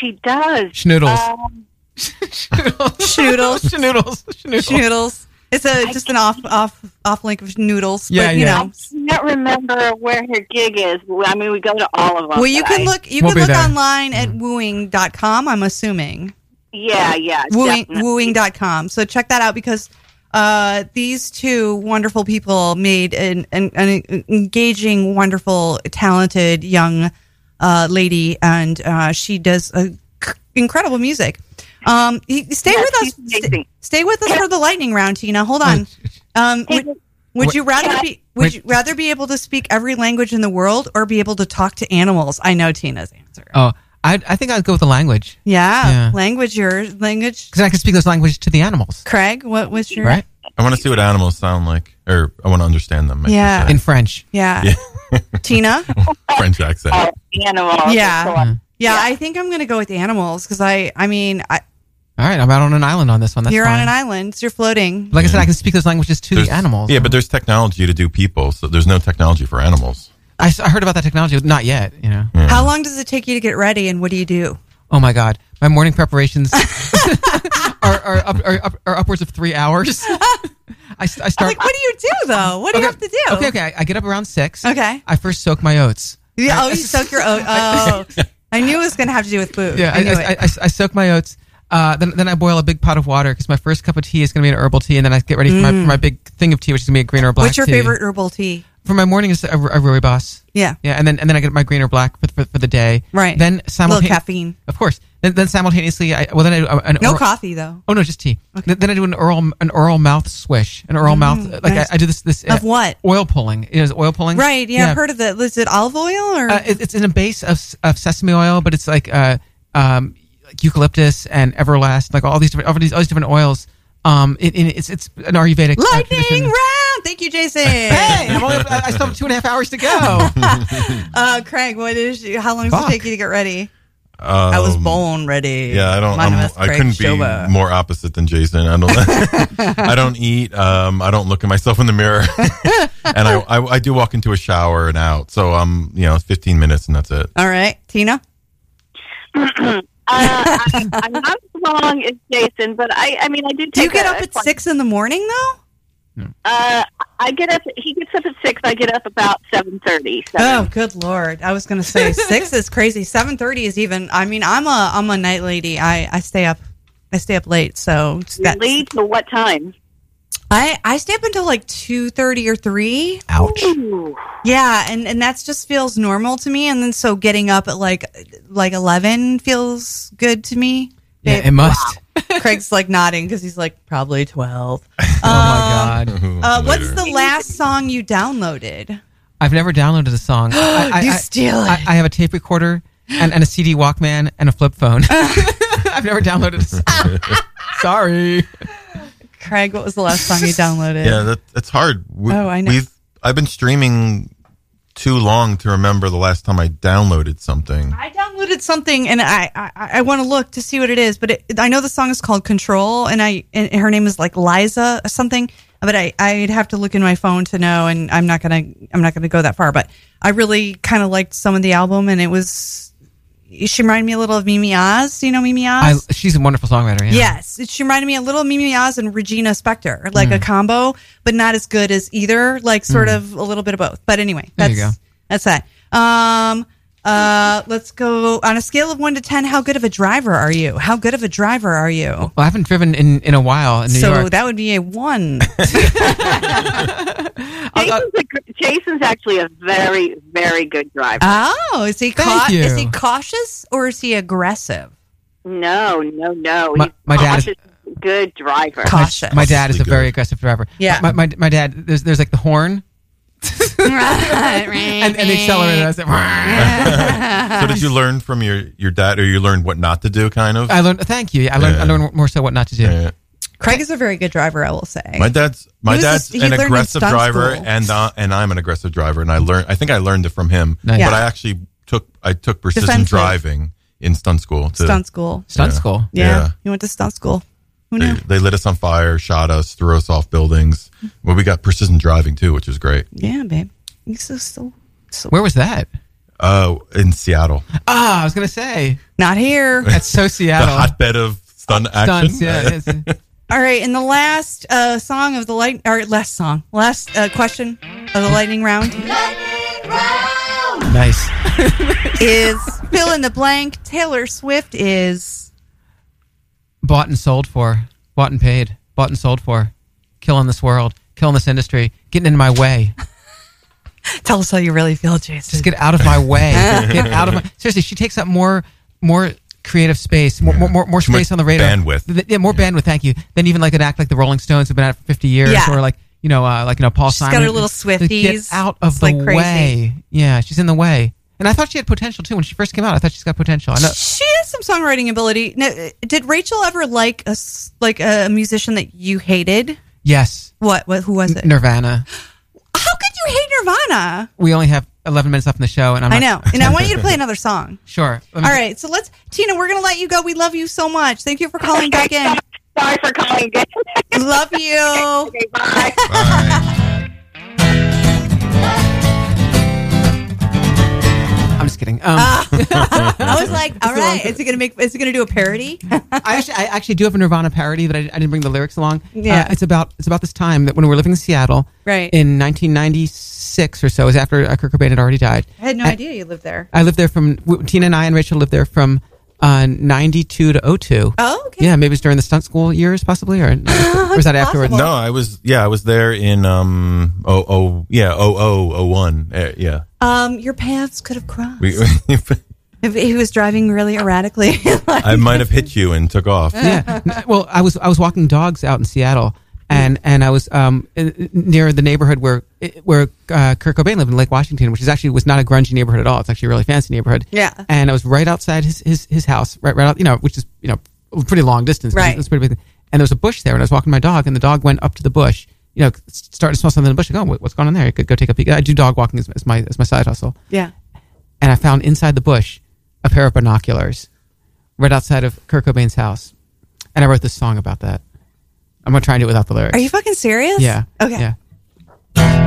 She does. Schnoodles. Um, Schnoodles. Schnoodles. Schnoodles. Schnoodles. It's a just an off off off link of noodles. Yeah, but, you yeah. know. I can't remember where her gig is. I mean, we go to all of them. Well, you but can I- look you We'll can be look there. online at wooing.com, I'm assuming. Yeah, yeah. Wooing, definitely. wooing.com. So check that out because uh, these two wonderful people made an, an, an engaging, wonderful, talented young uh, lady, and uh, she does uh, c- incredible music. Um, y- stay Yeah, with us. she's amazing. Stay with us for the lightning round, Tina. Hold on. Um, would, would you rather be would Wait. you rather be able to speak every language in the world or be able to talk to animals? I know Tina's answer. Oh, I, I think I'd go with the language Yeah, Yeah. language your language. because I can speak those languages to the animals. Craig, what was your Right? I want to see what animals sound like, or I want to understand them. I should Yeah. say. In French. Yeah. Tina? French accent. Oh, animals. Yeah. That's the one. Yeah, I think I'm going to go with animals because I, I mean, I, All right. I'm out on an island on this one. Oh, That's you're fine. on an island, so you're floating. Like I said, I can speak those languages to There's- the animals. Yeah, but there's technology to do people, so there's no technology for animals. I, s- I heard about that technology. but Not yet, you know. How long does it take you to get ready and what do you do? Oh my God. My morning preparations are, are, up, are, up, are upwards of three hours. I, s- I I'm start. like, what do you do though? What do you have to do? Okay, okay. I, I get up around six. Okay. I first soak my oats. Yeah, oh, you soak your oat. Oh, I knew it was going to have to do with food. Yeah, I, I, knew I, it. I, I soak my oats. Uh, then, then I boil a big pot of water because my first cup of tea is going to be an herbal tea, and then I get ready for, my, for my big thing of tea, which is going to be a green or a black. Mm. What's your tea. favorite herbal tea? for my morning is a, a rooibos. Yeah. yeah, and then and then I get my green or black for, for, for the day. Right. Then A little simultaneously, caffeine. of course. Then, then simultaneously, I well then I do an No oral- coffee though. Oh no, just tea. Th- Then I do an oral an oral mouth swish, an oral mouth like Mm-hmm. nice. I, I do this this uh, Of what? oil pulling. It is oil pulling. Right. Yeah, I've heard of that. Is it olive oil or? Uh, it, it's in a base of, of sesame oil, but it's like uh, um, like eucalyptus and everlast, like all these different all these, all these different oils. Um, it, it- it's it's an Ayurvedic uh, Lightning tradition. round. Thank you, Jason. Hey, I'm only, I I still have two and a half hours to go. Uh, Craig, what is? How long does Fuck. it take you to get ready? Um, I was born ready. Yeah, I don't. My name I'm, is I Craig couldn't be Schober. more opposite than Jason. I don't. I don't eat. Um, I don't look at myself in the mirror, and I, I I do walk into a shower and out. So I'm you know 15 minutes and that's it. All right, Tina. Uh, I, I'm not as long as Jason, but I, I mean, I did. Take Do you get a- up a at class. six in the morning though? Uh, I get up. He gets up at six. I get up about seven thirty. So Oh, good lord! I was gonna say six is crazy. Seven thirty is even. I mean, I'm a I'm a night lady. I I stay up. I stay up late, so that's, lead to what time? I I stay up until like two thirty or three. Ouch. Ooh. Yeah, and and that's just feels normal to me. And then so getting up at like like eleven feels good to me. Yeah, Babe, it must. Craig's like nodding because he's like probably twelve. Oh my god! Uh, what's the last song you downloaded? I've never downloaded a song. I, I, You I- steal I, I have a tape recorder and, and a CD Walkman and a flip phone. I've never downloaded. A song. Sorry. Craig, what was the last song you downloaded? Yeah, that, that's hard. We, Oh, I know. We've I've been streaming too long to remember the last time I downloaded something. I downloaded something and I I, I want to look to see what it is, but it, I know the song is called Control, and I and her name is like Liza or something. But I I'd have to look in my phone to know, and I'm not gonna I'm not gonna go that far. But I really kind of liked some of the album, and it was she reminded me a little of Mimi Oz. Do you know Mimi I, Oz? she's a wonderful songwriter. Yeah. Yes, it- she reminded me a little of Mimi Oz and Regina Spektor, like a Mm. combo, but not as good as either. Like sort Mm. of a little bit of both. But anyway, There that's you that's that. Um, uh, let's go on a scale of one to ten. How good of a driver are you? How good of a driver are you? Well, I haven't driven in, in a while in Oh, uh, New so York. that would be a one. uh, Jason's, a, gr- Jason's actually a very, very good driver. oh, is he cau- you. is he cautious or is he aggressive? No, no, no. My- my dad is- He's a good driver. My- My, dad is a very aggressive driver. Yeah. My, my, my dad, there's, there's like the horn and, and the accelerator. I was like, so did you learn from your your dad, or you learned what not to do? Kind of. I learned, thank you. I learned, I Yeah. learned more so what not to do. Craig is a very good driver, I will say. My dad's my He was dad's a- he an learned in aggressive stunt driver, school. and uh, and I'm an aggressive driver, and I learned. I think I learned it from him, Nice. but Yeah. I actually took I took persistent Defensive. driving in stunt school. To, stunt school. Yeah. Yeah. yeah. You went to stunt school. Who They, knew? they lit us on fire, shot us, threw us off buildings. Well, we got persistent driving too, which was great. Yeah, babe. You so so so Where was that? Oh, in Seattle. Ah, I was going to say. Not here. That's so Seattle. the hotbed of stunt action. Stunts, yeah, yes. All right, and the last uh, song of the light or last song, last uh, question of the lightning round nice. is fill in the blank. Taylor Swift is Bought and sold for. Bought and paid. Bought and sold for. Killing this world. Killing this industry. Getting in my way. Tell us how you really feel, Jason. Just get out of my way. get out of my. Seriously, she takes up more more creative space, more more, more, more Too much space on the radar, bandwidth. Th- yeah, more bandwidth. Thank you. Than even like an act like the Rolling Stones have been out for fifty years, Yeah. or like you know, uh, like you know, Paul She's got Simon. her little Like, Get Swifties. out of It's, the like, crazy. way. Yeah, she's in the way. And I thought she had potential too when she first came out. I thought she's got potential. I know. she has some songwriting ability. Now, uh, did Rachel ever like a s- like a musician that you hated? Yes, What? What? Who was it? Nirvana. How could you hate Nirvana? We only have eleven minutes left in the show, and I'm I know, not- and I want you to play another song. Sure. Let All me- right, so let's Tina. We're gonna let you go. We love you so much. Thank you for calling back in. Sorry for calling again. love you. I'm just kidding. Um, Uh, I was like, all right, is it gonna make? Is it gonna do a parody? I actually, I actually do have a Nirvana parody, but I, I didn't bring the lyrics along. Yeah. Uh, it's about it's about this time that when we were living in Seattle, Right. in 1996 or so, it was after uh, Kurt Cobain had already died. I had no And idea you lived there. I lived there from w- Tina and I and Rachel lived there from uh, 92 to 02. Oh, okay. Yeah, maybe it was during the stunt school years, possibly, or, or was that afterwards? No, I was yeah, I was there in um oh oh yeah oh oh oh one uh, yeah. Um, your paths could have crossed. We, If he was driving really erratically. I might have hit you and took off. yeah. N- Well, I was I was walking dogs out in Seattle, and and I was um in- near the neighborhood where where uh, Kurt Cobain lived in Lake Washington, which is actually was not a grungy neighborhood at all. It's actually a really fancy neighborhood. Yeah. And I was right outside his his, his house, right right out, you know, which is you know a pretty long distance. Right. It's pretty big. And there was a bush there, and I was walking my dog, and the dog went up to the bush. You know, s- starting to smell something in the bush. I go, "Oh, what's going on there? I could go take a peek. I do dog walking as, as my as my side hustle yeah. and I found inside the bush a pair of binoculars right outside of Kurt Cobain's house. And I wrote this song about that. I'm going to try and do it without the lyrics. Are you fucking serious? Yeah. Okay. Yeah.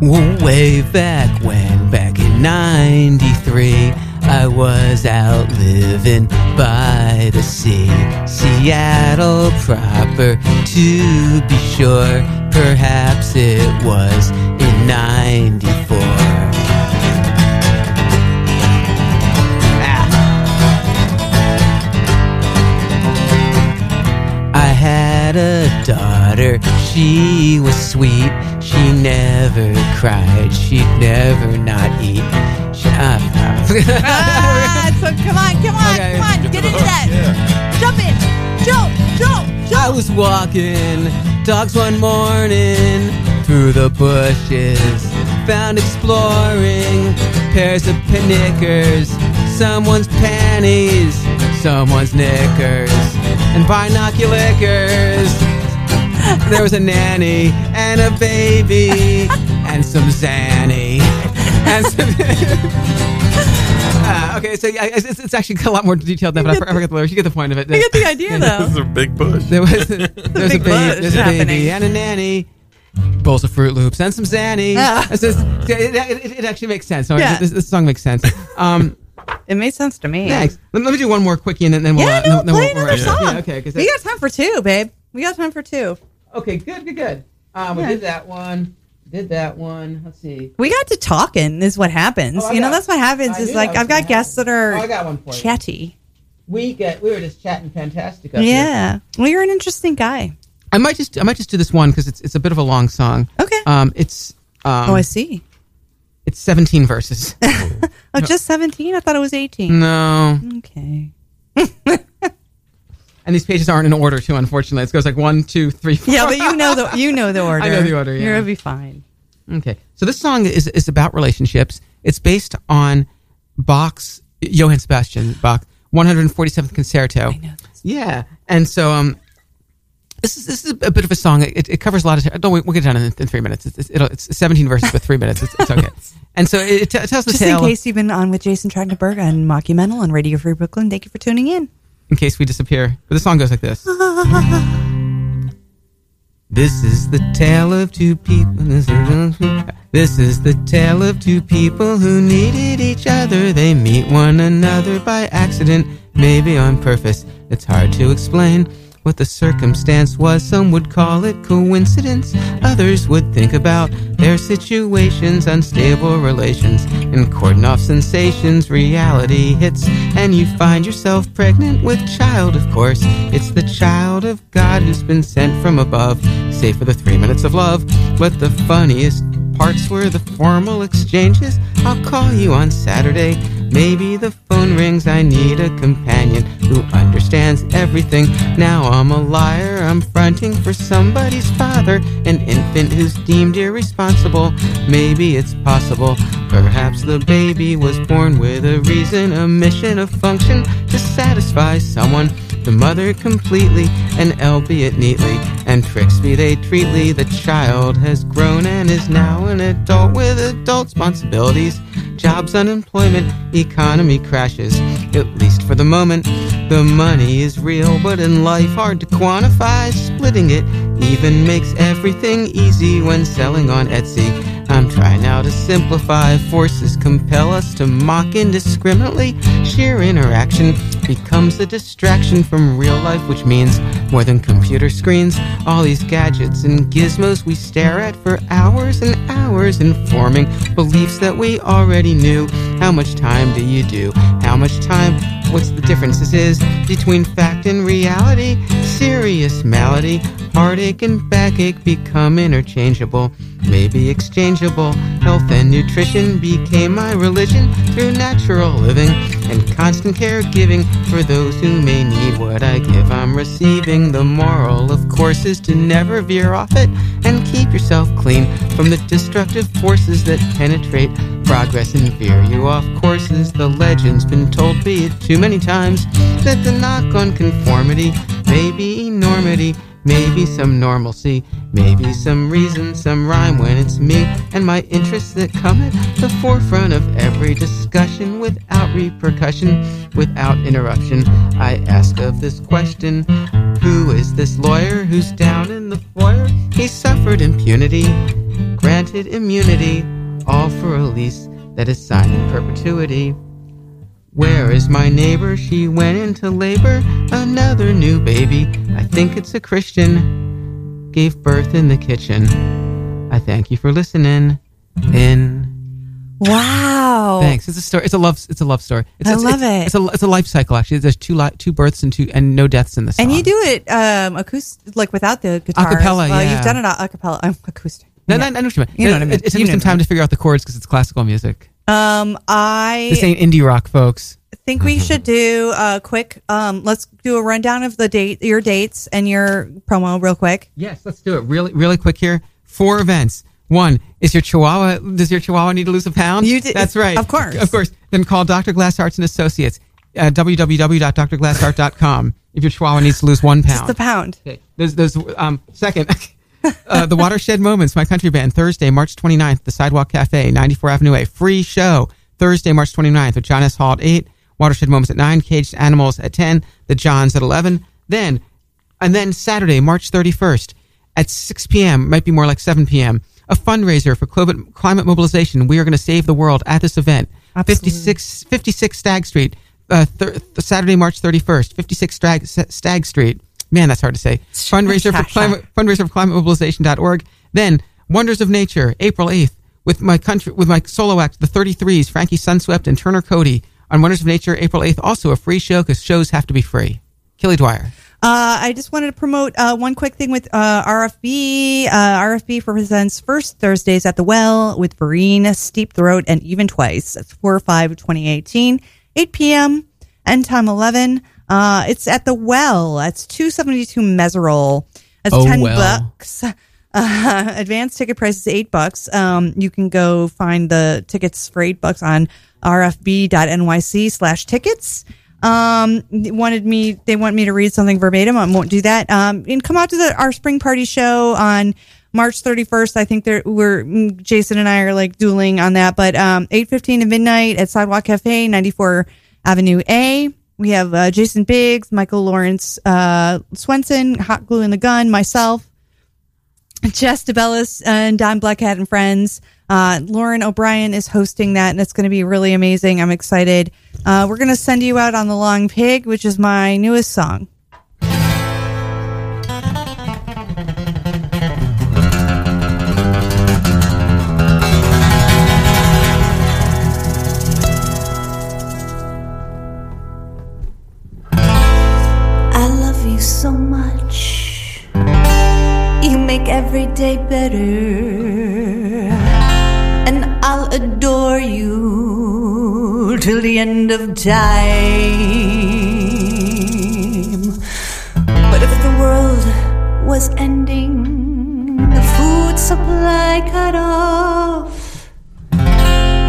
Well, Way back when, back in 93, I was out living by the sea. Seattle proper, to be sure. Perhaps it was in 94. I had a daughter, she was sweet. She never cried, she'd never not eat. She, uh, Ah, so come on, come on, come on, get into that. Jump in. Jump, jump, jump. I was walking dogs one morning through the bushes. Found exploring pairs of knickers, someone's panties, someone's knickers, and binoculars. There was a nanny and a baby and some Zanny. And some Ah, okay, so yeah, it's, it's- it's actually a lot more detailed than that, but I forgot the lyrics. You get the point of it. You get the idea, though. This is a big bush. There was a, there was a, baby, Big bush there's a happening. baby and a nanny. Bowls of Fruit Loops and some Zanny. Ah. It's just- it, it- it- it actually makes sense. So Yeah. this, this song makes sense. Um, It made sense to me. thanks. Let, let me do one more quickie and then, then we'll Yeah, uh, no, then play we'll- we'll another wrap it up. song. Yeah, okay, 'cause we that- got time for two, babe. We got time for two. Okay, good, good, good. Um, Yeah. We did that one. Did that one. Let's see. We got to talking. Is what happens. Oh, I you know, got- that's what happens. I Is knew like that was I've got gonna guests that are Oh, I got one for you. chatty. We get. We were just chatting fantastic. Up Here. Yeah. Well, you're an interesting guy. I might just. I might just do this one because it's it's a bit of a long song. Okay. Um, it's. Um, Oh, I see. It's seventeen verses. Oh, just 17. I thought it was 18. no. Okay. And these pages aren't in order too. Unfortunately, it goes like one, two, three, four. Yeah, but you know the you know the order. I know the order, yeah. You'll be fine. Okay. So this song is is about relationships. It's based on Bach's Johann Sebastian Bach 147th concerto. Yeah. And so um this is this is a bit of a song. It, it covers a lot of. Don't we, we'll get it done in, in three minutes. It's, it's, it'll, it's 17 verses, but three minutes. It's, it's okay. And so it, it t- it tells the Just tale. in case you've been on with Jason Trachtenberg on Mockumental on Radio Free Brooklyn, thank you for tuning in. in case we disappear. But the song goes like this. Ah. This is the tale of two people. This is, this is the tale of two people who needed each other. They meet one another by accident, maybe on purpose. It's hard to explain what the circumstance was. Some would call it coincidence. Others would think about their situations, unstable relations, and cordon off sensations. Reality hits, and you find yourself pregnant with child, of course. It's the child of God who's been sent from above, save for the three minutes of love. But the funniest parts were the formal exchanges. I'll call you on Saturday. Maybe the phone rings. I need a companion who understands everything. Now I'm a liar. I'm fronting for somebody's father, an infant who's deemed irresponsible. Maybe it's possible. Perhaps the baby was born with a reason, a mission, a function to satisfy someone. The mother completely and albeit neatly, and tricks me they treatly. The child has grown and is now an adult with adult responsibilities. Jobs, unemployment, economy crashes, at least for the moment. The money is real, but in life hard to quantify. Splitting it even makes everything easy when selling on Etsy. I'm trying now to simplify. Forces compel us to mock indiscriminately. Sheer interaction becomes a distraction from real life, which means more than computer screens. All these gadgets and gizmos we stare at for hours and hours, informing beliefs that we already knew. How much time do you do? How much time? What's the difference this is between fact and reality? Serious malady, heartache and backache become interchangeable maybe exchangeable. Health and nutrition became my religion through natural living and constant caregiving for those who may need what I give. I'm receiving the moral, of course, is to never veer off it and keep yourself clean from the destructive forces that penetrate progress and veer you off courses. The legend's been told, be it too many times, that the knock on conformity may be enormity. Maybe some normalcy, maybe some reason, some rhyme when it's me and my interests that come at the forefront of every discussion without repercussion, without interruption. I ask of this question Who is this lawyer who's down in the foyer? He suffered impunity, granted immunity, all for a lease that is signed in perpetuity. Where is my neighbor? She went into labor. Another new baby. I think it's a Christian. Gave birth in the kitchen. I thank you for listening. In Wow. thanks. It's a story. It's a love. It's a love story. It's, I it's- love it's- It's a it's a life cycle actually. There's two li- two births and two and no deaths in this. And you do it um acoustic like without the guitar. Acapella, Well, yeah. you've done it a cappella. I'm acoustic. No, no, I know what you mean. You know what I mean. It, it took You me some know what I time to figure out the chords because it's classical music. Um I This ain't indie rock, folks. think we should do a quick. Um, let's do a rundown of the date, your dates, and your promo real quick. Yes, let's do it really, really quick here. Four events. One is your Chihuahua. Does your Chihuahua need to lose a pound? You did- That's right. of course. of course. Then call Dr. Glass Arts and Associates. Uh, www.drglassart.com. If your Chihuahua needs to lose one pound, Just the pound. There's, there's, um, second, uh, the Watershed Moments, my country band, Thursday, March 29th, the Sidewalk Cafe, 94 Avenue A. Free show, Thursday, March 29th, with John S. Hall at 8, Watershed Moments at 9, Caged Animals at 10, The Johns at 11. Then, and then Saturday, March 31st, at 6 p.m., might be more like 7 p.m., a fundraiser for climate, climate mobilization. We are going to save the world at this event. 56, 56 Stag Street, uh, thir- Saturday, March 31st, 56 Stag, Stag Street. Man, that's hard to say. Fundraiser for Sure, sure. climate, fundraiser for climatemobilization.org. Then Wonders of Nature, April 8th, with my country, with my solo act, the 33s, Frankie Sunswept and Turner Cody on Wonders of Nature, April 8th. Also a free show because shows have to be free. Kelly Dwyer. Uh, I just wanted to promote uh, one quick thing with uh, RFB. Uh, RFB presents first Thursdays at the Well with Verena, Steep Throat, and Even Twice. That's 4 5 2018, 8 p.m., end time 11. Uh, it's at the Well. That's 272 Meserol. That's Oh, 10 well. bucks. Uh, advanced ticket price is eight bucks. Um, you can go find the tickets for eight bucks on rfb.nyc slash tickets. Um, they wanted me, they want me to read something verbatim. I won't do that. Um, and come out to the, our spring party show on March 31st. I think there we're, mm, Jason and I are like dueling on that, but, um, 815 to midnight at Sidewalk Cafe, 94 Avenue A. We have, uh, Jason Biggs, Michael Lawrence, uh, Swenson, Hot Glue and the Gun, myself. Jess DeBellis and Don Blackhat and friends. Uh, Lauren O'Brien is hosting that, and it's going to be really amazing. I'm excited. Uh, we're going to send you out on the Long Pig, which is my newest song. I love you so much. You make every day better. And I'll adore you till the end of time.